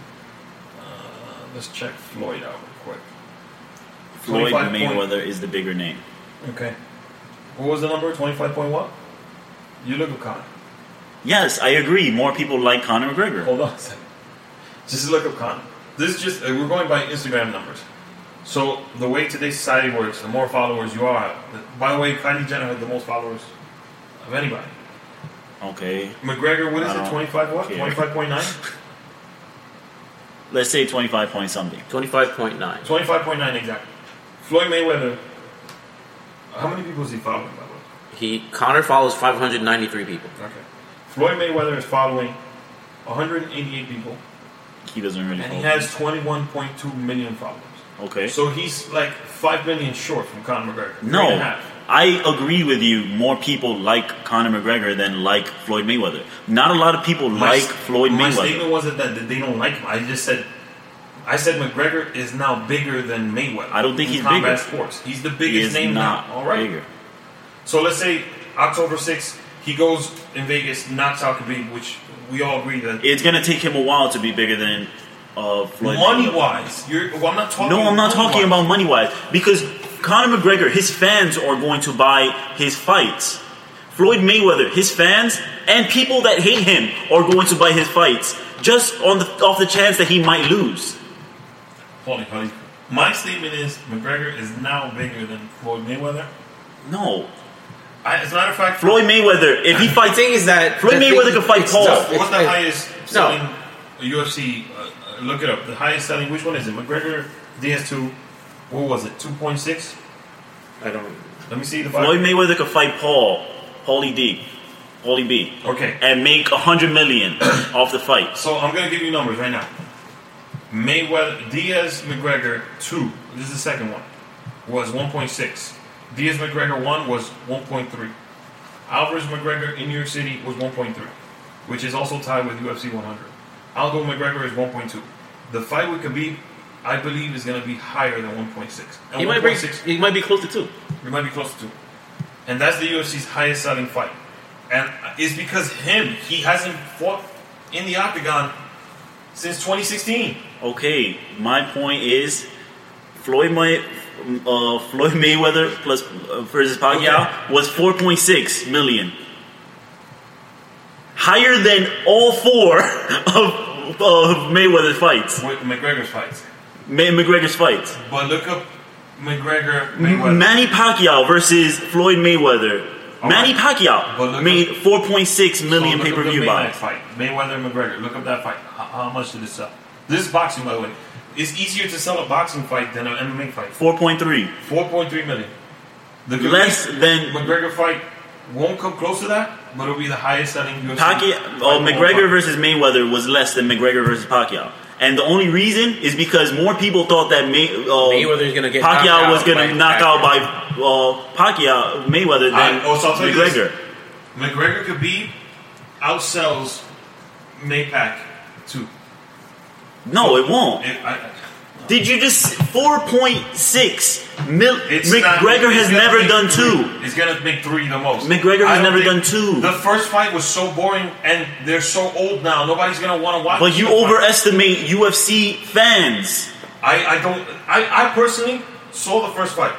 [SPEAKER 1] Uh, let's check Floyd out real
[SPEAKER 2] Floyd
[SPEAKER 1] 25
[SPEAKER 2] Mayweather is the bigger name.
[SPEAKER 1] quick. Okay. What was the number? 25 point what? You look at Conor.
[SPEAKER 2] Yes, I agree. More people like Conor McGregor.
[SPEAKER 1] Hold on a second. Just look up Conor. This is just uh, we're going by Instagram numbers. So the way today's society works, the more followers you are. By the way, Kylie Jenner had the most followers of anybody.
[SPEAKER 2] Okay.
[SPEAKER 1] McGregor, what is
[SPEAKER 2] I
[SPEAKER 1] it?
[SPEAKER 2] don't
[SPEAKER 1] Twenty five what?
[SPEAKER 2] care.
[SPEAKER 1] Twenty five point nine.
[SPEAKER 2] Let's say 25 point something.
[SPEAKER 3] Twenty five point nine.
[SPEAKER 1] Twenty five point nine exactly. Floyd Mayweather. How many people is he following by the way?
[SPEAKER 3] He Connor follows five hundred ninety three people.
[SPEAKER 1] Okay. Floyd Mayweather is following 188 people,
[SPEAKER 2] He doesn't really.
[SPEAKER 1] and he
[SPEAKER 2] hold
[SPEAKER 1] has 21.2 million followers.
[SPEAKER 2] it. Okay.
[SPEAKER 1] So he's like 5 million short from Conor McGregor. Three and a
[SPEAKER 2] No,
[SPEAKER 1] half.
[SPEAKER 2] I agree with you. More people like Conor McGregor than like Floyd Mayweather. Not a lot of people
[SPEAKER 1] My-
[SPEAKER 2] like Floyd
[SPEAKER 1] My
[SPEAKER 2] Mayweather.
[SPEAKER 1] statement wasn't that that they don't like him. I just said, I said McGregor is now bigger than Mayweather.
[SPEAKER 2] I don't think
[SPEAKER 1] in
[SPEAKER 2] he's
[SPEAKER 1] combat
[SPEAKER 2] bigger.
[SPEAKER 1] sports. He's the biggest
[SPEAKER 2] He is
[SPEAKER 1] name
[SPEAKER 2] not
[SPEAKER 1] now. All right.
[SPEAKER 2] bigger.
[SPEAKER 1] So let's say October 6th, he goes in Vegas, knocks out Khabib, which we all agree that
[SPEAKER 2] It's gonna take him a while to be bigger than uh, Floyd.
[SPEAKER 1] money
[SPEAKER 2] Mayweather.
[SPEAKER 1] wise, you're. Well, I'm not talking.
[SPEAKER 2] No, I'm not talking
[SPEAKER 1] money-wise.
[SPEAKER 2] about money wise because Conor McGregor, his fans are going to buy his fights. Floyd Mayweather, his fans and people that hate him are going to buy his fights just on the off the chance that he might lose.
[SPEAKER 1] Holy holy. My statement is McGregor is now bigger than Floyd Mayweather.
[SPEAKER 2] No,
[SPEAKER 1] I, as a matter of fact,
[SPEAKER 2] Floyd Mayweather, if he
[SPEAKER 3] The
[SPEAKER 2] fights
[SPEAKER 3] thing is that
[SPEAKER 2] Floyd
[SPEAKER 3] the thing-
[SPEAKER 2] Mayweather could fight
[SPEAKER 3] it's
[SPEAKER 2] Paul.
[SPEAKER 3] tough.
[SPEAKER 1] what's
[SPEAKER 3] It's-
[SPEAKER 1] the
[SPEAKER 3] it's-
[SPEAKER 1] highest
[SPEAKER 3] no.
[SPEAKER 1] selling UFC? Uh, uh, look it up. The highest selling. Which one is it? McGregor DS2. What was it? Two point six.
[SPEAKER 3] I don't.
[SPEAKER 1] Let me see the
[SPEAKER 2] Floyd
[SPEAKER 1] fight.
[SPEAKER 2] Mayweather could fight Paul, Paulie D, Paulie B,
[SPEAKER 1] Okay.
[SPEAKER 2] and make a hundred million *coughs* off the fight.
[SPEAKER 1] So I'm gonna give you numbers right now. Mayweather Diaz McGregor two. This is the second one. Was one point six. Diaz McGregor one was one point three. Alvarez McGregor in New York City was one point three, which is also tied with UFC one hundred. Aldo McGregor is one point two. The fight with Khabib, I believe, is gonna be higher than one point six.
[SPEAKER 3] He might bring. He might be close to two.
[SPEAKER 1] We might be close to two. And that's the UFC's highest selling fight. And it's because him, he hasn't fought in the octagon since 2016.
[SPEAKER 2] Okay, my point is Floyd May, uh, Floyd Mayweather plus uh, versus Pacquiao was four point six million, higher than all four *laughs* of, of Mayweather's fights,
[SPEAKER 1] With McGregor's fights.
[SPEAKER 2] May, McGregor's fights.
[SPEAKER 1] But look up McGregor Mayweather.
[SPEAKER 2] Manny Pacquiao versus Floyd Mayweather.
[SPEAKER 1] All
[SPEAKER 2] Manny
[SPEAKER 1] right. But
[SPEAKER 2] Pacquiao
[SPEAKER 1] look
[SPEAKER 2] made 4.6
[SPEAKER 1] So
[SPEAKER 2] million
[SPEAKER 1] Oh, look
[SPEAKER 2] pay
[SPEAKER 1] up the
[SPEAKER 2] per view
[SPEAKER 1] Mayweather
[SPEAKER 2] buys.
[SPEAKER 1] Fight. Mayweather McGregor. Look up that fight. How, how much did it sell? This is boxing, by the way. It's easier to sell a boxing fight than an MMA fight.
[SPEAKER 2] 4.3.
[SPEAKER 1] 4.3 million. The
[SPEAKER 2] Less than
[SPEAKER 1] McGregor fight won't come close to that, but it'll be the highest selling UFC.
[SPEAKER 2] Pacquiao.
[SPEAKER 1] fight
[SPEAKER 2] Oh,
[SPEAKER 1] of all
[SPEAKER 2] McGregor
[SPEAKER 1] time.
[SPEAKER 2] versus Mayweather was less than McGregor versus Pacquiao. And the only reason is because more people thought that May, uh,
[SPEAKER 3] Mayweather's gonna get knocked
[SPEAKER 2] Pacquiao
[SPEAKER 3] out
[SPEAKER 2] was going
[SPEAKER 3] by
[SPEAKER 2] to knock out by uh, Pacquiao Mayweather
[SPEAKER 1] I-
[SPEAKER 2] than
[SPEAKER 1] oh, so I'll tell you this.
[SPEAKER 2] McGregor.
[SPEAKER 1] McGregor Khabib outsells Maypac too.
[SPEAKER 2] No, it won't.
[SPEAKER 1] It, I,
[SPEAKER 2] Did you just 4.6 mil?
[SPEAKER 1] it's
[SPEAKER 2] McGregor
[SPEAKER 1] not- it's
[SPEAKER 2] has
[SPEAKER 1] gonna
[SPEAKER 2] never
[SPEAKER 1] make
[SPEAKER 2] done
[SPEAKER 1] three.
[SPEAKER 2] two.
[SPEAKER 1] It's gonna make three the most.
[SPEAKER 2] McGregor
[SPEAKER 1] I
[SPEAKER 2] has
[SPEAKER 1] don't
[SPEAKER 2] never
[SPEAKER 1] think-
[SPEAKER 2] done two.
[SPEAKER 1] The first fight was so boring, and they're so old now. Nobody's gonna want to watch.
[SPEAKER 2] But you
[SPEAKER 1] the fight.
[SPEAKER 2] overestimate UFC fans.
[SPEAKER 1] I, I don't. I, I personally saw the first fight.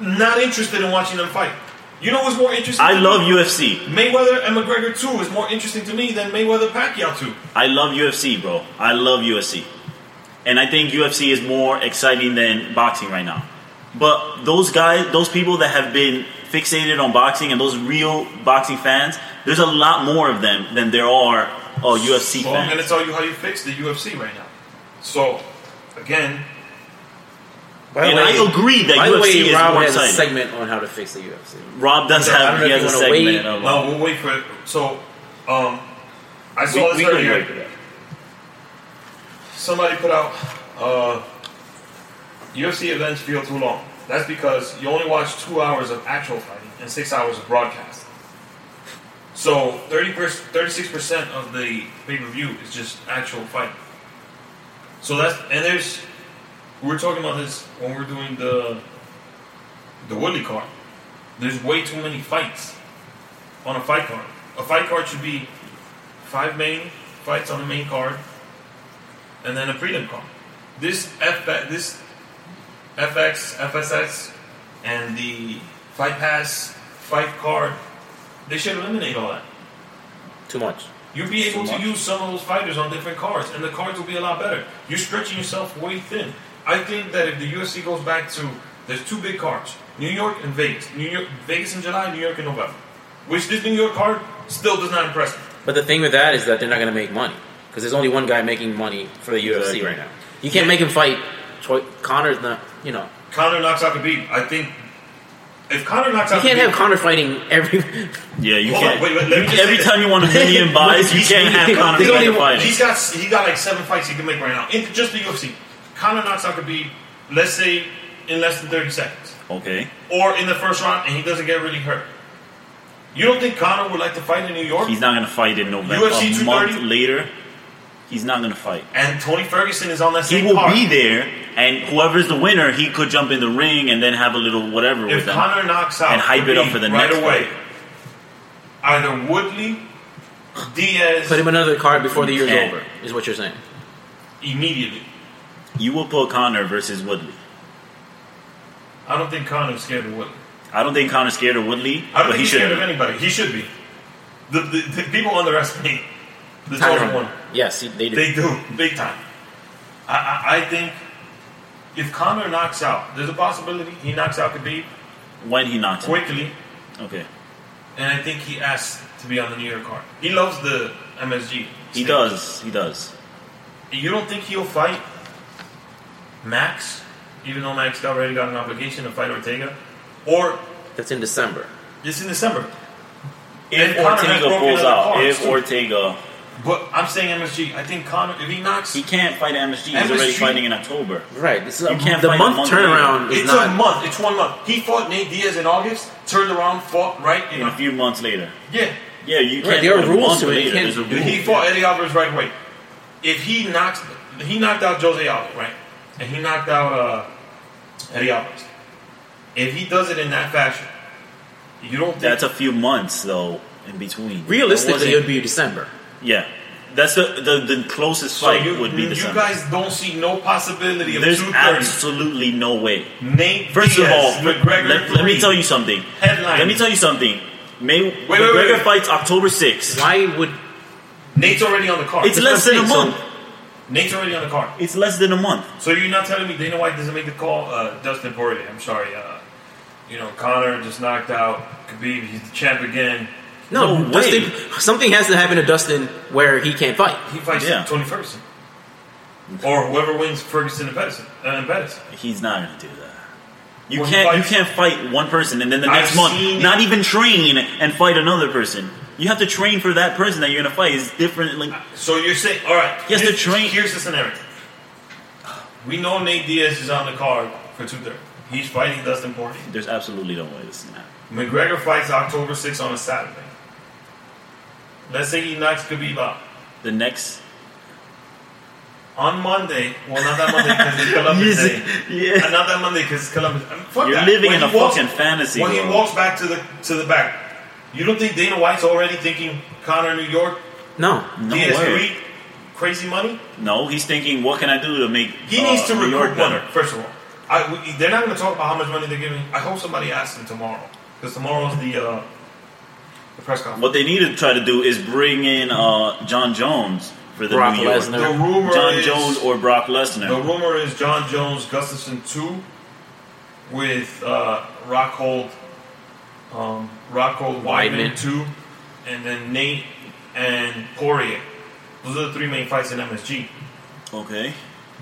[SPEAKER 1] Not interested in watching them fight. You know what's more interesting?
[SPEAKER 2] I
[SPEAKER 1] to
[SPEAKER 2] love
[SPEAKER 1] me?
[SPEAKER 2] UFC.
[SPEAKER 1] Mayweather and McGregor two is more interesting to me than Mayweather Pacquiao two.
[SPEAKER 2] I love UFC, bro. I love UFC. And I think UFC is more exciting than boxing right now. But those guys, those people that have been fixated on boxing and those real boxing fans, there's a lot more of them than there are oh, UFC
[SPEAKER 1] Well, I'm
[SPEAKER 2] fans.
[SPEAKER 1] going to tell you how you fix the UFC right now. So, again,
[SPEAKER 3] By
[SPEAKER 2] and I agree that
[SPEAKER 3] By the
[SPEAKER 2] UFC
[SPEAKER 3] way,
[SPEAKER 2] is
[SPEAKER 3] Rob
[SPEAKER 2] more
[SPEAKER 3] has a
[SPEAKER 2] exciting.
[SPEAKER 3] segment on how to fix the UFC.
[SPEAKER 1] Oh,
[SPEAKER 2] Rob does
[SPEAKER 1] I don't
[SPEAKER 2] have
[SPEAKER 3] know
[SPEAKER 2] he
[SPEAKER 3] if
[SPEAKER 2] has
[SPEAKER 3] you
[SPEAKER 2] a
[SPEAKER 3] wanna wait.
[SPEAKER 2] segment. of- uh,
[SPEAKER 1] no, we'll wait for it. So, um, I
[SPEAKER 2] We-
[SPEAKER 1] saw this
[SPEAKER 2] we can
[SPEAKER 1] earlier.
[SPEAKER 2] wait for that.
[SPEAKER 1] Somebody put out uh, UFC events feel too long. That's because you only watch two hours of actual fighting and six hours of broadcast. So 30 per- 36% of the pay-per-view is just actual fighting. So that's and there's we we're talking about this when we we're doing the the Woodley card. There's way too many fights on a fight card. A fight card should be five main fights on the main card, and then a prelim card. This F this FX FSX and the fight pass fight card. They should eliminate all that.
[SPEAKER 3] Too much.
[SPEAKER 1] You'll be able
[SPEAKER 4] much.
[SPEAKER 1] to use some of those fighters on different cards, and the cards will be a lot better. You're stretching yourself way thin. I think that if the UFC goes back to there's two big cards, New York and Vegas. New York, Vegas in July, New York in November. Which this New York card still does not impress me.
[SPEAKER 3] But the thing with that is that they're not going to make money because there's only one guy making money for the UFC
[SPEAKER 2] Exactly.
[SPEAKER 3] right now. You can't make him fight. Troy- Connor's not. You know,
[SPEAKER 1] Connor knocks out Khabib. I think if Connor knocks
[SPEAKER 3] you
[SPEAKER 1] out
[SPEAKER 3] can't
[SPEAKER 1] Khabib,
[SPEAKER 3] have Connor fighting every. *laughs*
[SPEAKER 2] Yeah, you
[SPEAKER 1] Hold on,
[SPEAKER 2] can't.
[SPEAKER 1] wait, wait, let me just
[SPEAKER 2] every
[SPEAKER 1] say
[SPEAKER 2] time
[SPEAKER 1] *laughs*
[SPEAKER 2] you want a million buys, you
[SPEAKER 3] He's-
[SPEAKER 2] can't have Conor
[SPEAKER 3] he's only-
[SPEAKER 2] McGregor fighting.
[SPEAKER 1] He's got he got like seven fights he can make right now in just the UFC. Conor knocks out Khabib, let's say in less than thirty seconds,
[SPEAKER 2] Okay.
[SPEAKER 1] or in the first round, and he doesn't get really hurt. You don't think Conor would like to fight in New York?
[SPEAKER 2] He's not gonna fight in November.
[SPEAKER 1] UFC
[SPEAKER 2] a month
[SPEAKER 1] 230?
[SPEAKER 2] later, he's not gonna fight.
[SPEAKER 1] and Tony Ferguson is on that
[SPEAKER 2] He
[SPEAKER 1] same
[SPEAKER 2] will
[SPEAKER 1] card.
[SPEAKER 2] be there, and whoever's the winner, he could jump in the ring and then have a little whatever
[SPEAKER 1] if
[SPEAKER 2] with them.
[SPEAKER 1] Conor knocks out
[SPEAKER 2] And hype it up
[SPEAKER 1] Khabib
[SPEAKER 2] for the
[SPEAKER 1] right
[SPEAKER 2] next
[SPEAKER 1] away, either Woodley, Diaz,
[SPEAKER 3] Put him another card before the year's
[SPEAKER 2] You can't.
[SPEAKER 3] over. Is what you're saying?
[SPEAKER 1] immediately.
[SPEAKER 2] you will pull Conor versus Woodley.
[SPEAKER 1] I don't think Conor's scared of Woodley.
[SPEAKER 2] I don't think Conor's scared of Woodley,
[SPEAKER 1] I don't think
[SPEAKER 2] but he
[SPEAKER 1] he's
[SPEAKER 2] should.
[SPEAKER 1] scared of anybody. He should be. The, the, the people underestimate the
[SPEAKER 3] Tyron.
[SPEAKER 1] total one.
[SPEAKER 3] Yes, he- they do.
[SPEAKER 1] They do big time. I, I, I think if Connor knocks out, there's a possibility he knocks out Khabib
[SPEAKER 2] When he knocks him.
[SPEAKER 1] quickly,
[SPEAKER 2] Okay.
[SPEAKER 1] and I think he asks to be on the New York card. He loves the MSG.
[SPEAKER 2] He
[SPEAKER 1] stage.
[SPEAKER 2] does. He does.
[SPEAKER 1] You don't think he'll fight Max, even though Max got already got an obligation to fight Ortega, or
[SPEAKER 3] That's in December.
[SPEAKER 1] it's in December.
[SPEAKER 2] If
[SPEAKER 1] And Conor has
[SPEAKER 2] Ortega
[SPEAKER 1] broken
[SPEAKER 2] pulls
[SPEAKER 1] other
[SPEAKER 2] out,
[SPEAKER 1] cards,
[SPEAKER 2] if
[SPEAKER 1] too.
[SPEAKER 2] Ortega,
[SPEAKER 1] But I'm saying MSG. I think Connor, if he knocks,
[SPEAKER 2] he can't fight MSG. He's
[SPEAKER 1] MSG.
[SPEAKER 2] already fighting in October.
[SPEAKER 3] Right. This is
[SPEAKER 2] You can't
[SPEAKER 3] the
[SPEAKER 2] fight a
[SPEAKER 3] month
[SPEAKER 2] month
[SPEAKER 3] turnaround is
[SPEAKER 1] it's
[SPEAKER 3] not.
[SPEAKER 1] a month. It's one month. He fought Nate Diaz in August, turned around, fought right in.
[SPEAKER 2] In a few months later.
[SPEAKER 1] yeah,
[SPEAKER 2] Yeah, you can't.
[SPEAKER 3] Right, there
[SPEAKER 2] put
[SPEAKER 3] are
[SPEAKER 2] a
[SPEAKER 3] rules
[SPEAKER 2] month
[SPEAKER 3] to it. You
[SPEAKER 2] later.
[SPEAKER 3] can't
[SPEAKER 2] There's a
[SPEAKER 3] do
[SPEAKER 2] rule.
[SPEAKER 1] He fought Eddie Alvarez right away. If he knocks, he knocked out Jose Aldo, right? And he knocked out uh, Eddie Alvarez. If he does it in that fashion, you don't think
[SPEAKER 2] That's a few months though in between.
[SPEAKER 3] Realistically, it
[SPEAKER 2] That
[SPEAKER 3] would be December.
[SPEAKER 2] wasn't- yeah, that's the the, the closest
[SPEAKER 1] so
[SPEAKER 2] fight
[SPEAKER 1] you,
[SPEAKER 2] would be
[SPEAKER 1] you
[SPEAKER 2] December.
[SPEAKER 1] guys don't see no possibility of
[SPEAKER 2] There's
[SPEAKER 1] two thirty.
[SPEAKER 2] absolutely no way.
[SPEAKER 1] Nate
[SPEAKER 2] First
[SPEAKER 1] Diaz,
[SPEAKER 2] of all,
[SPEAKER 1] McGregor
[SPEAKER 2] let, let me
[SPEAKER 1] three.
[SPEAKER 2] tell you something.
[SPEAKER 1] Headline.
[SPEAKER 2] Let me tell you something. May McGregor
[SPEAKER 1] wait, wait.
[SPEAKER 2] fights October 6th.
[SPEAKER 3] Why would
[SPEAKER 1] Nate's already on the card.
[SPEAKER 2] It's less than a
[SPEAKER 3] I'm saying,
[SPEAKER 2] month.
[SPEAKER 1] Nate's already on the card.
[SPEAKER 2] It's less than a month.
[SPEAKER 1] So you're not telling me Dana White doesn't make the call? Uh, Dustin Poirier, I'm sorry. Uh, you know, Connor just knocked out Khabib. He's the champ again.
[SPEAKER 3] no?
[SPEAKER 2] No way.
[SPEAKER 3] Dustin, something has to happen to Dustin where he can't fight.
[SPEAKER 1] He fights
[SPEAKER 2] Yeah.
[SPEAKER 1] Tony Ferguson. Or whoever wins Ferguson and Pettis. Uh, and Pettis.
[SPEAKER 2] He's not going to do that. You
[SPEAKER 1] Well, he
[SPEAKER 2] can't. You
[SPEAKER 1] fights-
[SPEAKER 2] can't fight one person and then the
[SPEAKER 1] I've
[SPEAKER 2] next month
[SPEAKER 1] seen-
[SPEAKER 2] not even train and fight another person. You have to train for that person that you're going to fight. It's different. Like
[SPEAKER 1] So you're saying, all right.
[SPEAKER 2] Yes,
[SPEAKER 1] here's-
[SPEAKER 2] the train-
[SPEAKER 1] Here's the scenario. We know Nate Diaz is on the card for two thirty. He's fighting Dustin Poirier.
[SPEAKER 2] there's absolutely no way this is not.
[SPEAKER 1] McGregor fights October 6th on a Saturday. Let's say he knocks Khabib out.
[SPEAKER 2] The next
[SPEAKER 1] On Monday, well, not that Monday because
[SPEAKER 2] *laughs*
[SPEAKER 1] it's Columbus
[SPEAKER 2] Yes.
[SPEAKER 1] Day.
[SPEAKER 2] Yeah.
[SPEAKER 1] Uh, Not that Monday because it's Columbus. I mean, fuck
[SPEAKER 2] You're
[SPEAKER 1] that.
[SPEAKER 2] living
[SPEAKER 1] When
[SPEAKER 2] in
[SPEAKER 1] he
[SPEAKER 2] a
[SPEAKER 1] walks-
[SPEAKER 2] fucking fantasy
[SPEAKER 1] When
[SPEAKER 2] world.
[SPEAKER 1] he walks back to the to the back, you don't think Dana White's already thinking Connor New York
[SPEAKER 3] No,
[SPEAKER 2] No
[SPEAKER 1] DS3,
[SPEAKER 2] way.
[SPEAKER 1] crazy money.
[SPEAKER 2] No, he's thinking, what can I do to make?
[SPEAKER 1] He
[SPEAKER 2] uh,
[SPEAKER 1] needs to
[SPEAKER 2] New York
[SPEAKER 1] recruit money.
[SPEAKER 2] better?
[SPEAKER 1] First of all, I, we, they're not going to talk about how much money they're giving. I hope somebody asks him tomorrow because tomorrow's the uh, the press conference.
[SPEAKER 2] What they need to try to do is bring in uh, John Jones for the
[SPEAKER 3] Brock
[SPEAKER 2] New York.
[SPEAKER 3] Lesnar.
[SPEAKER 1] The rumor
[SPEAKER 2] John
[SPEAKER 1] is
[SPEAKER 2] Jones or Brock
[SPEAKER 1] the
[SPEAKER 2] Lesnar.
[SPEAKER 1] rumor is John Jones Gustafson two with uh, Rockhold, um, Rockhold Weidman
[SPEAKER 3] Weidman.
[SPEAKER 1] two, and then Nate and Poirier. Those are the three main fights in MSG.
[SPEAKER 2] okay.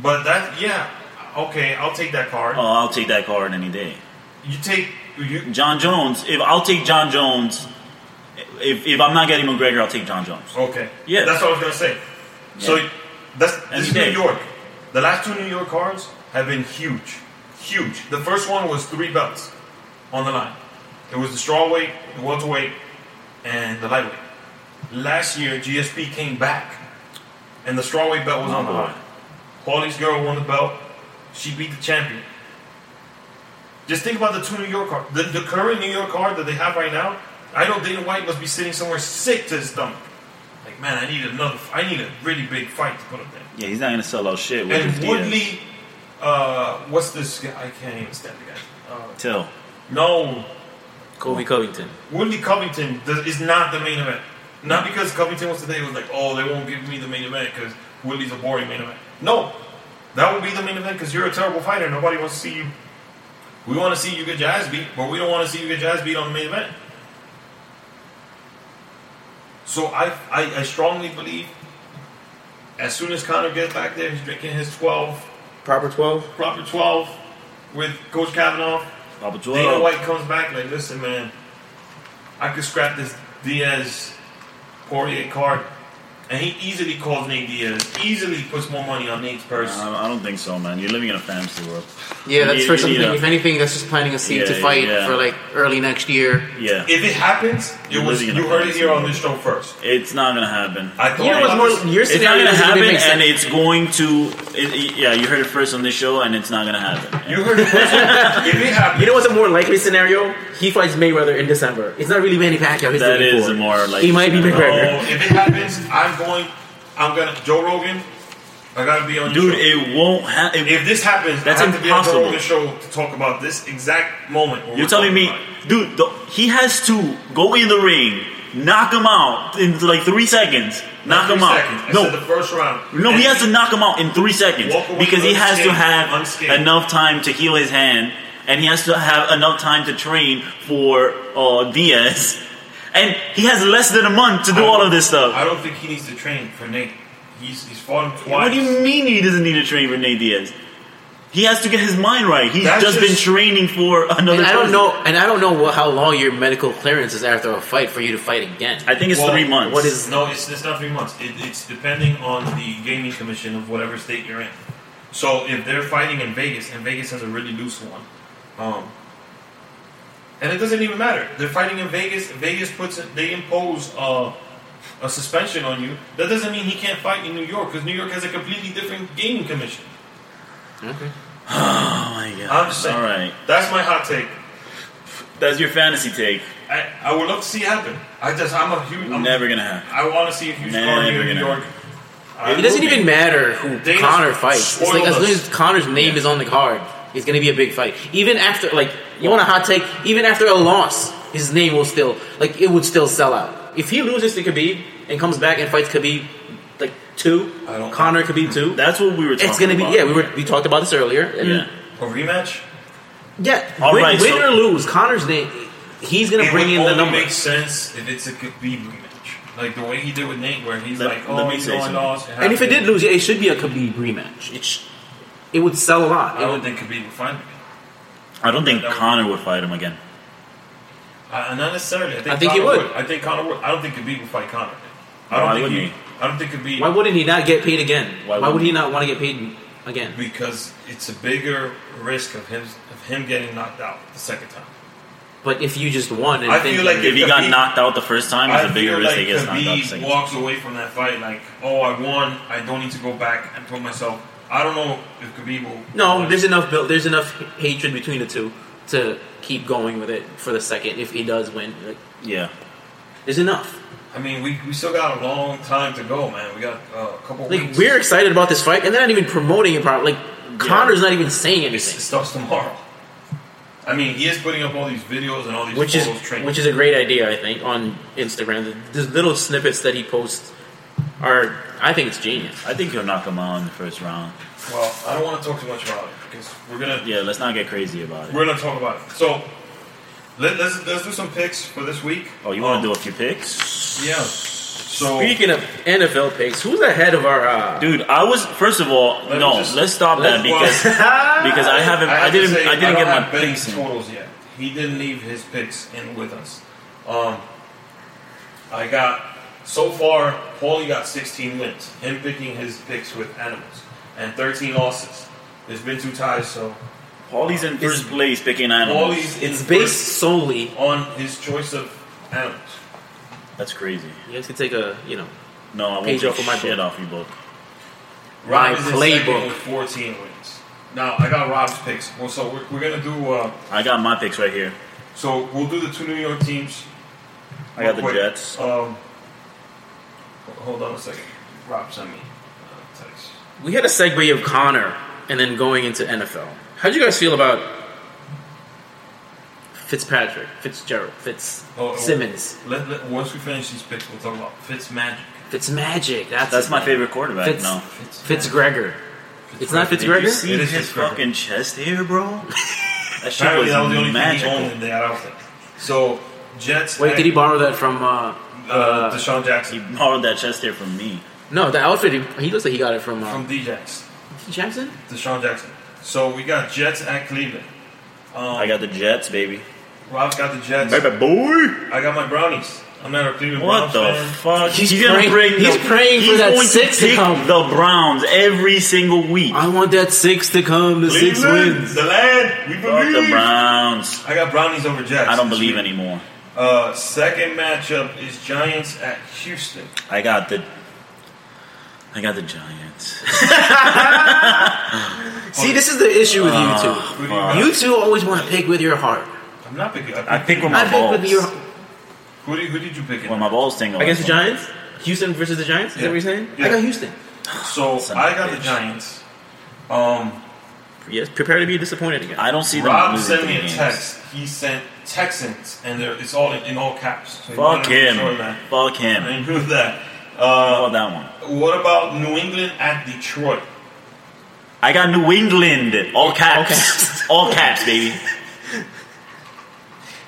[SPEAKER 1] But that, yeah, okay, I'll take that card.
[SPEAKER 2] Oh, I'll take that card any day.
[SPEAKER 1] You take you
[SPEAKER 2] John Jones. If I'll take John Jones. If, if I'm not getting McGregor, I'll take John Jones.
[SPEAKER 1] Okay.
[SPEAKER 2] Yeah.
[SPEAKER 1] That's what I was gonna say. So
[SPEAKER 2] Yeah.
[SPEAKER 1] that's
[SPEAKER 2] And
[SPEAKER 1] this
[SPEAKER 2] he
[SPEAKER 1] is New
[SPEAKER 2] did.
[SPEAKER 1] York. The last two New York cards have been huge, huge. The first one was three belts on the line. It was the strawweight, the welterweight, and the lightweight. Last year, GSP came back, and the strawweight belt was on the
[SPEAKER 2] Oh, boy.
[SPEAKER 1] line. Paulie's girl won the belt. She beat the champion. Just think about the two New York card. The, the current New York card that they have right now, I know Dana White must be sitting somewhere sick to his stomach. Like, man, I need another. I need a really big fight to put up there.
[SPEAKER 2] Yeah, he's not gonna sell out shit. With his
[SPEAKER 1] And
[SPEAKER 2] Diaz.
[SPEAKER 1] Woodley, uh, what's this guy? I can't even stand the guy. Uh,
[SPEAKER 2] Till
[SPEAKER 1] no,
[SPEAKER 3] Kobe Covington.
[SPEAKER 1] Woodley Covington does, is not the main event. Not because Covington was today was like, oh, they won't give me the main event because Woodley's a boring main event. No, that would be the main event because you're a terrible fighter. Nobody wants to see you. We want to see you get your ass beat, but we don't want to see you get your ass beat on the main event. So I, I, I strongly believe as soon as Connor gets back there, he's drinking his 12,
[SPEAKER 3] Proper 12?
[SPEAKER 1] proper 12 with Coach Kavanaugh.
[SPEAKER 2] Papa
[SPEAKER 1] Dana
[SPEAKER 2] Joel.
[SPEAKER 1] White comes back like, listen, man, I could scrap this Diaz Poirier card. And he easily calls Nate Diaz, easily puts more money on Nate's purse.
[SPEAKER 2] I I don't think so, man. You're living in a fantasy world.
[SPEAKER 3] Yeah, that's
[SPEAKER 2] Yeah,
[SPEAKER 3] for
[SPEAKER 2] yeah,
[SPEAKER 3] something.
[SPEAKER 2] yeah.
[SPEAKER 3] If anything, that's just planting a seed
[SPEAKER 2] Yeah,
[SPEAKER 3] to fight
[SPEAKER 2] yeah.
[SPEAKER 3] for like early next year.
[SPEAKER 2] Yeah,
[SPEAKER 1] If it happens, it
[SPEAKER 2] You're
[SPEAKER 1] was,
[SPEAKER 2] living
[SPEAKER 1] you
[SPEAKER 2] in a
[SPEAKER 1] heard it
[SPEAKER 2] fantasy
[SPEAKER 1] here on
[SPEAKER 2] world.
[SPEAKER 1] this show first.
[SPEAKER 2] it's not gonna happen.
[SPEAKER 1] I thought
[SPEAKER 3] You know what's
[SPEAKER 1] about this-
[SPEAKER 3] more? Your
[SPEAKER 2] It's not
[SPEAKER 3] scenario
[SPEAKER 2] gonna
[SPEAKER 3] doesn't
[SPEAKER 2] happen,
[SPEAKER 3] even make
[SPEAKER 2] and
[SPEAKER 3] sense.
[SPEAKER 2] it's going to. It, yeah, you heard it first on this show, and it's not gonna happen.
[SPEAKER 1] You heard it
[SPEAKER 2] *laughs*
[SPEAKER 1] first. if it happens,
[SPEAKER 3] You know what's a more likely scenario? He fights Mayweather in December. It's not really Manny Pacquiao. He's
[SPEAKER 2] That
[SPEAKER 3] looking
[SPEAKER 2] is
[SPEAKER 3] for.
[SPEAKER 2] a more like
[SPEAKER 3] He might be McGregor.
[SPEAKER 1] Oh, if it happens, I'm going. I'm gonna Joe Rogan. I gotta be on. your
[SPEAKER 2] dude.
[SPEAKER 1] show.
[SPEAKER 2] It won't happen.
[SPEAKER 1] if this happens,
[SPEAKER 2] That's
[SPEAKER 1] I have to
[SPEAKER 2] impossible.
[SPEAKER 1] be on Joe Rogan's show to talk about this exact moment. where
[SPEAKER 2] You're
[SPEAKER 1] we're
[SPEAKER 2] telling me,
[SPEAKER 1] talking about
[SPEAKER 2] dude, the, he has to go in the ring, knock him out in like three seconds. Knock
[SPEAKER 1] it.
[SPEAKER 2] him
[SPEAKER 1] Three
[SPEAKER 2] out.
[SPEAKER 1] seconds. I
[SPEAKER 2] no,
[SPEAKER 1] said the first round.
[SPEAKER 2] no,
[SPEAKER 1] And
[SPEAKER 2] he has to knock him out in three seconds
[SPEAKER 1] Walk away
[SPEAKER 2] because he has to
[SPEAKER 1] unscathed,
[SPEAKER 2] have
[SPEAKER 1] unscathed.
[SPEAKER 2] enough time to heal his hand, and he has to have enough time to train for uh, Diaz, and he has less than a month to do
[SPEAKER 1] I-
[SPEAKER 2] all of this stuff.
[SPEAKER 1] I don't think he needs to train for Nate. He's he's fought him twice.
[SPEAKER 2] What do you mean he doesn't need to train for Nate Diaz? He has to get his mind right. He's
[SPEAKER 1] That's
[SPEAKER 2] just been
[SPEAKER 1] just-
[SPEAKER 2] training for another.
[SPEAKER 3] And I don't
[SPEAKER 2] person.
[SPEAKER 3] know, and I don't know what, how long your medical clearance is after a fight for you to fight again.
[SPEAKER 2] I think it's
[SPEAKER 1] Well,
[SPEAKER 2] three months.
[SPEAKER 3] what is-
[SPEAKER 1] No, it's, it's not three months. It, it's depending on the gaming commission of whatever state you're in. So if they're fighting in Vegas, and Vegas has a really loose one, um, and it doesn't even matter. They're fighting in Vegas. Vegas puts it- they impose uh, a suspension on you. That doesn't mean he can't fight in New York because New York has a completely different gaming commission.
[SPEAKER 3] Okay.
[SPEAKER 2] Oh my god!
[SPEAKER 1] I'm just saying.
[SPEAKER 2] All right.
[SPEAKER 1] That's my hot take.
[SPEAKER 2] That's your fantasy take.
[SPEAKER 1] I, I would love to see it happen. I just I'm a huge. I'm,
[SPEAKER 2] Never gonna happen.
[SPEAKER 1] I want to see a huge
[SPEAKER 2] Never
[SPEAKER 1] card here in
[SPEAKER 2] gonna
[SPEAKER 1] New York. I
[SPEAKER 3] It doesn't
[SPEAKER 1] will be.
[SPEAKER 3] even matter who
[SPEAKER 1] Dana's
[SPEAKER 3] Connor fights. It's like as
[SPEAKER 1] spoiled
[SPEAKER 3] long
[SPEAKER 1] us.
[SPEAKER 3] as Connor's name is on the card, it's going to be a big fight. Even after, like, you want a hot take? Even after a loss, his name will still, like, it would still sell out. If he loses to Khabib and comes back and fights Khabib, like two,
[SPEAKER 1] I don't-
[SPEAKER 3] Connor Khabib two,
[SPEAKER 2] That's what we were talking
[SPEAKER 3] it's going to be.
[SPEAKER 2] about.
[SPEAKER 3] Yeah, we were we talked about this earlier. And
[SPEAKER 2] Yeah.
[SPEAKER 1] a rematch.
[SPEAKER 3] yeah.
[SPEAKER 2] All
[SPEAKER 3] win,
[SPEAKER 2] right,
[SPEAKER 3] win
[SPEAKER 2] so-
[SPEAKER 3] or lose, Connor's name, he's going to
[SPEAKER 1] It would
[SPEAKER 3] bring in
[SPEAKER 1] only
[SPEAKER 3] the number.
[SPEAKER 1] make sense if it's a Khabib rematch, like the way he did with Nate, where he's
[SPEAKER 2] Let-
[SPEAKER 1] like,
[SPEAKER 2] let
[SPEAKER 1] "Oh,
[SPEAKER 2] me
[SPEAKER 1] he's
[SPEAKER 2] say
[SPEAKER 1] going
[SPEAKER 2] something.
[SPEAKER 1] lost."
[SPEAKER 3] And if it did
[SPEAKER 1] happened.
[SPEAKER 3] lose, yeah, it should be a Khabib rematch. It sh- it would sell a lot.
[SPEAKER 1] I
[SPEAKER 3] It
[SPEAKER 1] don't
[SPEAKER 3] would,
[SPEAKER 1] think Khabib would find him. again.
[SPEAKER 2] I don't think
[SPEAKER 1] That would-
[SPEAKER 2] Connor would fight him again.
[SPEAKER 1] Uh, not necessarily. I think,
[SPEAKER 3] I think he
[SPEAKER 1] Conor
[SPEAKER 3] would.
[SPEAKER 1] I think Connor would. I don't think Khabib would fight Connor. I
[SPEAKER 2] Why
[SPEAKER 1] don't think
[SPEAKER 2] wouldn't
[SPEAKER 1] he. I don't think Khabib
[SPEAKER 3] why wouldn't he not get paid again?
[SPEAKER 2] Why
[SPEAKER 3] Why,
[SPEAKER 2] wouldn't
[SPEAKER 3] would
[SPEAKER 2] he?
[SPEAKER 3] he not want to get paid again?
[SPEAKER 1] because it's a bigger risk of him of him getting knocked out the second time.
[SPEAKER 3] But if you just won, and
[SPEAKER 1] I
[SPEAKER 3] think
[SPEAKER 1] feel like
[SPEAKER 2] If he
[SPEAKER 1] Khabib-
[SPEAKER 2] got knocked out the first time,
[SPEAKER 1] I
[SPEAKER 2] it's a bigger
[SPEAKER 1] feel
[SPEAKER 2] risk
[SPEAKER 1] like
[SPEAKER 2] he gets knocked out the
[SPEAKER 1] Khabib
[SPEAKER 2] second.
[SPEAKER 1] walks away from that fight like, "Oh, I won. I don't need to go back and put myself." I don't know if Khabib will.
[SPEAKER 3] no, there's enough built, there's enough hatred between the two to keep going with it for the second. If he does win, like,
[SPEAKER 2] Yeah.
[SPEAKER 3] there's enough.
[SPEAKER 1] I mean, we, we still got a long time to go, man. We got uh, a couple
[SPEAKER 3] Like
[SPEAKER 1] weeks.
[SPEAKER 3] we're excited about this fight, and they're not even promoting it. Properly. Like Connor's not even saying
[SPEAKER 1] It
[SPEAKER 3] anything,
[SPEAKER 1] starts tomorrow. I mean, he is putting up all these videos and all these
[SPEAKER 3] which is
[SPEAKER 1] photos training.
[SPEAKER 3] which is a great idea, I think, on Instagram. The, the little snippets that he posts are, I think, it's genius.
[SPEAKER 2] I think he'll knock him out in the first round.
[SPEAKER 1] well, I don't want to talk too much about it because we're gonna
[SPEAKER 2] Yeah, let's not get crazy about it.
[SPEAKER 1] we're gonna talk about it. So let, let's let's do some picks for this week.
[SPEAKER 2] Oh, you want to do a few picks?
[SPEAKER 1] do? Yeah. So
[SPEAKER 3] Speaking of NFL picks, who's ahead of our? Uh,
[SPEAKER 2] Dude, I was first of all
[SPEAKER 1] Let me
[SPEAKER 2] no.
[SPEAKER 1] just-
[SPEAKER 2] let's stop
[SPEAKER 1] let's-
[SPEAKER 2] that because *laughs* because I haven't I,
[SPEAKER 1] have to
[SPEAKER 2] didn't
[SPEAKER 1] say,
[SPEAKER 2] I didn't
[SPEAKER 1] don't
[SPEAKER 2] get my
[SPEAKER 1] have betting
[SPEAKER 2] picks. In.
[SPEAKER 1] totals yet. He didn't leave his picks in with us. Um, I got so far. Paulie got 16 wins. Him picking his picks with animals and 13 losses. There's been two ties, so
[SPEAKER 2] Paulie's in first place picking animals.
[SPEAKER 1] Paulie's in
[SPEAKER 3] it's based
[SPEAKER 1] based
[SPEAKER 3] solely.
[SPEAKER 1] on his choice of animals.
[SPEAKER 2] That's crazy.
[SPEAKER 3] You guys can take a you know
[SPEAKER 2] No, I won't
[SPEAKER 3] Page
[SPEAKER 2] take
[SPEAKER 3] off of my
[SPEAKER 2] shit
[SPEAKER 3] book.
[SPEAKER 2] off your book.
[SPEAKER 1] Rob
[SPEAKER 3] My
[SPEAKER 1] is in second
[SPEAKER 3] playbook.
[SPEAKER 1] with 14 wins. Now I got Rob's picks. Well, so we're, we're gonna do. Uh,
[SPEAKER 2] I got my picks right here.
[SPEAKER 1] so we'll do the two New York teams.
[SPEAKER 2] I got
[SPEAKER 1] Real
[SPEAKER 2] the
[SPEAKER 1] quick,
[SPEAKER 2] Jets.
[SPEAKER 1] Um, h- hold on a second. Rob sent me uh, text.
[SPEAKER 3] we had a segue of Connor and then going into NFL. How'd you guys feel about Fitzpatrick, Fitzgerald, Fitz
[SPEAKER 1] Oh, oh.
[SPEAKER 3] Simmons,
[SPEAKER 1] Let, let- once we finish these picks, we'll talk about Fitz Magic.
[SPEAKER 3] Fitzmagic? That's
[SPEAKER 2] That's
[SPEAKER 3] his
[SPEAKER 2] my
[SPEAKER 3] name.
[SPEAKER 2] favorite quarterback
[SPEAKER 3] Fitz,
[SPEAKER 2] now.
[SPEAKER 3] Fitzgregor. It's not
[SPEAKER 2] Did you
[SPEAKER 3] Fitzgregor.
[SPEAKER 2] see
[SPEAKER 1] It is
[SPEAKER 2] his
[SPEAKER 1] Fitzgerald.
[SPEAKER 2] fucking chest hair, bro? That shit
[SPEAKER 1] Apparently,
[SPEAKER 2] was,
[SPEAKER 1] that was the only thing he
[SPEAKER 2] magical.
[SPEAKER 1] owned in that outfit. So Jets.
[SPEAKER 3] Wait, did he borrow that from? Uh,
[SPEAKER 1] Uh, Deshaun Jackson
[SPEAKER 2] He borrowed that chest hair from me.
[SPEAKER 3] no, the outfit. He, he looks like he got it from, uh,
[SPEAKER 1] from DJs.
[SPEAKER 3] Jackson.
[SPEAKER 1] Deshaun Jackson. So we got Jets at Cleveland. Um,
[SPEAKER 2] I got the Jets, baby.
[SPEAKER 1] Rob got the Jets.
[SPEAKER 2] Baby boy.
[SPEAKER 1] I got my brownies. I'm not a Cleveland Browns
[SPEAKER 2] What the
[SPEAKER 1] fan.
[SPEAKER 2] fuck?
[SPEAKER 3] He's praying- he's praying for
[SPEAKER 2] he's
[SPEAKER 3] that
[SPEAKER 2] going
[SPEAKER 3] six to
[SPEAKER 2] to pick
[SPEAKER 3] come.
[SPEAKER 2] the Browns every single week.
[SPEAKER 3] I want that six to come. The six
[SPEAKER 1] Cleveland,
[SPEAKER 3] wins.
[SPEAKER 1] The land. We
[SPEAKER 2] Fuck the
[SPEAKER 1] believe.
[SPEAKER 2] Browns.
[SPEAKER 1] I got brownies over Jets.
[SPEAKER 2] I don't believe anymore.
[SPEAKER 1] Uh, second matchup is Giants at Houston.
[SPEAKER 2] I got the. I got the Giants.
[SPEAKER 3] See, this is the issue with you two.
[SPEAKER 1] Who do you
[SPEAKER 2] fuck.
[SPEAKER 1] got?
[SPEAKER 3] You two always want to pick with your heart.
[SPEAKER 1] I'm not picking.
[SPEAKER 2] I
[SPEAKER 1] I pick,
[SPEAKER 2] pick with my
[SPEAKER 3] I pick with your.
[SPEAKER 2] balls.
[SPEAKER 1] who, do you, who did you pick?
[SPEAKER 2] When
[SPEAKER 1] In?
[SPEAKER 2] my balls tingle.
[SPEAKER 3] I guess the
[SPEAKER 2] that's
[SPEAKER 3] Giants. Houston versus the Giants. Is that what you're saying?
[SPEAKER 1] Yeah.
[SPEAKER 3] I got Houston.
[SPEAKER 1] So
[SPEAKER 2] Son of a
[SPEAKER 1] I got the
[SPEAKER 2] bitch.
[SPEAKER 1] Giants. Um,
[SPEAKER 3] Yes, prepare to be disappointed again.
[SPEAKER 2] why. I don't see them
[SPEAKER 1] Rob
[SPEAKER 2] losing
[SPEAKER 1] sent me
[SPEAKER 2] three
[SPEAKER 1] a
[SPEAKER 2] games.
[SPEAKER 1] text. He sent Texans, and they're, it's all in, in all caps. So he
[SPEAKER 2] Fuck
[SPEAKER 1] wanted to
[SPEAKER 2] him.
[SPEAKER 1] show that.
[SPEAKER 2] Fuck him.
[SPEAKER 1] I knew that.
[SPEAKER 2] How
[SPEAKER 1] Uh,
[SPEAKER 2] about that one?
[SPEAKER 1] what about New England at Detroit?
[SPEAKER 2] I got New England. All caps. *laughs* All caps, baby.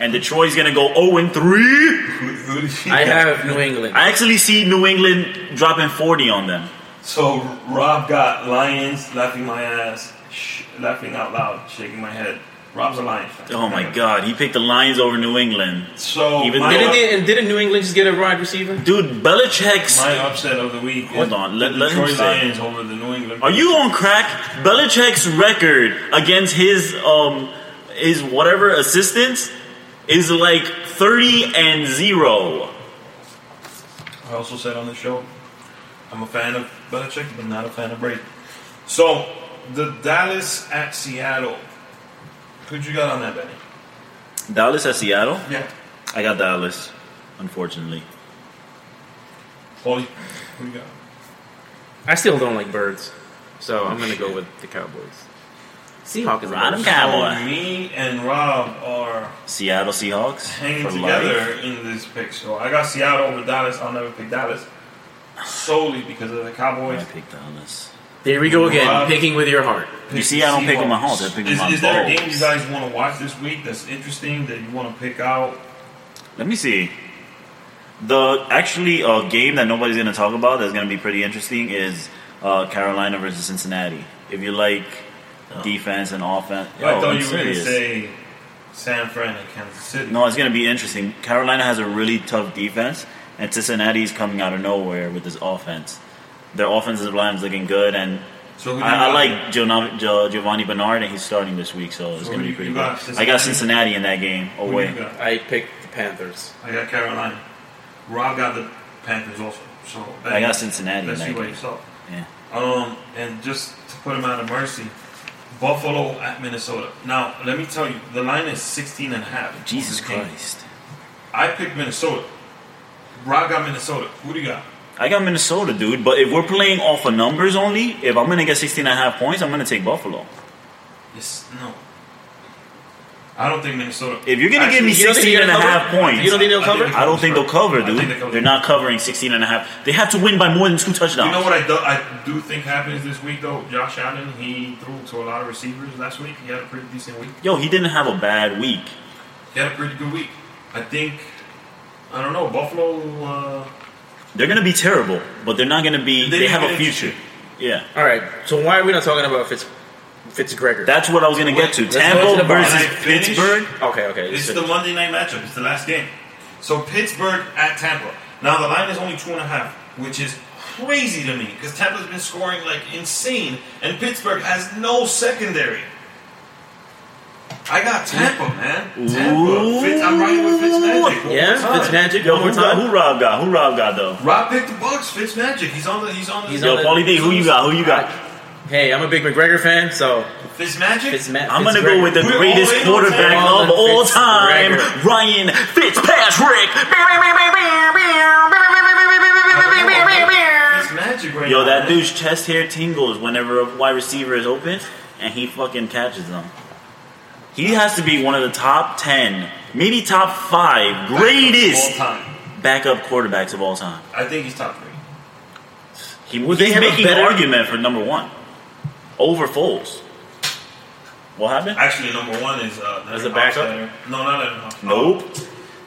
[SPEAKER 2] And Detroit's gonna go 0 and 3.
[SPEAKER 1] Who, who did you
[SPEAKER 3] I
[SPEAKER 1] get?
[SPEAKER 3] have New England.
[SPEAKER 2] I actually see New England dropping 40 on them.
[SPEAKER 1] So Rob got Lions laughing my ass, sh- laughing out loud, shaking my head. Rob's a Lions fan.
[SPEAKER 2] Oh my god, he picked the Lions over New England.
[SPEAKER 1] So
[SPEAKER 2] Even
[SPEAKER 1] my,
[SPEAKER 2] though-
[SPEAKER 3] Didn't they, and didn't New England just get a wide receiver?
[SPEAKER 2] Dude, Belichick's.
[SPEAKER 1] my upset of the week.
[SPEAKER 2] Hold
[SPEAKER 1] is
[SPEAKER 2] on, let-
[SPEAKER 1] the
[SPEAKER 2] let him
[SPEAKER 1] Detroit
[SPEAKER 2] say.
[SPEAKER 1] Lions over the New England.
[SPEAKER 2] Are you on crack? Belichick's record against his um his whatever assistants is like 30 and 0.
[SPEAKER 1] I also said on the show, I'm a fan of Belichick, but not a fan of Brady. So the Dallas at Seattle. Who'd you got on that, Benny?
[SPEAKER 2] Dallas at Seattle?
[SPEAKER 1] Yeah,
[SPEAKER 2] I got Dallas, unfortunately.
[SPEAKER 1] Paulie. Who you got?
[SPEAKER 3] I still don't like birds, so I'm gonna go with the Cowboys. Seahawks is a
[SPEAKER 2] Ride 'em,
[SPEAKER 3] bird.
[SPEAKER 1] So
[SPEAKER 2] Cowboy.
[SPEAKER 1] me and Rob are
[SPEAKER 2] Seattle Seahawks
[SPEAKER 1] hanging
[SPEAKER 2] for
[SPEAKER 1] together
[SPEAKER 2] life.
[SPEAKER 1] in this pick. So I got Seattle over Dallas. I'll never pick Dallas solely because of the
[SPEAKER 2] I
[SPEAKER 1] Cowboys.
[SPEAKER 2] picked Dallas.
[SPEAKER 3] There we go again,
[SPEAKER 1] Rob.
[SPEAKER 3] picking with your heart.
[SPEAKER 2] You see, I don't pick
[SPEAKER 1] Seahawks.
[SPEAKER 2] on my heart. I pick on
[SPEAKER 1] is,
[SPEAKER 2] my
[SPEAKER 1] is there a
[SPEAKER 2] balls.
[SPEAKER 1] game you guys want to watch this week that's interesting that you want to pick out?
[SPEAKER 2] Let me see. The actually uh, game that nobody's going to talk about that's going to be pretty interesting is uh, Carolina versus Cincinnati. If you like defense and offense,
[SPEAKER 1] Oh. I
[SPEAKER 2] Yo,
[SPEAKER 1] thought
[SPEAKER 2] I'm
[SPEAKER 1] you were going to
[SPEAKER 2] serious.
[SPEAKER 1] say San Fran and Kansas City.
[SPEAKER 2] No, it's going to be interesting. Carolina has a really tough defense, and Cincinnati's coming out of nowhere with this offense. Their offensive line is looking good, and
[SPEAKER 1] So who do you
[SPEAKER 2] I, I
[SPEAKER 1] got?
[SPEAKER 2] like Gionav- Gio- Giovanni Bernard, and he's starting this week, so it's
[SPEAKER 1] So
[SPEAKER 2] going
[SPEAKER 1] who
[SPEAKER 2] to be
[SPEAKER 1] you-
[SPEAKER 2] pretty
[SPEAKER 1] you
[SPEAKER 2] good.
[SPEAKER 1] got
[SPEAKER 2] I got
[SPEAKER 1] Cincinnati?
[SPEAKER 2] Cincinnati in that game
[SPEAKER 1] Who do you
[SPEAKER 2] away.
[SPEAKER 1] got?
[SPEAKER 3] I picked the Panthers.
[SPEAKER 1] I got Carolina. Rob got the Panthers also. So
[SPEAKER 2] I got Cincinnati in
[SPEAKER 1] Let's see
[SPEAKER 2] that
[SPEAKER 1] what
[SPEAKER 2] game.
[SPEAKER 1] you saw.
[SPEAKER 2] Yeah.
[SPEAKER 1] Um, and just to put him out of mercy, Buffalo at Minnesota. Now, let me tell you, the line is 16 and a half.
[SPEAKER 2] Jesus
[SPEAKER 1] This game.
[SPEAKER 2] Christ.
[SPEAKER 1] I picked Minnesota. Rob got Minnesota. Who do you got?
[SPEAKER 2] I got Minnesota, dude. But if we're playing off of numbers only, if I'm gonna get 16 and a half points, I'm gonna take Buffalo.
[SPEAKER 1] Yes, no. I don't think Minnesota.
[SPEAKER 2] If you're gonna give me
[SPEAKER 1] Actually,
[SPEAKER 3] you don't think
[SPEAKER 2] 16
[SPEAKER 3] they're
[SPEAKER 2] and a
[SPEAKER 3] gonna
[SPEAKER 2] half
[SPEAKER 3] cover?
[SPEAKER 2] points,
[SPEAKER 3] You don't think they'll
[SPEAKER 1] I think
[SPEAKER 3] cover?
[SPEAKER 1] they
[SPEAKER 2] I don't think they'll cover,
[SPEAKER 1] I think
[SPEAKER 2] dude.
[SPEAKER 1] they cover.
[SPEAKER 2] They're not covering 16 and a half. They have to win by more than two touchdowns.
[SPEAKER 1] You know what I do, I do think happens this week though? Josh Allen, he threw to a lot of receivers last week. He had a pretty decent week.
[SPEAKER 2] Yo, he didn't have a bad week.
[SPEAKER 1] He had a pretty good week. I think, I don't know, Buffalo, uh,
[SPEAKER 2] They're gonna be terrible, but they're not gonna be.
[SPEAKER 1] They
[SPEAKER 2] They,
[SPEAKER 1] didn't
[SPEAKER 2] have
[SPEAKER 1] get
[SPEAKER 2] a future. Yeah,
[SPEAKER 3] All right, so why are we not talking about Fitz Fitzgregor?
[SPEAKER 2] that's what I was gonna get to.
[SPEAKER 1] Let's
[SPEAKER 3] go to
[SPEAKER 2] Tampa
[SPEAKER 3] the bottom.
[SPEAKER 2] versus
[SPEAKER 1] Can I finish?
[SPEAKER 2] Pittsburgh.
[SPEAKER 3] okay, okay.
[SPEAKER 1] it's
[SPEAKER 3] so-
[SPEAKER 1] the Monday night matchup. It's the last game. So Pittsburgh at Tampa. Now the line is only two and a half, which is crazy to me because Tampa's been scoring like insane, and Pittsburgh has no secondary. I got Tampa, man. Tampa.
[SPEAKER 2] Ooh.
[SPEAKER 1] Fitz, I'm riding with Fitzmagic. one
[SPEAKER 3] yeah,
[SPEAKER 1] more time.
[SPEAKER 3] Fitzmagic.
[SPEAKER 2] Yo,
[SPEAKER 3] one
[SPEAKER 2] who,
[SPEAKER 3] more
[SPEAKER 2] got,
[SPEAKER 3] time.
[SPEAKER 2] who Rob got? Who Rob got though?
[SPEAKER 1] Rob picked the Bucks. Fitzmagic. He's on the. He's on the.
[SPEAKER 3] He's
[SPEAKER 2] Yo,
[SPEAKER 3] on
[SPEAKER 2] Paulie D, who you got? Who you got?
[SPEAKER 3] Hey, I'm a big McGregor fan, so
[SPEAKER 1] Fitzmagic.
[SPEAKER 3] Fitz Ma-
[SPEAKER 2] I'm gonna go with the
[SPEAKER 1] We're
[SPEAKER 2] greatest
[SPEAKER 1] always on
[SPEAKER 2] quarterback
[SPEAKER 1] Tampa.
[SPEAKER 2] of all
[SPEAKER 3] Fitz
[SPEAKER 2] time,
[SPEAKER 3] Gregor.
[SPEAKER 2] Ryan Fitzpatrick.
[SPEAKER 1] Fitzmagic right
[SPEAKER 2] Yo,
[SPEAKER 1] now, man.
[SPEAKER 2] that dude's chest hair tingles whenever a wide receiver is open, and he fucking catches them. He has to be one of the top ten, maybe top five
[SPEAKER 1] All
[SPEAKER 2] greatest
[SPEAKER 1] time.
[SPEAKER 2] backup quarterbacks of all time.
[SPEAKER 1] I think he's top three.
[SPEAKER 2] He,
[SPEAKER 3] Would they
[SPEAKER 2] he's
[SPEAKER 3] have a
[SPEAKER 2] making
[SPEAKER 3] better-
[SPEAKER 2] argument for number one over Foles. What happened?
[SPEAKER 1] Actually, number one is uh,
[SPEAKER 3] As a
[SPEAKER 1] Leonard
[SPEAKER 3] backup?
[SPEAKER 1] Hofstadter. No, not Leonard Hofstadter.
[SPEAKER 2] Nope.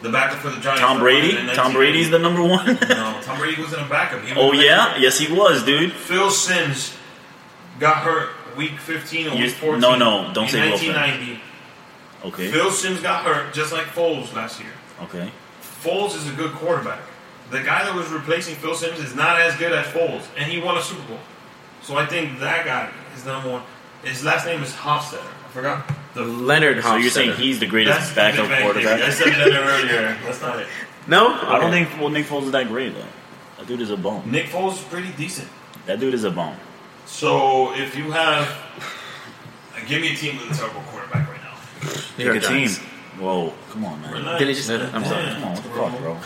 [SPEAKER 1] the backup for the Giants.
[SPEAKER 2] Tom Brady. Tom Brady's the number one. *laughs*
[SPEAKER 1] No, Tom Brady wasn't a backup. He was
[SPEAKER 2] oh
[SPEAKER 1] a-
[SPEAKER 2] yeah, yes he was, dude.
[SPEAKER 1] Phil Simms got hurt week 15 or
[SPEAKER 2] You-
[SPEAKER 1] week 14.
[SPEAKER 2] no, no, don't
[SPEAKER 1] in
[SPEAKER 2] say Wilson.
[SPEAKER 1] 1990.
[SPEAKER 2] Okay,
[SPEAKER 1] Phil Simms got hurt just like Foles last year.
[SPEAKER 2] okay.
[SPEAKER 1] Foles is a good quarterback. The guy that was replacing Phil Simms is not as good as Foles, and he won a Super Bowl. So I think that guy is number one. His last name is Hofstetter. I forgot. The
[SPEAKER 3] Leonard Hofstadter.
[SPEAKER 2] So you're saying he's the greatest
[SPEAKER 1] the
[SPEAKER 2] backup
[SPEAKER 1] Big Bang Theory. I
[SPEAKER 2] quarterback?
[SPEAKER 1] said that earlier. That's not it.
[SPEAKER 3] no?
[SPEAKER 2] I don't
[SPEAKER 3] Okay.
[SPEAKER 2] think well, Nick Foles is that great though. That dude is a bum.
[SPEAKER 1] Nick Foles is pretty decent.
[SPEAKER 2] That dude is a bum.
[SPEAKER 1] So if you have, give me a team with a terrible quarterback right now.
[SPEAKER 3] New York
[SPEAKER 2] Pick a team.
[SPEAKER 3] Giants.
[SPEAKER 2] Whoa, come on, man.
[SPEAKER 1] Relax.
[SPEAKER 3] Did it just- I'm sorry.
[SPEAKER 2] Come on, what the fuck, bro?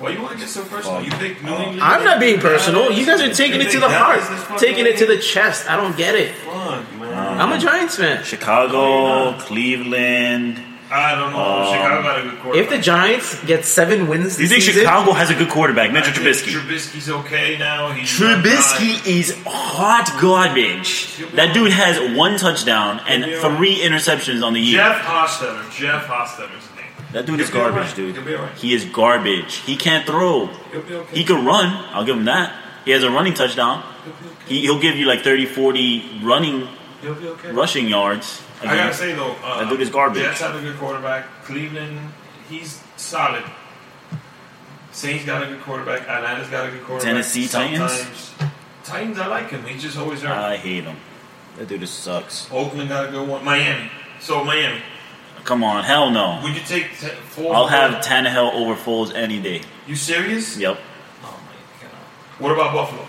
[SPEAKER 1] Why you want to get so personal? You think New England?
[SPEAKER 3] I'm not being personal. You guys are taking it to the heart, taking it to the chest. I don't get it.
[SPEAKER 1] Fuck, man.
[SPEAKER 3] I'm a Giants fan.
[SPEAKER 2] Chicago, Cleveland.
[SPEAKER 1] I don't know.
[SPEAKER 2] Um,
[SPEAKER 1] Chicago got a good quarterback.
[SPEAKER 3] If the Giants get seven wins,
[SPEAKER 2] Do you
[SPEAKER 3] this
[SPEAKER 2] think
[SPEAKER 3] season,
[SPEAKER 2] Chicago has a good quarterback,
[SPEAKER 1] I
[SPEAKER 2] Mitchell
[SPEAKER 1] think
[SPEAKER 2] Trubisky?
[SPEAKER 1] Trubisky's okay now. He's
[SPEAKER 2] Trubisky is hot garbage. That dude has one touchdown and three interceptions on the year.
[SPEAKER 1] Jeff Hostetter. Jeff Hostetter's name.
[SPEAKER 2] That dude is
[SPEAKER 1] He'll be all
[SPEAKER 2] garbage,
[SPEAKER 1] right.
[SPEAKER 2] dude.
[SPEAKER 1] He'll be all right.
[SPEAKER 2] He is garbage. He can't throw.
[SPEAKER 1] He'll be okay.
[SPEAKER 2] He could run. I'll give him that. He has a running touchdown.
[SPEAKER 1] He'll be okay.
[SPEAKER 2] He, he'll give you like 30, 40 running,
[SPEAKER 1] He'll be okay.
[SPEAKER 2] rushing yards.
[SPEAKER 1] I gotta say though, uh,
[SPEAKER 2] That dude is garbage.
[SPEAKER 1] Jets have a good quarterback. Cleveland, he's solid. Saints got a good quarterback. Atlanta's got a good quarterback.
[SPEAKER 2] Tennessee Titans? Uh,
[SPEAKER 1] Sometimes- Titans, I like him. He's just always hurt.
[SPEAKER 2] I hate him. That dude just sucks.
[SPEAKER 1] Oakland got a good one. Miami. So Miami,
[SPEAKER 2] Come on, hell no.
[SPEAKER 1] would you take t- four?
[SPEAKER 2] I'll have Tannehill over Foles any day.
[SPEAKER 1] You serious?
[SPEAKER 2] Yep.
[SPEAKER 1] Oh my god. What about Buffalo?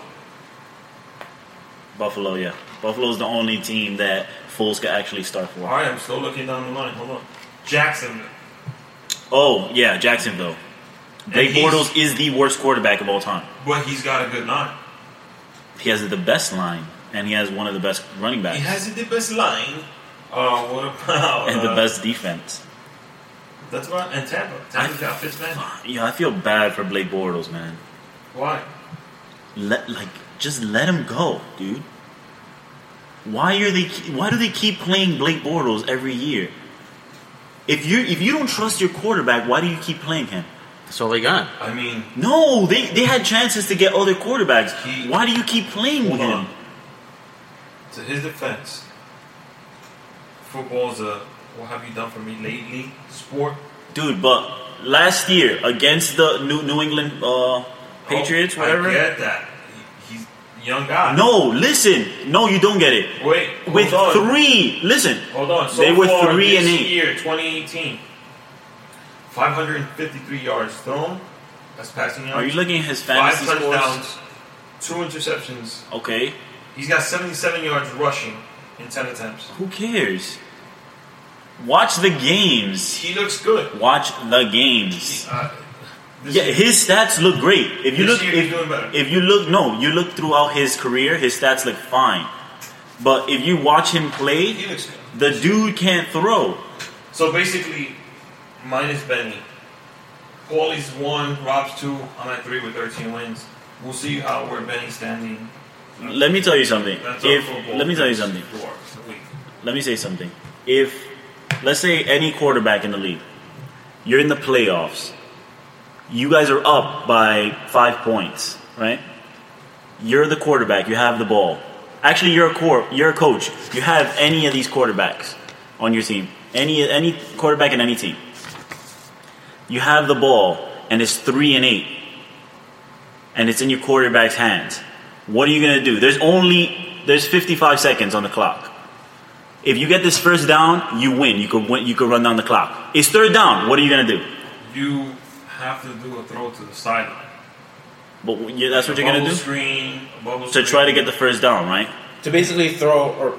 [SPEAKER 2] Buffalo, yeah. Buffalo's the only team that Foles could actually start
[SPEAKER 1] All
[SPEAKER 2] for.
[SPEAKER 1] right, I'm still looking down the line. Hold on. Jacksonville.
[SPEAKER 2] Oh, yeah, Jacksonville. Blake
[SPEAKER 1] he's-
[SPEAKER 2] Bortles is the worst quarterback of all time.
[SPEAKER 1] But he's got a good line.
[SPEAKER 2] He has the best line, and he has one of the best running
[SPEAKER 1] He
[SPEAKER 2] backs
[SPEAKER 1] has the best line. Uh, what about
[SPEAKER 2] and the
[SPEAKER 1] uh,
[SPEAKER 2] best defense.
[SPEAKER 1] That's why. And Tampa. Tampa's got Fitzmagic.
[SPEAKER 2] Yeah, I feel bad for Blake Bortles, man.
[SPEAKER 1] Why?
[SPEAKER 2] Let like just let him go, dude. Why are they? Why do they keep playing Blake Bortles every year? If you if you don't trust your quarterback, why do you keep playing him?
[SPEAKER 3] that's all they got.
[SPEAKER 1] I mean,
[SPEAKER 2] No, they, they had chances to get other quarterbacks.
[SPEAKER 1] He-
[SPEAKER 2] Why do you keep playing with
[SPEAKER 1] Hold on.
[SPEAKER 2] him?
[SPEAKER 1] to his defense, football's a what have you done for me lately sport. Oh,
[SPEAKER 2] Dude, but last year against the New, New England uh, Patriots,
[SPEAKER 1] Oh,
[SPEAKER 2] whatever.
[SPEAKER 1] I get that. He, he's a young guy.
[SPEAKER 2] No, listen. No, you don't get it.
[SPEAKER 1] Wait.
[SPEAKER 2] With
[SPEAKER 1] hold on.
[SPEAKER 2] three, listen.
[SPEAKER 1] Hold on. So
[SPEAKER 2] They were
[SPEAKER 1] far
[SPEAKER 2] three
[SPEAKER 1] this
[SPEAKER 2] and eight.
[SPEAKER 1] year, 2018. 553 yards thrown. That's passing yards.
[SPEAKER 2] Are you looking at his
[SPEAKER 1] Five
[SPEAKER 2] fantasy scores?
[SPEAKER 1] touchdowns, two interceptions.
[SPEAKER 2] Okay,
[SPEAKER 1] He's got 77 yards rushing in 10 attempts.
[SPEAKER 2] who cares? Watch the games.
[SPEAKER 1] He looks good.
[SPEAKER 2] Watch the games.
[SPEAKER 1] Uh, this
[SPEAKER 2] Yeah, his stats look great. If you
[SPEAKER 1] This
[SPEAKER 2] look,
[SPEAKER 1] year he's
[SPEAKER 2] if,
[SPEAKER 1] doing better.
[SPEAKER 2] if you look, no, you look throughout his career, his stats look fine. But if you watch him
[SPEAKER 1] he
[SPEAKER 2] play,
[SPEAKER 1] looks good.
[SPEAKER 2] the dude can't throw.
[SPEAKER 1] So basically, mine is Benny. Paulie's one, Rob's two. I'm at three with 13 wins. We'll see how where Benny's standing.
[SPEAKER 2] Let me tell you something.
[SPEAKER 1] That's our
[SPEAKER 2] If
[SPEAKER 1] football
[SPEAKER 2] let me tell you
[SPEAKER 1] picks
[SPEAKER 2] something.
[SPEAKER 1] for the week.
[SPEAKER 2] Let me say something. If let's say any quarterback in the league, you're in the playoffs. You guys are up by five points, right? You're the quarterback. You have the ball. Actually, you're a core. You're a coach. You have any of these quarterbacks on your team. Any any quarterback in any team. You have the ball, and it's three and eight, and it's in your quarterback's hands. What are you gonna do? There's only there's 55 seconds on the clock. If you get this first down, you win. You could win. You could run down the clock. It's third down. What are you gonna do?
[SPEAKER 1] You have to do a throw to the sideline.
[SPEAKER 2] But w- yeah, that's what you're
[SPEAKER 1] bubble
[SPEAKER 2] gonna do
[SPEAKER 1] Screen, a bubble
[SPEAKER 2] to
[SPEAKER 1] screen.
[SPEAKER 2] try to get the first down, right?
[SPEAKER 3] To basically throw or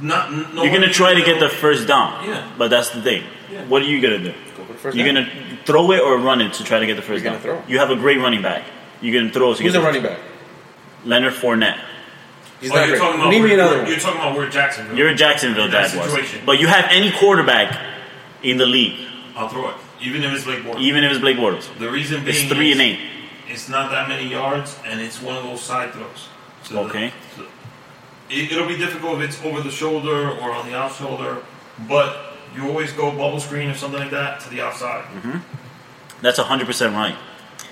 [SPEAKER 1] Not, n- no Oh,
[SPEAKER 2] You're gonna
[SPEAKER 1] one-
[SPEAKER 2] try to get the first down.
[SPEAKER 1] Yeah.
[SPEAKER 2] But that's the thing.
[SPEAKER 1] Yeah.
[SPEAKER 2] What are you gonna do?
[SPEAKER 3] go for the first
[SPEAKER 2] You're
[SPEAKER 3] down.
[SPEAKER 2] gonna throw it or run it to try to get the 1st
[SPEAKER 3] You're gonna
[SPEAKER 2] down.
[SPEAKER 3] throw.
[SPEAKER 2] You have a great running back. You're gonna throw it to
[SPEAKER 3] Who's
[SPEAKER 2] get
[SPEAKER 3] the
[SPEAKER 2] the-
[SPEAKER 3] running back?
[SPEAKER 2] Leonard Fournette.
[SPEAKER 3] He's
[SPEAKER 1] Oh,
[SPEAKER 3] not
[SPEAKER 1] you're talking
[SPEAKER 3] great.
[SPEAKER 1] about
[SPEAKER 3] Name me
[SPEAKER 1] where-
[SPEAKER 3] another
[SPEAKER 1] You're
[SPEAKER 3] one.
[SPEAKER 1] talking about where Jacksonville.
[SPEAKER 2] You're a Jacksonville
[SPEAKER 1] In that
[SPEAKER 2] Jaguars,
[SPEAKER 1] situation.
[SPEAKER 2] but you have any quarterback in the league,
[SPEAKER 1] I'll throw it, even if it's Blake Bortles.
[SPEAKER 2] even if it's Blake Bortles.
[SPEAKER 1] the reason being
[SPEAKER 2] It's
[SPEAKER 1] is
[SPEAKER 2] three and eight.
[SPEAKER 1] It's not that many yards, and it's one of those side throws. So the-
[SPEAKER 2] Okay.
[SPEAKER 1] so- it, it'll be difficult if it's over the shoulder or on the off shoulder, but You always go bubble screen or something like that to the outside.
[SPEAKER 2] Mm-hmm. That's 100% right.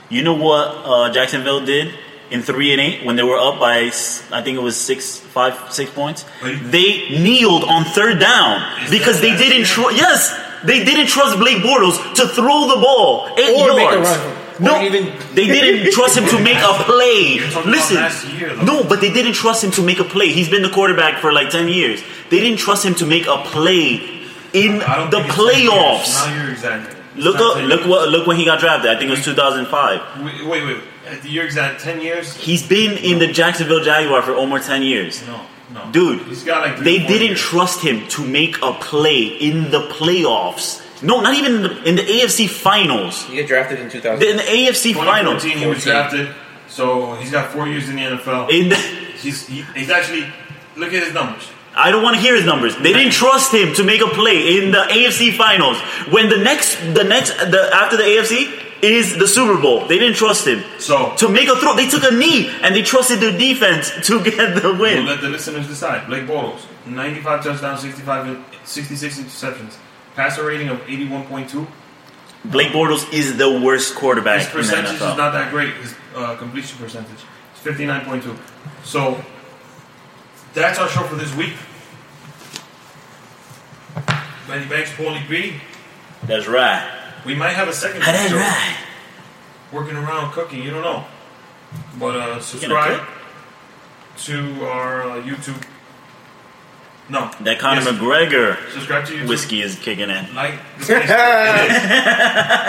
[SPEAKER 2] You know what uh, Jacksonville did in 3 and 8 when they were up by, s- I think it was six, five, six points?
[SPEAKER 1] Right.
[SPEAKER 2] They kneeled on third down
[SPEAKER 1] Is
[SPEAKER 2] because
[SPEAKER 1] that
[SPEAKER 2] they
[SPEAKER 1] last
[SPEAKER 2] didn't
[SPEAKER 1] year?
[SPEAKER 2] trust. Yes! They didn't trust Blake Bortles to throw the ball eight
[SPEAKER 3] Or make a
[SPEAKER 2] yards.
[SPEAKER 3] run.
[SPEAKER 2] No,
[SPEAKER 3] Or even-
[SPEAKER 2] they
[SPEAKER 3] *laughs*
[SPEAKER 2] didn't trust him to make a play.
[SPEAKER 1] You're talking
[SPEAKER 2] Listen,
[SPEAKER 1] about last year, though.
[SPEAKER 2] no, but they didn't trust him to make a play. He's been the quarterback for like ten years. They didn't trust him to make a play in
[SPEAKER 1] I don't
[SPEAKER 2] the
[SPEAKER 1] think it's ten years.
[SPEAKER 2] playoffs.
[SPEAKER 1] Now you're exaggerating. It's
[SPEAKER 2] Look
[SPEAKER 1] not
[SPEAKER 2] up,
[SPEAKER 1] ten
[SPEAKER 2] look
[SPEAKER 1] years.
[SPEAKER 2] what look when he got drafted. I think it
[SPEAKER 1] Mhm.
[SPEAKER 2] was 2005.
[SPEAKER 1] Wait, wait, wait. Uh, You're exact. Ten years?
[SPEAKER 2] He's been in the Jacksonville Jaguar for almost 10 years.
[SPEAKER 1] No, no,
[SPEAKER 2] Dude,
[SPEAKER 1] He's got like three
[SPEAKER 2] They
[SPEAKER 1] or four
[SPEAKER 2] didn't
[SPEAKER 1] years.
[SPEAKER 2] trust him to make a play in the playoffs. No, not even in the, in the AFC Finals.
[SPEAKER 3] You get drafted in 2000.
[SPEAKER 2] In the AFC Finals.
[SPEAKER 1] 2014, he was
[SPEAKER 3] 14.
[SPEAKER 1] drafted, so he's got four years in the NFL.
[SPEAKER 2] In the-
[SPEAKER 1] He's he, he's actually look at his numbers.
[SPEAKER 2] I don't want to hear his numbers. They didn't trust him to make a play in the AFC Finals. When the next, the next, the after the AFC is the Super Bowl, they didn't trust him
[SPEAKER 1] So
[SPEAKER 2] to make a throw. They took a knee and they trusted their defense to get the
[SPEAKER 1] we'll
[SPEAKER 2] win.
[SPEAKER 1] let the listeners decide. Blake Bortles, 95 touchdowns, 65 in- 66 interceptions, passer rating of 81.2.
[SPEAKER 2] Blake Bortles is the worst quarterback
[SPEAKER 1] His
[SPEAKER 2] in the
[SPEAKER 1] percentage is
[SPEAKER 2] NFL.
[SPEAKER 1] not that great. His uh, completion percentage, it's 59.2. So that's our show for this week. Many thanks, Paulie B.
[SPEAKER 2] That's right.
[SPEAKER 1] We might have a second
[SPEAKER 2] That's
[SPEAKER 1] show.
[SPEAKER 2] right.
[SPEAKER 1] working around cooking. You don't know. But uh,
[SPEAKER 2] You gonna
[SPEAKER 1] subscribe to our uh, YouTube. No.
[SPEAKER 2] That Conor
[SPEAKER 1] Yes,
[SPEAKER 2] McGregor
[SPEAKER 1] Subscribe to YouTube.
[SPEAKER 2] whiskey is kicking in.
[SPEAKER 1] Like the
[SPEAKER 2] *laughs*
[SPEAKER 1] Facebook.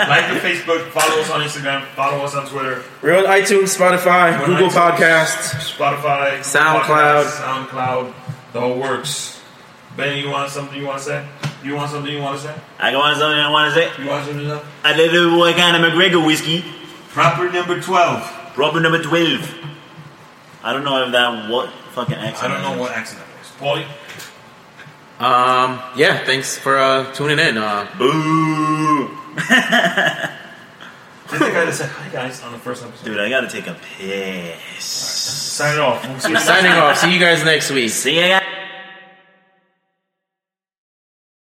[SPEAKER 1] like the Facebook. Follow us on Instagram. Follow us on Twitter.
[SPEAKER 3] We're on iTunes, Spotify,
[SPEAKER 1] We're on
[SPEAKER 3] Google
[SPEAKER 1] iTunes,
[SPEAKER 3] Podcasts.
[SPEAKER 1] Spotify,
[SPEAKER 3] SoundCloud.
[SPEAKER 1] Podcasts, SoundCloud, the whole works. Benny, you want something you want to say? You want something you want to say?
[SPEAKER 2] I want something I want to say.
[SPEAKER 1] You want something to say?
[SPEAKER 2] I love the boy Conor McGregor whiskey.
[SPEAKER 1] Proper number twelve.
[SPEAKER 2] Robert number 12. I don't know if that what fucking
[SPEAKER 1] I
[SPEAKER 2] accent
[SPEAKER 1] don't
[SPEAKER 2] that
[SPEAKER 1] know
[SPEAKER 2] is.
[SPEAKER 1] what accent that was. Paulie,
[SPEAKER 3] Um, yeah, thanks for uh, tuning in. Uh,
[SPEAKER 2] Boo!
[SPEAKER 1] this is the guy that said hi guys on the first episode.
[SPEAKER 2] Dude, I gotta take a piss.
[SPEAKER 1] Sign it off. We'll see you next
[SPEAKER 3] signing off. See you guys next week.
[SPEAKER 2] See ya, guys!